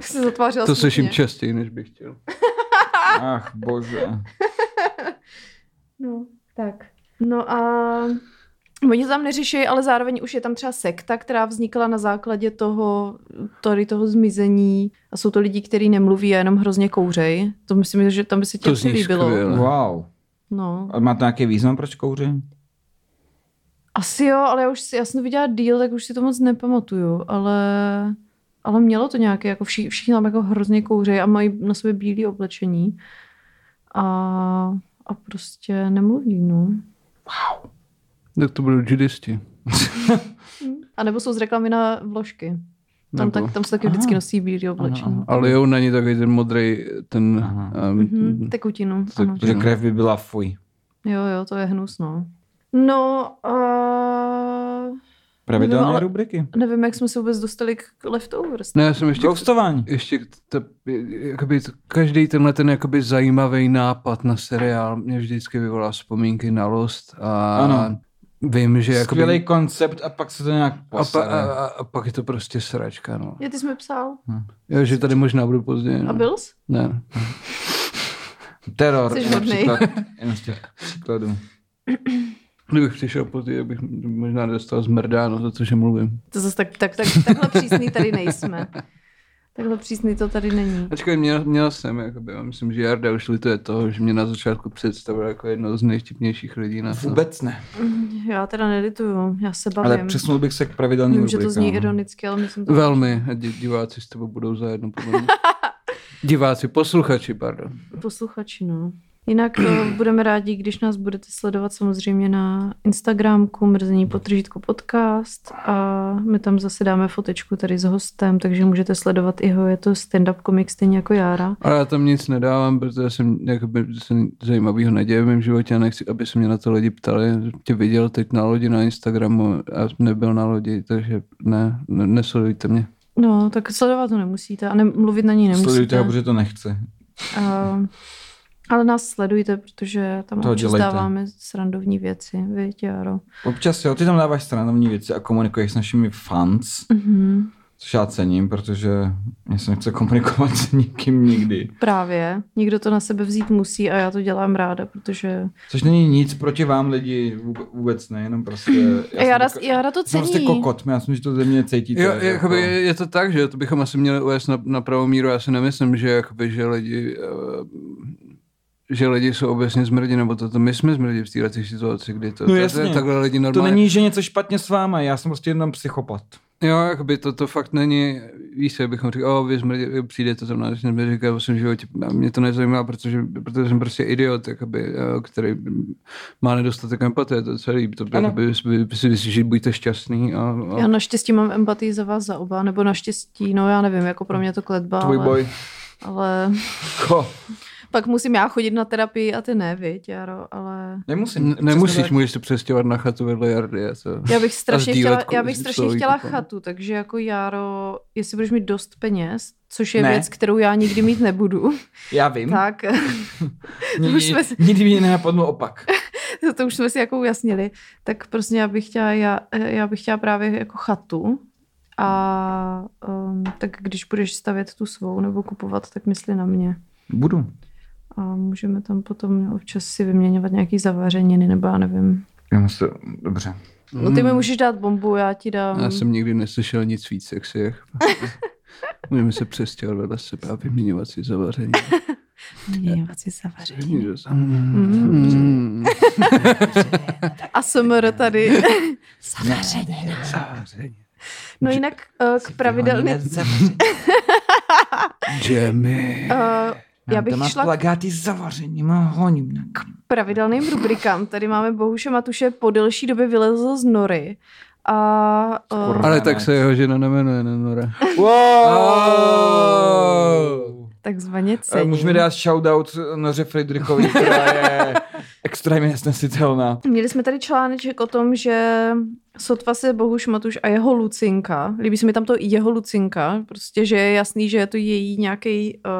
Speaker 2: se zatvářila
Speaker 3: To slyším
Speaker 2: smutně.
Speaker 3: častěji, než bych chtěl.
Speaker 1: A, ach, bože.
Speaker 2: No, tak. No a oni to tam neřeší, ale zároveň už je tam třeba sekta, která vznikla na základě toho, tady toho zmizení a jsou to lidi, kteří nemluví a jenom hrozně kouřej. To myslím, že tam by se tě
Speaker 3: To zní
Speaker 2: líbilo.
Speaker 3: skvěle.
Speaker 1: Wow.
Speaker 2: No.
Speaker 1: A má to nějaký význam, proč kouřím?
Speaker 2: Asi jo, ale já už si, já jsem to viděla díl, tak už si to moc nepamatuju, ale ale mělo to nějaké, jako vši, všichni tam jako hrozně kouřejí a mají na sobě bílé oblečení. A, a prostě nemluví, no.
Speaker 3: Tak to budou judisti.
Speaker 2: A nebo jsou z reklamy na vložky. Tam,
Speaker 3: Nebo-
Speaker 2: No, tak, tam se taky
Speaker 1: Aha.
Speaker 2: vždycky nosí bílé oblečení.
Speaker 1: Ano,
Speaker 3: Ale jo, není takový ten modrý, ten...
Speaker 1: Aha.
Speaker 3: Um,
Speaker 2: Mhm, tekutinu,
Speaker 3: Tak-
Speaker 2: ano.
Speaker 1: Že krev by byla fuj.
Speaker 2: Jo, jo, to je hnus, no. No, uh,
Speaker 1: Pravidelné
Speaker 2: No, ale-
Speaker 1: rubriky.
Speaker 2: nevím, jak jsme se vůbec dostali k k leftovers.
Speaker 3: Ne, já jsem ještě...
Speaker 1: Ghostování.
Speaker 3: Ještě k- ta, jakoby, t- každý tenhle ten jakoby zajímavý nápad na seriál mě vždycky vyvolá vzpomínky na Lost a
Speaker 1: Ano.
Speaker 3: vím, že jakoby,
Speaker 1: Skvělý koncept a pak se to nějak
Speaker 3: a, pa,
Speaker 1: posere.
Speaker 3: a, a, a pak je to prostě sračka, no.
Speaker 2: Je, ty jsi mi psal.
Speaker 3: Jo, že tady možná budu později. No.
Speaker 2: A byl jsi?
Speaker 3: Ne.
Speaker 1: Teror
Speaker 2: Jsi
Speaker 1: je
Speaker 2: hodnej.
Speaker 1: například jeden z těch příkladů.
Speaker 3: Kdybych přišel později, bych možná dostal zmrdáno za to, že mluvím.
Speaker 2: To zase tak, tak, tak, takhle přísný tady nejsme. Takhle přísný to tady není.
Speaker 3: Ačkoliv měl, měl jsem, jakoby, já myslím, že Jarda už lituje toho, že mě na začátku představil jako jedno z nejštipnějších lidí na světě.
Speaker 1: Vůbec ne.
Speaker 2: Já teda nedituju, já se bavím.
Speaker 1: Ale no. přesunul bych se k pravidelným
Speaker 2: Vím, že to
Speaker 1: rubrikám.
Speaker 2: zní ironicky, ale myslím to...
Speaker 3: Velmi. A di- diváci s tebou budou zajedno. podle mě. diváci, posluchači, pardon.
Speaker 2: Posluchači, no. Jinak eh, budeme rádi, když nás budete sledovat samozřejmě na Instagramku mrzení potržítko podcast a my tam zase dáme fotečku tady s hostem, takže můžete sledovat i ho, je to stand-up komik stejně jako Jára.
Speaker 3: Ale já tam nic nedávám, protože jsem jakoby, se nic zajímavého neděje v mém životě a nechci, aby se mě na to lidi ptali. Tě viděl teď na lodi na Instagramu a nebyl na lodi, takže ne, ne nesledujte mě.
Speaker 2: No, tak sledovat ho nemusíte a ne, mluvit na ní nemusíte.
Speaker 1: Sledujte ho, protože to nechce.
Speaker 2: a, ale nás sledujte, protože tam
Speaker 1: To
Speaker 2: občas
Speaker 1: dělejte.
Speaker 2: dáváme srandovní věci, víte, Jaro.
Speaker 1: Občas jo, ty tam dáváš stranovní věci a komunikuješ s našimi fans,
Speaker 2: Mhm.
Speaker 1: což já cením, protože mě se nechce komunikovat s nikým nikdy.
Speaker 2: Právě, někdo to na sebe vzít musí a já to dělám ráda, protože
Speaker 1: Což není nic proti vám lidi, vůb- vůbec ne, jenom prostě...
Speaker 2: já, já,
Speaker 1: jsem,
Speaker 2: já to
Speaker 1: jsem
Speaker 2: cení.
Speaker 1: prostě kokot, já si myslím, že to ze mě cítíte. jako-
Speaker 3: Jo, jakoby, je jako- je to tak, že to bychom asi měli uvést na, na pravou míru. Já si nemyslím, že, jakoby, že lidi... eh, že lidi jsou obecně zmrdí, nebo to, to my jsme zmrdí v této situaci, kdy to,
Speaker 1: No
Speaker 3: to-
Speaker 1: jasně.
Speaker 3: to, takhle lidi normálně...
Speaker 1: To není, že něco špatně s váma, já jsem prostě jenom psychopat.
Speaker 3: Jo, jakoby to, to fakt není, víš, jak bychom říkali, o, vy zmrdě, přijdete za mnou, začne mi říkat o svém životě, a mě to nezajímá, protože, protože jsem prostě idiot, jakoby, jo, který má nedostatek empatie, to je celý, to by,
Speaker 1: Ano.
Speaker 3: jakoby, vy- vy si myslíš, že buďte šťastný a,
Speaker 2: Já
Speaker 3: a
Speaker 2: naštěstí mám empatii za vás za oba, nebo naštěstí, no já nevím, jako pro mě to kletba,
Speaker 1: Tvůj
Speaker 2: ale,
Speaker 1: boj.
Speaker 2: ale
Speaker 1: Ko?
Speaker 2: pak musím já chodit na terapii a ty ne, viď, Jaro, ale
Speaker 1: Nemusím.
Speaker 3: N-
Speaker 1: přesně
Speaker 3: nemusíš,
Speaker 1: tak.
Speaker 3: můžeš se přestěhovat na chatu vedle Jardy. A to.
Speaker 2: já bych strašně
Speaker 3: sdílet
Speaker 2: chtěla,
Speaker 3: ko-
Speaker 2: já bych strašně
Speaker 3: celý
Speaker 2: chtěla
Speaker 3: kupon.
Speaker 2: chatu, takže jako Jaro, jestli budeš mít dost peněz, což je
Speaker 1: Ne.
Speaker 2: věc, kterou já nikdy mít nebudu,
Speaker 1: Já vím.
Speaker 2: tak
Speaker 1: Nikdy,
Speaker 2: už jsme si-
Speaker 1: nikdy mě nenapadlo opak.
Speaker 2: to už jsme si jako ujasnili, tak prostě já bych chtěla, já, já bych chtěla právě jako chatu a um, tak když budeš stavět tu svou nebo kupovat, tak mysli na mě.
Speaker 1: Budu.
Speaker 2: A můžeme tam potom občas si vyměňovat nějaký zavářeniny, nebo já nevím.
Speaker 1: Já musím, dobře.
Speaker 2: No ty mi můžeš dát bombu, já ti dám.
Speaker 3: Hmm. Já jsem nikdy neslyšel nic víc sexy. jak- Můžeme se přestěhovat vedle sebe a vyměňovat si zavaření.
Speaker 2: Vyměňovat si zavářeniny. Mhm.
Speaker 3: Mm.
Speaker 2: A SMR tady.
Speaker 3: Zavaření.
Speaker 2: No jinak eh, k pravidelným...
Speaker 3: Jemmy.
Speaker 2: eh, Já bych šla k
Speaker 1: plagáty s zavařením a honím. na k-
Speaker 2: pravidelným rubrikám. Tady máme Bohuše Matuše po delší době vylezl z nory. A eh,
Speaker 1: Skurva.
Speaker 3: Ale tak se jeho žena nemenuje, ne Nora.
Speaker 1: Wow!
Speaker 2: takzvaně
Speaker 1: Eh,
Speaker 2: cením.
Speaker 1: Můžeme dát shoutout Noře Friedrichovi, která je extrémně nesnesitelná.
Speaker 2: Měli jsme tady článeček o tom, že sotva se Bohuš Matuš a jeho Lucinka, líbí se mi tam to jeho Lucinka, prostě, že je jasný, že je to její nějaký uh,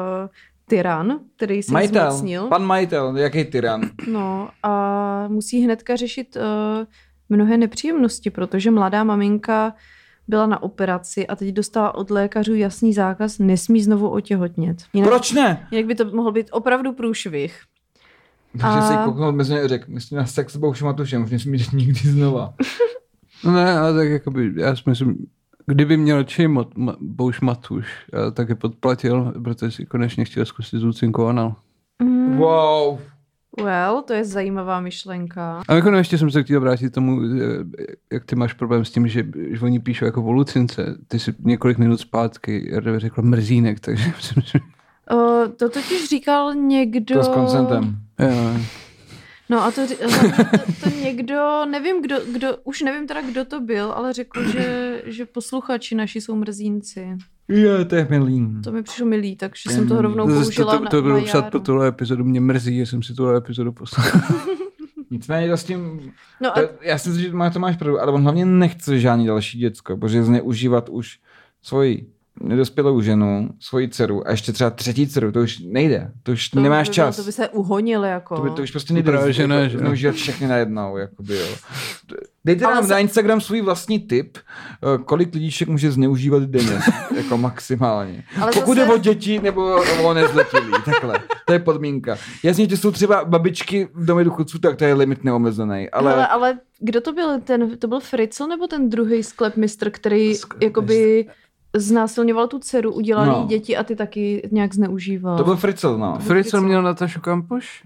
Speaker 2: tyran, který se
Speaker 1: Majitel,
Speaker 2: zmocnil.
Speaker 1: pan majitel, jaký tyran.
Speaker 2: No a musí hnedka řešit uh, mnohé nepříjemnosti, protože mladá maminka byla na operaci a teď dostala od lékařů jasný zákaz, nesmí znovu otěhotnět. Jinak,
Speaker 1: Proč ne?
Speaker 2: jinak by to mohl být opravdu průšvih.
Speaker 1: Protože se jí
Speaker 2: A-
Speaker 1: kouknul mezi ně a řekl, myslím na sex s Boušem a tušem, už nesmí jít nikdy znova.
Speaker 3: Ne, ale tak jakoby, já si myslím, kdyby měl čím od ma, Bouš Matuš, eh, tak je podplatil, protože si konečně chtěl zkusit s Lucinkou anal.
Speaker 2: Mm.
Speaker 1: Wow.
Speaker 2: Well, to je zajímavá myšlenka.
Speaker 3: A jako no, ještě jsem se chtěl vrátit k tomu, eh, jak ty máš problém s tím, že, že oni píšou jako o Lucince. Ty jsi několik minut zpátky řekl mrzínek, takže jsem si...
Speaker 2: O, to totiž říkal někdo...
Speaker 1: To je s koncentem.
Speaker 3: Jo.
Speaker 2: No a to, ři- hlavně to, to někdo, nevím kdo, kdo, už nevím teda kdo to byl, ale řekl, že, že posluchači naši jsou mrzínci.
Speaker 1: Je, to je milý.
Speaker 2: To mi přišlo milý, takže jsem to rovnou
Speaker 3: Zase
Speaker 2: použila
Speaker 3: to, to, to
Speaker 2: No, na,
Speaker 3: bylo
Speaker 2: na
Speaker 3: psát
Speaker 2: jaru.
Speaker 3: pro tuhle epizodu, mě mrzí, že jsem si tuhle epizodu poslal.
Speaker 1: Nicméně to s tím,
Speaker 2: No a
Speaker 1: to, já si myslím, že má, to máš pravdu, ale on hlavně nechce žádný další děcko, protože zneužívat už svoji nedospělou ženu, svoji dceru a ještě třeba třetí dceru, to už nejde, to už
Speaker 2: to
Speaker 1: to nemáš
Speaker 2: by, bylo-
Speaker 1: čas.
Speaker 2: To by se uhonil jako.
Speaker 1: To, by, to už prostě nejde
Speaker 3: No Právě, že ne, že ne.
Speaker 1: zneužívat všechny najednou. Jakoby, jo. Dejte
Speaker 2: Ale
Speaker 1: nám
Speaker 2: za-
Speaker 1: na Instagram svůj vlastní tip, eh, kolik lidíček může zneužívat denně, jako maximálně.
Speaker 2: Ale
Speaker 1: Pokud
Speaker 2: zase-
Speaker 1: jde o děti nebo o nezletilí, takhle. To je podmínka. Jasně, že jsou třeba babičky v domě důchodců, tak to je limit neomezený, ale...
Speaker 2: no, Ale... Hele, ale kdo to byl? Ten, to byl Fritzl nebo ten druhý sklep mistr, který
Speaker 3: Sklep
Speaker 2: jakoby znásilňoval tu dceru, udělal
Speaker 1: No.
Speaker 2: no. děti a ty taky nějak zneužíval.
Speaker 1: To byl Fritzl, no.
Speaker 3: Fritzl měl Natašu Kampuš?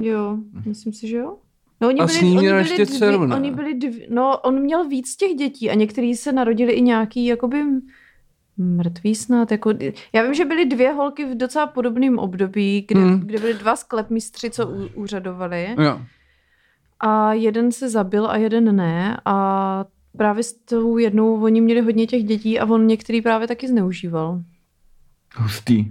Speaker 2: Jo, myslím si, že jo. No, oni
Speaker 3: Mhm. A
Speaker 2: byli,
Speaker 3: s ní
Speaker 2: oni
Speaker 3: měl
Speaker 2: byli
Speaker 3: ještě
Speaker 2: dvě,
Speaker 3: dceru, ne?
Speaker 2: oni byli dvě, No, on měl víc těch dětí a některý se narodili i nějaký, jakoby mrtví snad. Jako, já vím, že byly dvě holky v docela podobném období, kde,
Speaker 3: Hmm.
Speaker 2: hmm. kde byly dva sklepmistři, co u, úřadovali.
Speaker 3: Jo.
Speaker 2: A jeden se zabil a jeden ne. A právě s tou jednou oni měli hodně těch dětí a on některý právě taky zneužíval.
Speaker 1: Hustý.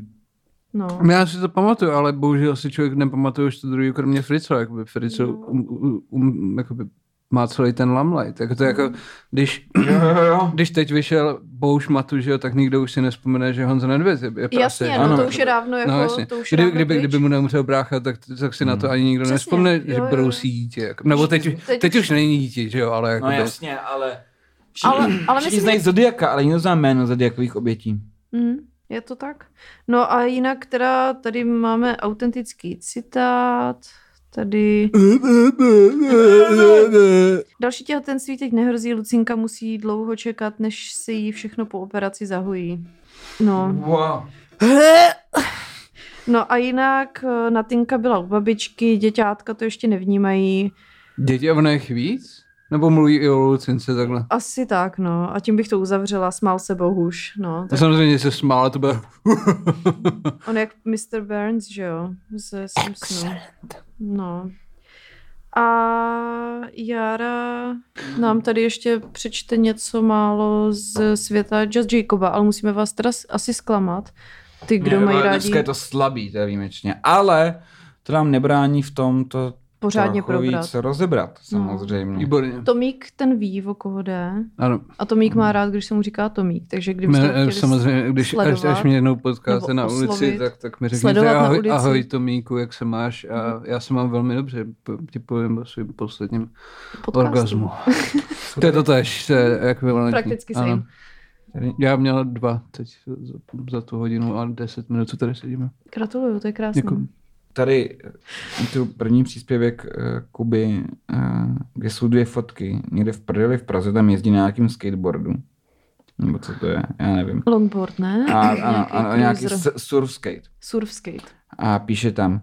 Speaker 2: No.
Speaker 3: Já si to pamatuju, ale bohužel si člověk nepamatuje už to druhý, kromě Fritzla. Jakoby Fritzl
Speaker 2: No.
Speaker 3: um, um, um, jakoby má celý ten lamlight. Jako to je jako, když,
Speaker 1: Jo, jo, jo.
Speaker 3: když teď vyšel Bouš Matu, že jo, tak nikdo už si nespomene, že Honza Nedvěd je, je
Speaker 2: Jasně, no,
Speaker 1: ano.
Speaker 2: to už je dávno, jako,
Speaker 3: No jasně.
Speaker 2: to už je
Speaker 3: Kdyby,
Speaker 2: dávno
Speaker 3: kdyby,
Speaker 2: pryč.
Speaker 3: kdyby mu neumřel brácha, tak, tak si na to ani nikdo
Speaker 2: Přesně,
Speaker 3: nespomne,
Speaker 2: jo,
Speaker 3: že
Speaker 2: jo, jo.
Speaker 3: brousí dítě. Jako. Nebo teď, teď,
Speaker 2: Teď
Speaker 3: teď
Speaker 2: už-
Speaker 3: už není dítě, že jo, ale jako
Speaker 1: No jasně, ale... Všichni,
Speaker 2: Ale- ale
Speaker 1: všichni
Speaker 2: myslím,
Speaker 1: znají
Speaker 2: že-
Speaker 1: Zodiaka, ale nikdo zná jméno Zodiakových obětí.
Speaker 2: Mm, je to tak. No a jinak teda tady máme autentický citát, tady... Další těhotenství teď nehrozí, Lucinka musí dlouho čekat, než si jí všechno po operaci zahojí. No.
Speaker 1: Wow.
Speaker 2: No a jinak eh, Natinka byla u babičky, děťátka to ještě nevnímají.
Speaker 3: Děti a ono jich víc? Nebo mluví i o Lucince takhle?
Speaker 2: Asi tak, no. A tím bych to uzavřela, smál se Bohuš, no.
Speaker 3: Tak.
Speaker 2: Tak
Speaker 3: Samozřejmě se smála, to bylo...
Speaker 1: No.
Speaker 2: on jak Mr. Burns, že jo? Ze Simpsonů. No. A Jara nám tady ještě přečte něco málo z světa Just Jacoba, ale musíme vás teda s- asi zklamat. Ty, kdo
Speaker 1: Ne,
Speaker 2: mají
Speaker 1: ale Dneska
Speaker 2: rádi
Speaker 1: je to slabý, to je výjimečně. Ale to nám nebrání v tom to
Speaker 2: pořádně
Speaker 1: trochu
Speaker 2: probrat.
Speaker 1: víc rozebrat, samozřejmě. No.
Speaker 3: Výborně.
Speaker 2: Tomík ten ví, o koho jde.
Speaker 3: Ano,
Speaker 2: A Tomík má rád, když se mu říká Tomík, takže kdybyste
Speaker 3: mě,
Speaker 2: ho chtěli...
Speaker 3: eh, samozřejmě, když až,
Speaker 2: sledovat
Speaker 3: až mě jednou
Speaker 2: nebo
Speaker 3: potkáte na ulici,
Speaker 2: oslovit,
Speaker 3: tak, tak mi
Speaker 2: sledovat
Speaker 3: řekněte
Speaker 2: na
Speaker 3: ahoj,
Speaker 2: ulici." Mhm.
Speaker 3: ahoj Tomíku, jak se máš? A já se mám velmi dobře, p- ti povím o svým posledním
Speaker 2: podcastu.
Speaker 3: orgasmu. to je to tež, to je ekvivalentní.
Speaker 2: Prakticky
Speaker 3: Ano.
Speaker 2: same.
Speaker 3: Já měla dva teď za, za tu hodinu a deset minut, co tady sedíme. Jako-
Speaker 2: Gratuluju, to je krásné.
Speaker 3: Děkuji.
Speaker 1: Tady eh, tu první příspěvek eh, Kuby, eh, kde jsou dvě fotky. Někde v prdeli v Praze, tam jezdí na nějakým skateboardu. Nebo co to je, já nevím.
Speaker 2: Longboard, ne?
Speaker 1: A, ano,
Speaker 2: Nějaký
Speaker 1: ano, nějaký
Speaker 2: cruiser.
Speaker 1: s- surf skate.
Speaker 2: Surf skate.
Speaker 1: A píše tam,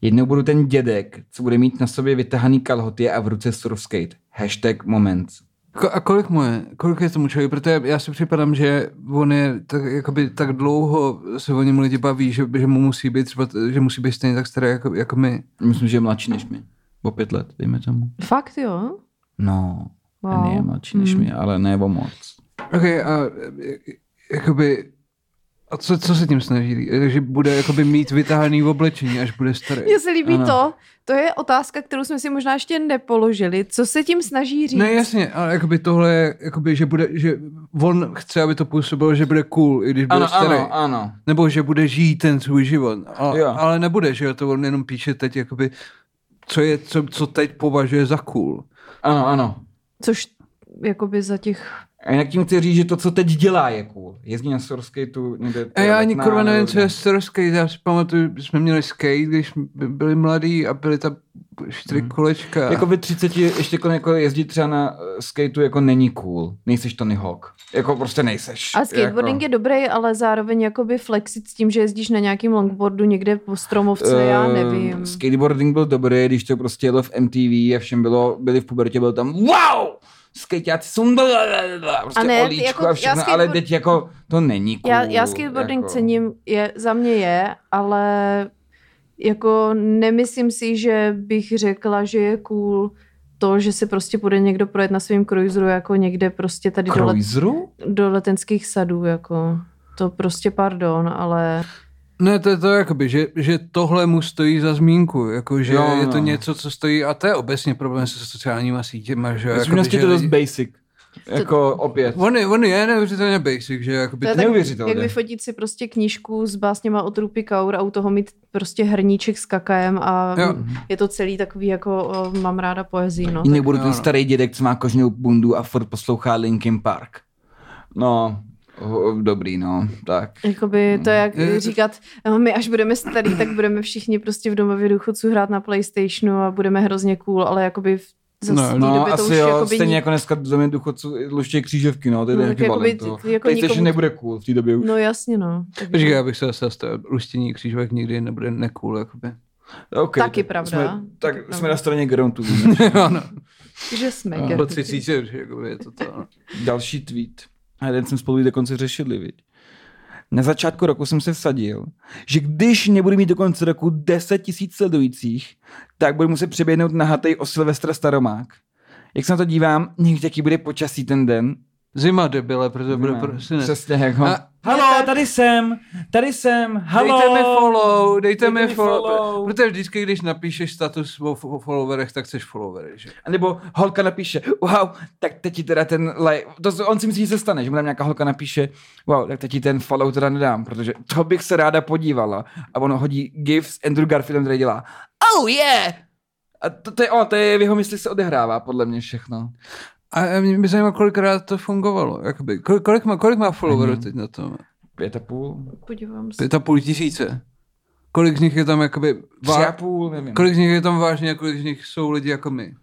Speaker 1: jednou budu ten dědek, co bude mít na sobě vytahaný kalhoty a v ruce surf skate. Hashtag moments.
Speaker 3: Ko- A kolik mu je? Kolik je tomu člověku? Protože já si připadám, že on je tak, jakoby, tak dlouho se o něm lidi baví, že, že mu musí být třeba, že musí být stejně tak starý jako, jako my.
Speaker 1: Myslím, že je mladší než my. O pět let, dejme tomu.
Speaker 2: Fakt jo?
Speaker 1: No, wow. ten je
Speaker 2: Wow.
Speaker 1: mladší než
Speaker 2: Mm.
Speaker 1: my, ale ne o moc.
Speaker 3: Ok, a e, jakoby... A co, co se tím snaží? Že bude jakoby mít vytáhaný oblečení, až bude starý.
Speaker 2: Mně se líbí
Speaker 1: Ano.
Speaker 2: ano. to. To je otázka, kterou jsme si možná ještě nepoložili. Co se tím snaží říct?
Speaker 3: Ne, jasně, ale jakoby tohle je, jakoby, že bude, že on chce, aby to působilo, že bude cool, i když bude
Speaker 1: Ano,
Speaker 3: starý.
Speaker 1: ano, ano.
Speaker 3: Nebo že bude žít ten svůj život. A,
Speaker 1: Jo.
Speaker 3: ale nebude, že jo, to on jenom píše teď, jakoby, co, je, co, co teď považuje za cool.
Speaker 1: Ano, ano.
Speaker 2: Což jakoby za těch...
Speaker 1: A jinak tím chci říct, že to, co teď dělá, je cool. Jezdí na surfskateu někde.
Speaker 3: A já ani
Speaker 1: na-
Speaker 3: kurva nevím,
Speaker 1: na-
Speaker 3: co je surf skate. Já si pamatuju, že jsme měli skate, když by- byli mladí a byly tam čtyři kolečka.
Speaker 1: Mhm. Jako ve 30 ještě jako, jako jezdit třeba na eh, skateu jako není cool. Nejseš Tony Hawk. Jako prostě nejseš.
Speaker 2: A skateboarding
Speaker 1: jako,
Speaker 2: je dobrý, ale zároveň jakoby flexit s tím, že jezdíš na nějakým longboardu někde po stromovce, uh, já
Speaker 1: eh,
Speaker 2: nevím.
Speaker 1: Skateboarding byl dobrý, když to prostě jelo v MTV a všem bylo, byli v pubertě, bylo tam wow! Skejťáci jsou blablabla, prostě
Speaker 2: A
Speaker 1: a
Speaker 2: ne, ty
Speaker 1: ne, olíčko
Speaker 2: jako-
Speaker 1: jako,
Speaker 2: já
Speaker 1: a všechno,
Speaker 2: skateboard-
Speaker 1: ale teď jako to není cool.
Speaker 2: Já, já skateboarding
Speaker 1: jako.
Speaker 2: cením, je, za mě je, ale jako nemyslím si, že bych řekla, že je cool to, že si prostě bude někdo projet na svým cruiseru jako někde prostě tady do, let,
Speaker 1: Cruiseru?
Speaker 2: do letenských sadů, jako to prostě pardon, ale
Speaker 3: Ne, to je to jakoby, že, že tohle mu stojí za zmínku, jako, že
Speaker 1: Jo,
Speaker 3: je to
Speaker 1: no.
Speaker 3: něco, co stojí, a to je obecně problém se sociálníma sítěma, že jo,
Speaker 1: Ve
Speaker 3: jakoby,
Speaker 1: skutečnosti
Speaker 3: že
Speaker 1: Jako je to dost
Speaker 3: lidi-
Speaker 1: basic. Jako opět.
Speaker 3: On je, on je neuvěřitelně basic, že jakoby,
Speaker 2: to je tak,
Speaker 1: neuvěřitelné.
Speaker 2: jak vyfotit si prostě knížku s básněma o trupy kaur a u toho mít prostě hrníček s kakaem a
Speaker 3: Jo.
Speaker 2: je to celý takový jako o, mám ráda poezii, no.
Speaker 1: Jinak budu
Speaker 3: jo,
Speaker 1: ten
Speaker 3: no.
Speaker 1: starý dědek, co má kožnou bundu a furt poslouchá Linkin Park. No, ho- dobrý, no, tak.
Speaker 2: Jakoby to, jak
Speaker 3: Je-
Speaker 2: říkat, "No, my až budeme starý, tak budeme všichni prostě v domově důchodců hrát na Playstationu a budeme hrozně cool, ale jakoby v za
Speaker 3: No,
Speaker 2: no, té
Speaker 1: No,
Speaker 2: doby to
Speaker 1: asi
Speaker 2: už
Speaker 1: jo,
Speaker 2: jakoby
Speaker 1: stejně
Speaker 2: ni-
Speaker 1: jako dneska v domě důchodců luště křížovky, no, to je
Speaker 2: No,
Speaker 1: no,
Speaker 2: tak jakoby
Speaker 1: ekvivalent
Speaker 2: t-
Speaker 1: toho.
Speaker 2: t- jako
Speaker 1: PlayStation
Speaker 2: nikomu-
Speaker 1: nebude cool v té době už.
Speaker 2: No jasně, no.
Speaker 3: Počkej, já bych se zase zastavil. Lustění křížovek nikdy nebude necool, jakoby.
Speaker 1: Okay,
Speaker 2: taky
Speaker 1: tak
Speaker 2: pravda,
Speaker 1: Jsme,
Speaker 2: taky
Speaker 1: tak
Speaker 2: pravda.
Speaker 1: jsme na straně Gerontu.
Speaker 3: ano,
Speaker 2: Takže jsme.
Speaker 1: No,
Speaker 3: po
Speaker 2: gerty.
Speaker 3: 30, že jakoby je to no. to. ano.
Speaker 1: Další tweet. A jeden jsem spolu dokonce řešili, viď. Na začátku roku jsem se vsadil, že když nebudu mít do konce roku 10 tisíc sledujících, tak budu muset přeběhnout na hatej o Silvestra Staromák. Jak se na to dívám, někdy jaký bude počasí ten den.
Speaker 3: Zima debile, protože bude
Speaker 1: Ne,
Speaker 3: prostě ne.
Speaker 1: Přesně jako.
Speaker 3: A-
Speaker 1: Halo, tady jsem, tady jsem, halo.
Speaker 3: Dejte mi follow, dejte,
Speaker 1: Dejte
Speaker 3: mi
Speaker 1: mi
Speaker 3: follow.
Speaker 1: follow.
Speaker 3: Protože vždycky, když napíšeš status o, o followerech, tak chceš followery, že?
Speaker 1: A nebo holka napíše, wow, tak teď ti teda ten like, to, on si myslí, že se stane, že mu tam nějaká holka napíše, wow, tak teď ti ten follow teda nedám, protože to bych se ráda podívala. A ono hodí gif s Andrew Garfieldem, který dělá, oh yeah! A to, to je on, to je v jeho mysli se odehrává, podle mě všechno.
Speaker 3: A a mě by zajímalo, kolikrát to fungovalo. Jakoby, kolik, kolik, má, kolik má followerů teď na tom?
Speaker 1: Pět a půl?
Speaker 2: Podívám se.
Speaker 3: Pět a půl tisíce. Kolik z nich je tam jakoby...
Speaker 1: Tři a
Speaker 3: Vá...
Speaker 1: půl, nevím.
Speaker 3: Kolik z nich je tam vážně a kolik z nich jsou lidi jako my?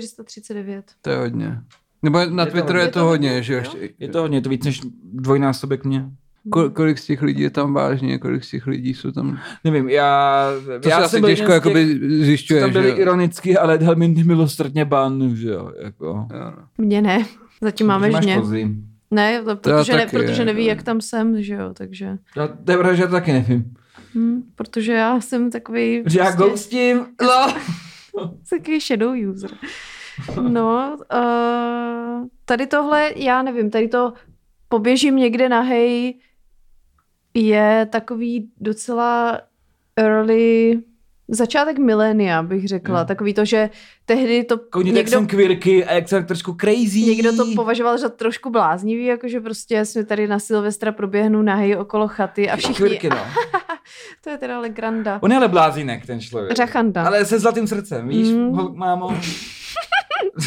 Speaker 2: 5439.
Speaker 3: To je hodně. Nebo na
Speaker 1: to
Speaker 3: Twitteru
Speaker 1: hodně.
Speaker 3: je to hodně, že jo? ještě-
Speaker 1: Je to hodně, je to víc než dvojnásobek mě.
Speaker 3: Kol, kolik z těch lidí je tam vážně, kolik z těch lidí jsou tam...
Speaker 1: Nevím, já...
Speaker 3: To
Speaker 1: já
Speaker 3: já se
Speaker 1: jsem
Speaker 3: asi
Speaker 1: byl
Speaker 3: těžko
Speaker 1: jeden z těch,
Speaker 3: jakoby
Speaker 1: co
Speaker 3: zjišťuje,
Speaker 1: tam
Speaker 3: že
Speaker 1: byli
Speaker 3: jo?
Speaker 1: ironicky, ale dal mi nemilosrdně ban, že jo, jako.
Speaker 3: Jo, no.
Speaker 2: Mně ne. Zatím máme
Speaker 1: Máš
Speaker 2: žně.
Speaker 1: kozy.
Speaker 2: Ne, to- protože, ne,
Speaker 3: taky,
Speaker 2: protože
Speaker 3: je,
Speaker 2: neví,
Speaker 3: to je.
Speaker 2: jak tam jsem, že jo, takže.
Speaker 1: Já, to je pravda, že já to taky nevím.
Speaker 2: Hm, protože já jsem takový...
Speaker 1: Že já ghostím, lo.
Speaker 2: No, Takový shadow user. No, uh, tady tohle, já nevím, tady to poběžím někde na hej je takový docela early začátek milénia, bych řekla.
Speaker 1: Jo.
Speaker 2: Takový to, že tehdy to
Speaker 1: Koukněte, jak
Speaker 2: někdo,
Speaker 1: jsem quirky a jak jsem trošku crazy.
Speaker 2: někdo to považoval za trošku bláznivý, jakože prostě jsme tady na Silvestra proběhnu na hej okolo chaty a všichni...
Speaker 1: Quirky, no.
Speaker 2: To je teda legranda.
Speaker 1: On je ale blázínek, ten člověk.
Speaker 2: Řachanda.
Speaker 1: Ale se zlatým srdcem, víš,
Speaker 2: no. Mm.
Speaker 1: mm. mámo.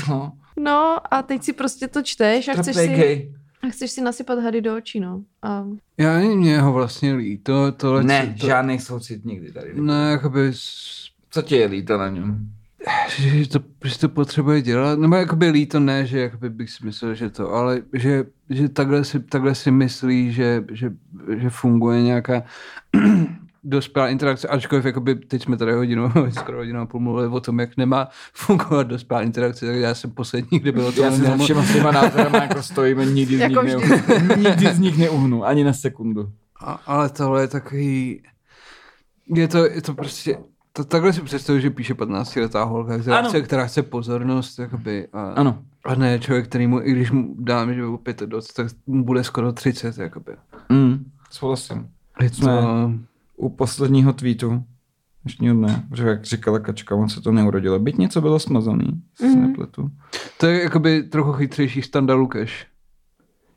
Speaker 1: No,
Speaker 2: No a teď si prostě to čteš a chceš
Speaker 1: trapej
Speaker 2: si...
Speaker 1: gay.
Speaker 2: A chceš si nasypat hady do očí, no. A
Speaker 3: Já ani mě ho vlastně líto, tohle...
Speaker 1: Ne,
Speaker 3: to,
Speaker 1: žádný soucit nikdy tady.
Speaker 3: Ne, jakoby... s-
Speaker 1: Co tě je líto na něm?
Speaker 3: že to, že to potřebuje dělat, nebo jakoby líto ne, že jakoby bych si myslel, že to, ale že, že takhle, si, takhle si myslí, že, že, že funguje nějaká dospělá interakce, ačkoliv jakoby, teď jsme tady hodinu, skoro hodinu a půl mluvili o tom, jak nemá fungovat dospělá interakce, tak já jsem poslední, kde bylo to.
Speaker 1: Já si za všema svýma názorama jako stojíme, nikdy z,
Speaker 2: Jako
Speaker 1: nich neuhnu, nikdy z nich neuhnu, ani na sekundu.
Speaker 3: a, ale tohle je takový, je to, je to prostě, to, takhle si představuji, že píše 15-letá holka, která
Speaker 1: Ano.
Speaker 3: chce, která chce pozornost, jakoby, a,
Speaker 1: Ano.
Speaker 3: A ne člověk, který mu, i když mu dám, že mu 25, tak mu bude skoro 30, jakoby. No,
Speaker 1: Mm. Souhlasím.
Speaker 3: Je
Speaker 1: Ne. u posledního tweetu dnešního dne, že jak říkala Kačka, on se to neurodilo. Byť něco bylo smazaný, mm. se
Speaker 2: Mhm.
Speaker 1: nepletu.
Speaker 3: to je jakoby trochu chytřejší Standa Lukeš.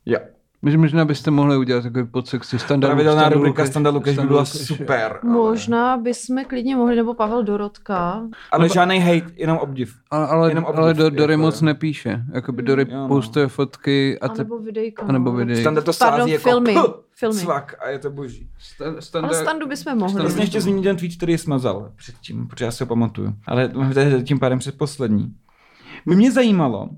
Speaker 1: Jo.
Speaker 3: Možná- Možná byste mohli udělat takový podsexy standard.
Speaker 1: Pravidelná
Speaker 3: standard
Speaker 1: rubrika
Speaker 3: Lukeš-
Speaker 1: Standa Lukeš by
Speaker 3: standard
Speaker 1: byla
Speaker 3: Lukeš.
Speaker 1: super.
Speaker 2: Možná bychom klidně mohli, nebo Pavel Dorotka.
Speaker 1: Ale žádný hate, jenom obdiv.
Speaker 3: Ale, ale,
Speaker 1: Jenom
Speaker 3: ale
Speaker 1: obdiv,
Speaker 3: do, Dory
Speaker 1: jako-
Speaker 3: moc nepíše. Jakoby Dory
Speaker 1: Jo, no.
Speaker 3: postuje fotky a
Speaker 2: A
Speaker 3: ty...
Speaker 2: nebo videjka.
Speaker 3: a nebo
Speaker 2: no.
Speaker 3: videj.
Speaker 1: Standa to
Speaker 2: Pardon,
Speaker 1: sází jako
Speaker 2: filmy,
Speaker 1: "Puh,
Speaker 2: filmy."
Speaker 1: cvak a je to boží.
Speaker 3: Sta-
Speaker 2: Ale
Speaker 3: Standa...
Speaker 2: standu bychom
Speaker 1: Já
Speaker 2: mohli. no.
Speaker 1: jsem ještě zmínit ten tweet, který smazal předtím, protože já si ho pamatuju. Ale to je tím pádem předposlední. By mě zajímalo,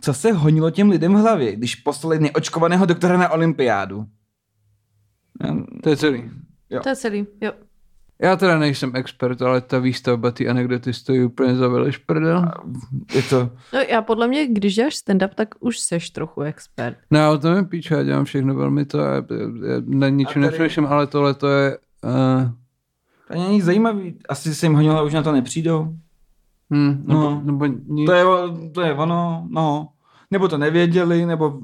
Speaker 1: co se honilo těm lidem v hlavě, když poslali neočkovaného doktora na olympiádu. Hm, Já-
Speaker 3: To je celý.
Speaker 2: To je celý, jo.
Speaker 3: Já teda nejsem expert, ale ta výstavba, ty anekdoty stojí úplně za veleš prdel.
Speaker 1: Je to...
Speaker 2: No, já podle mě, když děláš stand-up, tak už seš trochu expert.
Speaker 3: No já o tom je píče, já dělám všechno velmi to, já, já na ničem
Speaker 1: tady-
Speaker 3: nepřemýšlím, ale tohle to je... Uh,
Speaker 1: To není zajímavý. Asi se jim honilo a už na to nepřijdou.
Speaker 3: hm, nebo,
Speaker 1: No.
Speaker 3: nebo nic.
Speaker 1: To je, o- to je ono, no. Nebo to nevěděli, nebo...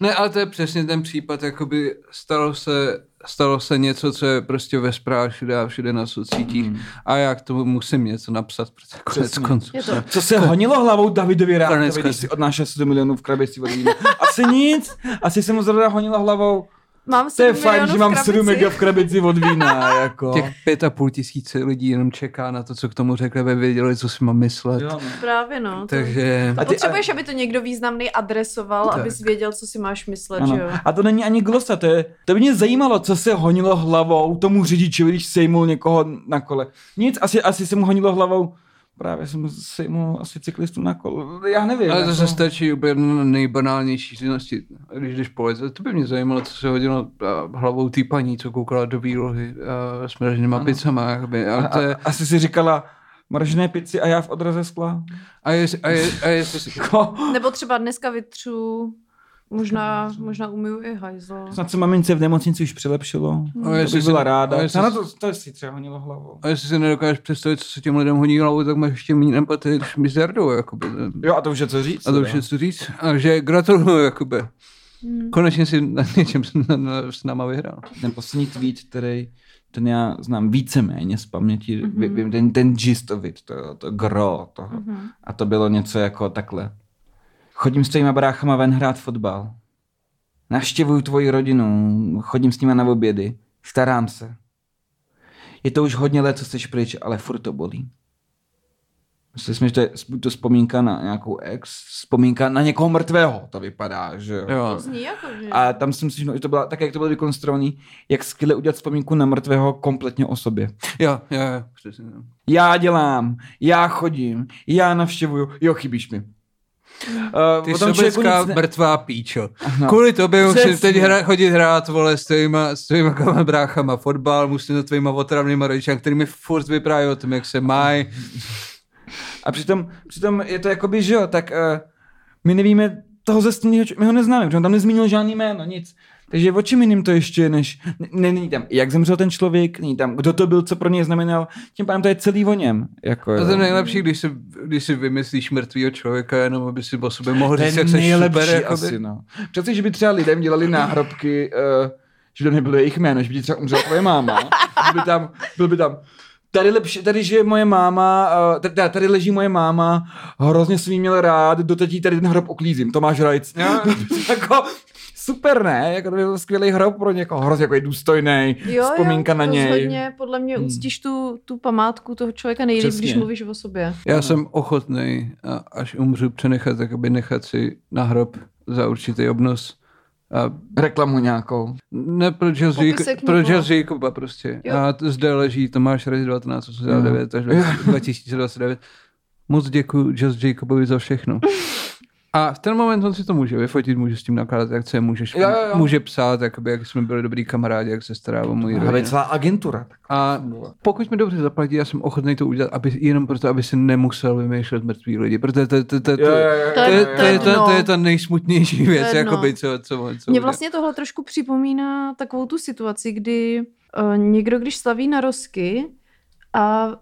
Speaker 3: Ne, ale to je přesně ten případ, jakoby stalo se, stalo se něco, co je prostě ve zprávách všude a všude na sociítích mm. a já k tomu musím něco napsat, protože konec
Speaker 1: Hmm. Přesně.
Speaker 3: konců.
Speaker 2: Je to.
Speaker 1: Co se honilo hlavou Davidovi
Speaker 3: Konec
Speaker 1: Rádkovi, když
Speaker 3: konců.
Speaker 1: si odnášel 7 milionů v krabici od vína? Asi nic. Asi se mu zrovna honilo hlavou.
Speaker 2: Mám
Speaker 1: To je
Speaker 2: sedm
Speaker 1: fajn,
Speaker 2: milionů
Speaker 1: že
Speaker 2: v
Speaker 1: mám
Speaker 2: krabici.
Speaker 1: 7 mega v krabici od vína, jako.
Speaker 3: Těch pět a půl tisíce lidí jenom čeká na to, co k tomu řekne, aby věděli, co si mám myslet.
Speaker 1: Jo, no.
Speaker 2: Právě no. to-
Speaker 3: Takže...
Speaker 1: A ty-
Speaker 2: Potřebuješ, aby to někdo významný adresoval,
Speaker 3: Tak.
Speaker 2: abys věděl, co si máš myslet,
Speaker 1: Ano.
Speaker 2: že jo?
Speaker 1: A to není ani glosa, to, je, to by mě zajímalo, co se honilo hlavou tomu řidiči, když sejmul někoho na kole. Nic, asi, asi se mu honilo hlavou, právě jsem sejmul asi cyklistu na kole, já nevím.
Speaker 3: Ale to
Speaker 1: jako.
Speaker 3: se stačí úplně na nejbanálnější činnosti, když jdeš po lese. To by mě zajímalo, co se hodilo a, hlavou té paní, co koukala do výlohy a, s mraženýma pizzama. jakoby.
Speaker 1: a,
Speaker 3: A, to je,
Speaker 1: a, asi si říkala, mražené pici a já v odraze skla. Jako,
Speaker 3: a, jest, a, jest, a jestli si...
Speaker 1: Ko?
Speaker 2: Nebo třeba dneska vytřu, možná, možná umiju i hajzl.
Speaker 1: Snad se mamince v nemocnici už přilepšilo.
Speaker 3: A
Speaker 1: To
Speaker 3: No, jestli
Speaker 1: bych
Speaker 3: si-
Speaker 1: byla ráda.
Speaker 3: a
Speaker 1: A
Speaker 3: jestli
Speaker 1: na
Speaker 3: si-
Speaker 1: to, to si třeba honilo hlavou.
Speaker 3: A jestli si nedokážeš představit, co se těm lidem honí hlavou, tak máš ještě méně empatii než mizardou, jakoby.
Speaker 1: Jo, a to už je co říct.
Speaker 3: A to
Speaker 1: teda.
Speaker 3: už je co říct. Takže gratuluju, jakoby. Konečně si na něčem s, na, na, s náma vyhrál.
Speaker 1: ten poslední tweet, který ten já znám víceméně z paměti,
Speaker 2: Mhm.
Speaker 1: mm-hmm. ten, ten gist of it, to, to gro toho. Mm-hmm.
Speaker 2: Mhm.
Speaker 1: A to bylo něco jako takhle. Chodím s tvýma bráchama ven hrát fotbal. Navštěvuju tvoji rodinu, chodím s nima na obědy, starám se. Je to už hodně let, co jsi pryč, ale furt to bolí. Myslím, že to je buď to vzpomínka na nějakou ex, vzpomínka na někoho mrtvého, to vypadá, že jo.
Speaker 3: Jo.
Speaker 2: To zní jako, že...
Speaker 1: A tam jsem si že to byla, tak jak to bylo vykonstruovaný, jak skvěle udělat vzpomínku na mrtvého kompletně o sobě.
Speaker 3: Jo, jo, jo. Přesně. no.
Speaker 1: Já dělám, já chodím, já navštěvuju, jo, chybíš mi. Uh,
Speaker 3: Ty
Speaker 1: o tom člověku
Speaker 3: sobecká
Speaker 1: nic ne-
Speaker 3: mrtvá píčo.
Speaker 1: No.
Speaker 3: Kvůli tobě musím
Speaker 1: Přesně.
Speaker 3: teď hra, chodit hrát, vole, s tvýma, s tvýma kama- bráchama fotbal, musím za tvýma otravnýma rodičama, který mi furt vypráví o tom, jak se mají.
Speaker 1: A přitom, přitom je to jakoby, že jo, tak uh, my nevíme toho zesnulého, my ho neznáme, protože on tam nezmínil žádný jméno, nic. Takže o čem jiným to ještě je, než ne- ne- není tam, jak zemřel ten člověk, není tam, kdo to byl, co pro něj znamenal, tím pádem to je celý o něm. Jako,
Speaker 3: A to je
Speaker 1: jo.
Speaker 3: nejlepší, když si, když si vymyslíš mrtvýho člověka, jenom aby si o sobě mohl
Speaker 1: To
Speaker 3: říct,
Speaker 1: je
Speaker 3: jak se
Speaker 1: nejlepší
Speaker 3: super. jakoby.
Speaker 1: asi, no. Přeci, že by třeba lidem dělali náhrobky, uh, že by tam nebylo jejich jméno, že by ti třeba umřela tvoje máma. že by tam, byl by tam, tady, lepší, tady žije moje máma, uh, tady, tady, leží moje máma, hrozně jsem jí měl rád, doteď jí tady ten hrob uklízím, Tomáš Rajc. jako, super, ne? Jako to by byl skvělý hrob pro někoho, hrozně jako je důstojný, vzpomínka na něj.
Speaker 2: Rozhodně, podle mě uctíš tu, tu památku toho člověka nejlíp,
Speaker 1: Přesně.
Speaker 2: když mluvíš o sobě.
Speaker 3: Já jsem ochotný, a až umřu, přenechat, tak aby nechat si na hrob za určitý obnos. A
Speaker 1: Reklamu nějakou.
Speaker 3: ne proč
Speaker 2: Popisek Nikola.
Speaker 3: z Jakuba prostě.
Speaker 2: Jo.
Speaker 3: A t- zde leží Tomáš Rez 1989 až 2029. Moc děkuji Just Jacobovi za všechno. A v ten moment on si to může vyfotit, může s tím nakládat, jak chce, může, šp-
Speaker 1: Jo, jo, jo.
Speaker 3: může psát, jakoby, jak jsme byli dobrý kamarádi, jak se stará o můj
Speaker 1: Ale celá agentura.
Speaker 3: a pokud mi dobře zaplatí, já jsem ochotný to udělat, aby, jenom proto, aby si nemusel vymýšlet mrtvý lidi, protože to, to, to, to,
Speaker 1: Jo, jo, jo,
Speaker 3: to,
Speaker 1: jo,
Speaker 3: je-
Speaker 1: jo,
Speaker 3: to, je
Speaker 1: jo.
Speaker 3: ta-
Speaker 2: dno.
Speaker 3: to je ta nejsmutnější věc,
Speaker 2: dno.
Speaker 3: jakoby, co, co, on- co
Speaker 2: no. Mě
Speaker 3: udělá.
Speaker 2: vlastně tohle trošku připomíná takovou tu situaci, kdy uh, někdo, když slaví narozky a uh,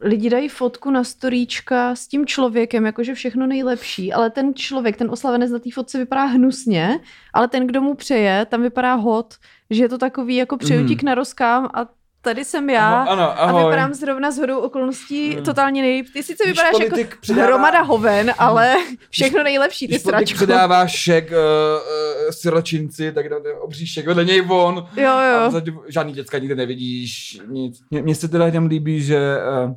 Speaker 2: lidi dají fotku na storíčka s tím člověkem, jakože všechno nejlepší, ale ten člověk, ten oslavenec na té fotce vypadá hnusně, ale ten, kdo mu přeje, tam vypadá hot, že je to takový jako přeju ti
Speaker 3: Mhm.
Speaker 2: k narozkám a tady jsem já
Speaker 1: Aho- ano,
Speaker 2: a
Speaker 1: ahoj. Mhm.
Speaker 2: vypadám zrovna z hodou okolností totálně nejlíp. Ty sice vypadáš jako
Speaker 1: politik
Speaker 2: předává...
Speaker 1: předává-
Speaker 2: hromada hoven, ale všechno nejlepší, ty
Speaker 1: Když politik
Speaker 2: sračko.
Speaker 1: předává šek uh, uh, siročinci, tak jde obří šek vedle něj von.
Speaker 2: Jo,
Speaker 1: A
Speaker 2: jo.
Speaker 1: vzadu žádný děcka nikde nevidíš, nic. Mně- Mně se teda jenom líbí, že... eh,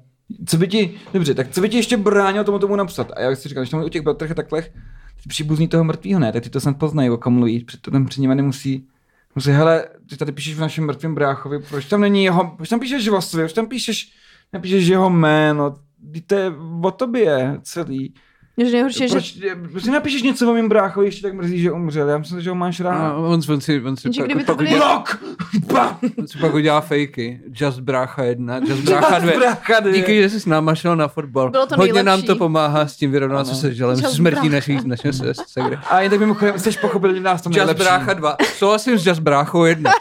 Speaker 1: co by ti, dobře, tak co by ti ještě bránilo tomu tomu napsat? A já si říkám, když tam o těch bratrech a takhle, ty příbuzní toho mrtvého ne, tak ty to snad poznají, o kom mluví, protože tam před nimi nemusí Musí, hele, ty tady píšeš v našem mrtvém bráchovi, proč tam není jeho, proč tam píšeš Vasilovi, proč tam píšeš, nepíšeš jeho jméno, Vždyť to je o tobě celý.
Speaker 2: Že nejhorší je, že
Speaker 1: Proč, proč napíšeš něco o mém bráchovi, ještě tak mrzí, že umřel, já myslím, že ho máš
Speaker 3: A
Speaker 1: rád.
Speaker 3: on, on si, on si
Speaker 2: Že
Speaker 3: pak,
Speaker 2: kdyby to
Speaker 3: pak,
Speaker 2: byly-
Speaker 3: udělá,
Speaker 1: Blok! Bam!
Speaker 3: on si pak udělá fejky. Just brácha jedna, just brácha dvě.
Speaker 1: Brácha dvě.
Speaker 3: Díky, že jsi s náma šel na fotbal.
Speaker 2: Bylo to
Speaker 3: Hodně nám
Speaker 2: nejlepší.
Speaker 3: to pomáhá s tím vyrovnat se
Speaker 1: Ano.
Speaker 3: se želem
Speaker 2: Just
Speaker 3: smrtí
Speaker 2: brácha.
Speaker 3: našich, našich se, se, se,
Speaker 1: A jen tak mimochodem, jsi pochopil, že nás tam
Speaker 3: Just
Speaker 1: Jako nejlepší.
Speaker 3: brácha dva. Souhlasím s Just bráchou jedna.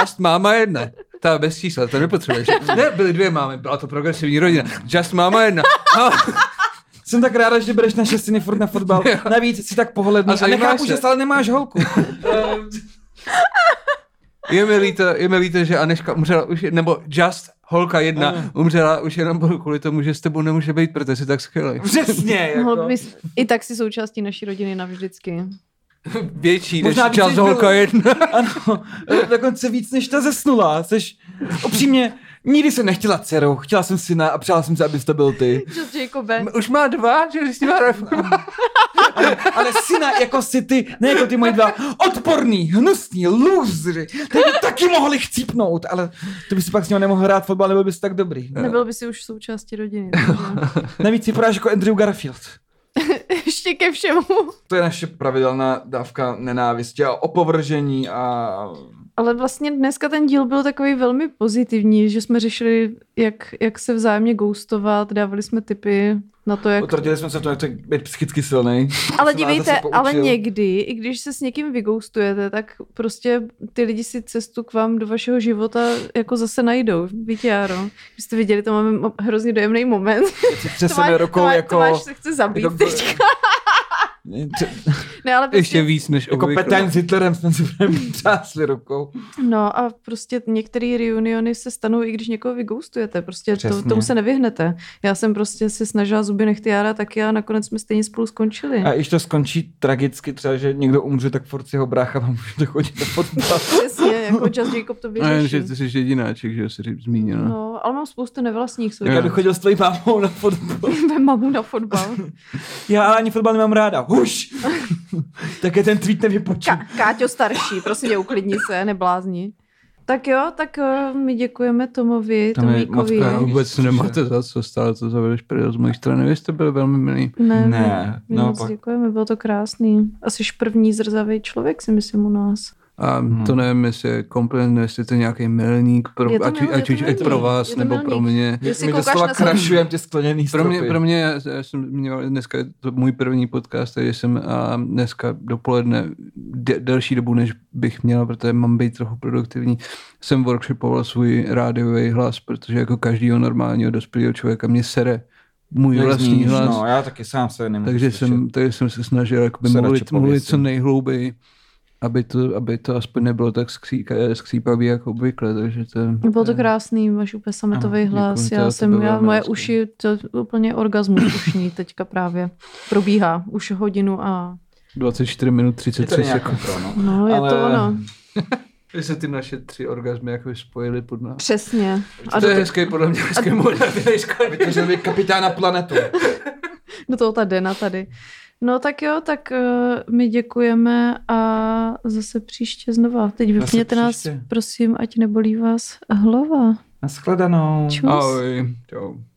Speaker 3: Just máma jedna. Ta bez čísla, to nepotřebuješ. Ne, byly dvě mámy, byla to progresivní rodina. Just máma jedna. No, A,
Speaker 1: Jsem tak ráda, že bereš naše syny furt na fotbal. Navíc jsi tak pohledný
Speaker 3: A
Speaker 1: a,
Speaker 3: zajímáš
Speaker 1: nechápu,
Speaker 3: se.
Speaker 1: že stále nemáš holku. Eh,
Speaker 3: je, mi líto, je mi líto, že Aneška umřela už, nebo Just holka
Speaker 1: Mm.
Speaker 3: jedna umřela už jenom kvůli tomu, že s tebou nemůže být, protože jsi tak skvělý.
Speaker 1: Přesně,
Speaker 2: mohl
Speaker 1: jako.
Speaker 2: bys No, i tak si součástí naší rodiny navždycky.
Speaker 3: Větší než
Speaker 1: Možná víc,
Speaker 3: Just
Speaker 1: než bylo.
Speaker 3: holka jedna.
Speaker 1: Ano, dokonce víc než ta zesnulá. Seš, upřímně, nikdy jsem nechtěla dceru, chtěla jsem syna a přála jsem si, abys to byl ty.
Speaker 2: Just Jacobe.
Speaker 3: Už má dva, že s ním
Speaker 1: Ale syna jako si ty, ne jako ty moji dva odporný, hnusný, losery, který by taky mohli chcípnout, ale to by si pak s ním nemohl hrát fotbal, nebyl bys tak dobrý.
Speaker 2: Nebyl by si už součástí rodiny. takže-
Speaker 1: Navíc si vypadáš jako Andrew Garfield.
Speaker 2: Ještě ke všemu.
Speaker 1: To je naše pravidelná dávka nenávisti a opovržení a...
Speaker 2: Ale vlastně dneska ten díl byl takový velmi pozitivní, že jsme řešili, jak, jak se vzájemně ghostovat, dávali jsme tipy na to, jak...
Speaker 1: Utratili jsme se v tom, jak to je být psychicky silný.
Speaker 2: Ale
Speaker 1: jsem vás zase
Speaker 2: dívejte,
Speaker 1: poučil.
Speaker 2: ale někdy, i když se s někým vygoustujete, tak prostě ty lidi si cestu k vám do vašeho života jako zase najdou. Víte, Jaro? Když jste viděli, to máme mo- hrozně dojemný moment.
Speaker 1: Přesně rukou
Speaker 2: Tomáš,
Speaker 1: jako...
Speaker 2: Tomáš se chce zabít
Speaker 1: jako-
Speaker 2: teďka. Ne, ale prostě,
Speaker 3: Ještě víc než
Speaker 1: Jako
Speaker 3: obvykle.
Speaker 1: Petain s Hitlerem jsme si přásli rukou.
Speaker 2: No a prostě některé reuniony se stanou, i když někoho vygoustujete. Prostě to,
Speaker 1: Přesně.
Speaker 2: tomu se nevyhnete. Já jsem prostě si snažila zuby nechty Jara taky a nakonec jsme stejně spolu skončili.
Speaker 1: A když to skončí tragicky, třeba, že někdo umře, tak furt si jeho brácha vám můžete chodit na fotbal.
Speaker 2: Přesně, jako Just Jacob to
Speaker 3: A jen, že
Speaker 2: vyřeší.
Speaker 3: ty jsi jedináček, že jsi zmíněna.
Speaker 2: No, ale mám spoustu nevlastních
Speaker 3: Jo.
Speaker 1: Já
Speaker 2: soudů.
Speaker 1: bych chodil s tvojí mámou na fotbal.
Speaker 2: Vem mamu na fotbal.
Speaker 1: Já ale ani fotbal nemám ráda. Huš! tak je ten tweet nevypočím.
Speaker 2: Ka- Káťo starší, prosím tě, uklidni se, neblázni. Tak jo, tak eh, my děkujeme Tomovi,
Speaker 1: Tam je moc
Speaker 2: Tomíkovi.
Speaker 3: Já
Speaker 1: krásný.
Speaker 3: vůbec nemáte za co stále to zavedeš prdel z mojí strany. Vy jste byl velmi milý.
Speaker 2: Ne,
Speaker 1: Ne,
Speaker 2: my, my
Speaker 1: no
Speaker 2: moc
Speaker 1: pak-
Speaker 2: děkujeme, bylo to krásný. Asi první zrzavý člověk, si myslím, u nás.
Speaker 3: A
Speaker 1: Hmm.
Speaker 3: to nevím, jestli je kompliment, nebo jestli je to nějaký milník, pro,
Speaker 2: Je to
Speaker 3: ať,
Speaker 2: milník,
Speaker 3: ať
Speaker 2: je
Speaker 3: už
Speaker 2: to
Speaker 3: je pro
Speaker 2: milník,
Speaker 3: vás
Speaker 2: je to
Speaker 3: nebo
Speaker 2: milník.
Speaker 3: pro mě.
Speaker 2: Ty si
Speaker 1: My
Speaker 2: koukáš
Speaker 1: doslova
Speaker 2: na sebe.
Speaker 1: krašujem ty skleněný
Speaker 3: Pro mě,
Speaker 1: stropy.
Speaker 3: pro mě, já já jsem měl dneska, je to můj první podcast, takže jsem a dneska dopoledne, de, delší dobu, než bych měl, protože mám být trochu produktivní, jsem workshopoval svůj rádiový hlas, protože jako každýho normálního dospělého člověka mě sere můj
Speaker 1: Jak
Speaker 3: vlastní
Speaker 1: zníš,
Speaker 3: hlas.
Speaker 1: No, já taky sám se nemůžu
Speaker 3: Takže
Speaker 1: slyšet.
Speaker 3: jsem, takže jsem Hmm, se snažil jakoby
Speaker 1: Se radši
Speaker 3: mluvit, mluvit co
Speaker 1: pověsím.
Speaker 3: nejhlouběji, aby to, aby to aspoň nebylo tak skříka, skřípavý jako obvykle. Takže to,
Speaker 2: Bylo to krásný, máš úplně sametový
Speaker 3: Ano,
Speaker 2: hlas.
Speaker 3: děkuji, to-
Speaker 2: já
Speaker 3: to
Speaker 2: jsem,
Speaker 3: bylo
Speaker 2: já,
Speaker 3: velmi
Speaker 2: moje
Speaker 3: hezký.
Speaker 2: uši, to úplně orgasmus ušní teďka právě probíhá už hodinu a
Speaker 3: 24 minut
Speaker 1: Je to
Speaker 3: 33
Speaker 1: nějak
Speaker 3: sekund.
Speaker 1: kontrol, no.
Speaker 2: no, je to
Speaker 1: Ale-
Speaker 2: ono.
Speaker 3: Když se ty naše tři orgasmy jako spojily pod nás.
Speaker 2: Přesně. A
Speaker 3: to
Speaker 2: do,
Speaker 3: je hezký, podle mě hezký model.
Speaker 1: Vytvořil by kapitána planetu.
Speaker 2: do toho ta Dena tady. No tak jo, tak eh, my děkujeme a zase příště znova. Teď vypněte nás,
Speaker 1: příště.
Speaker 2: prosím, ať nebolí vás hlava.
Speaker 1: Naschledanou.
Speaker 2: Čus.
Speaker 3: Ahoj. Čau.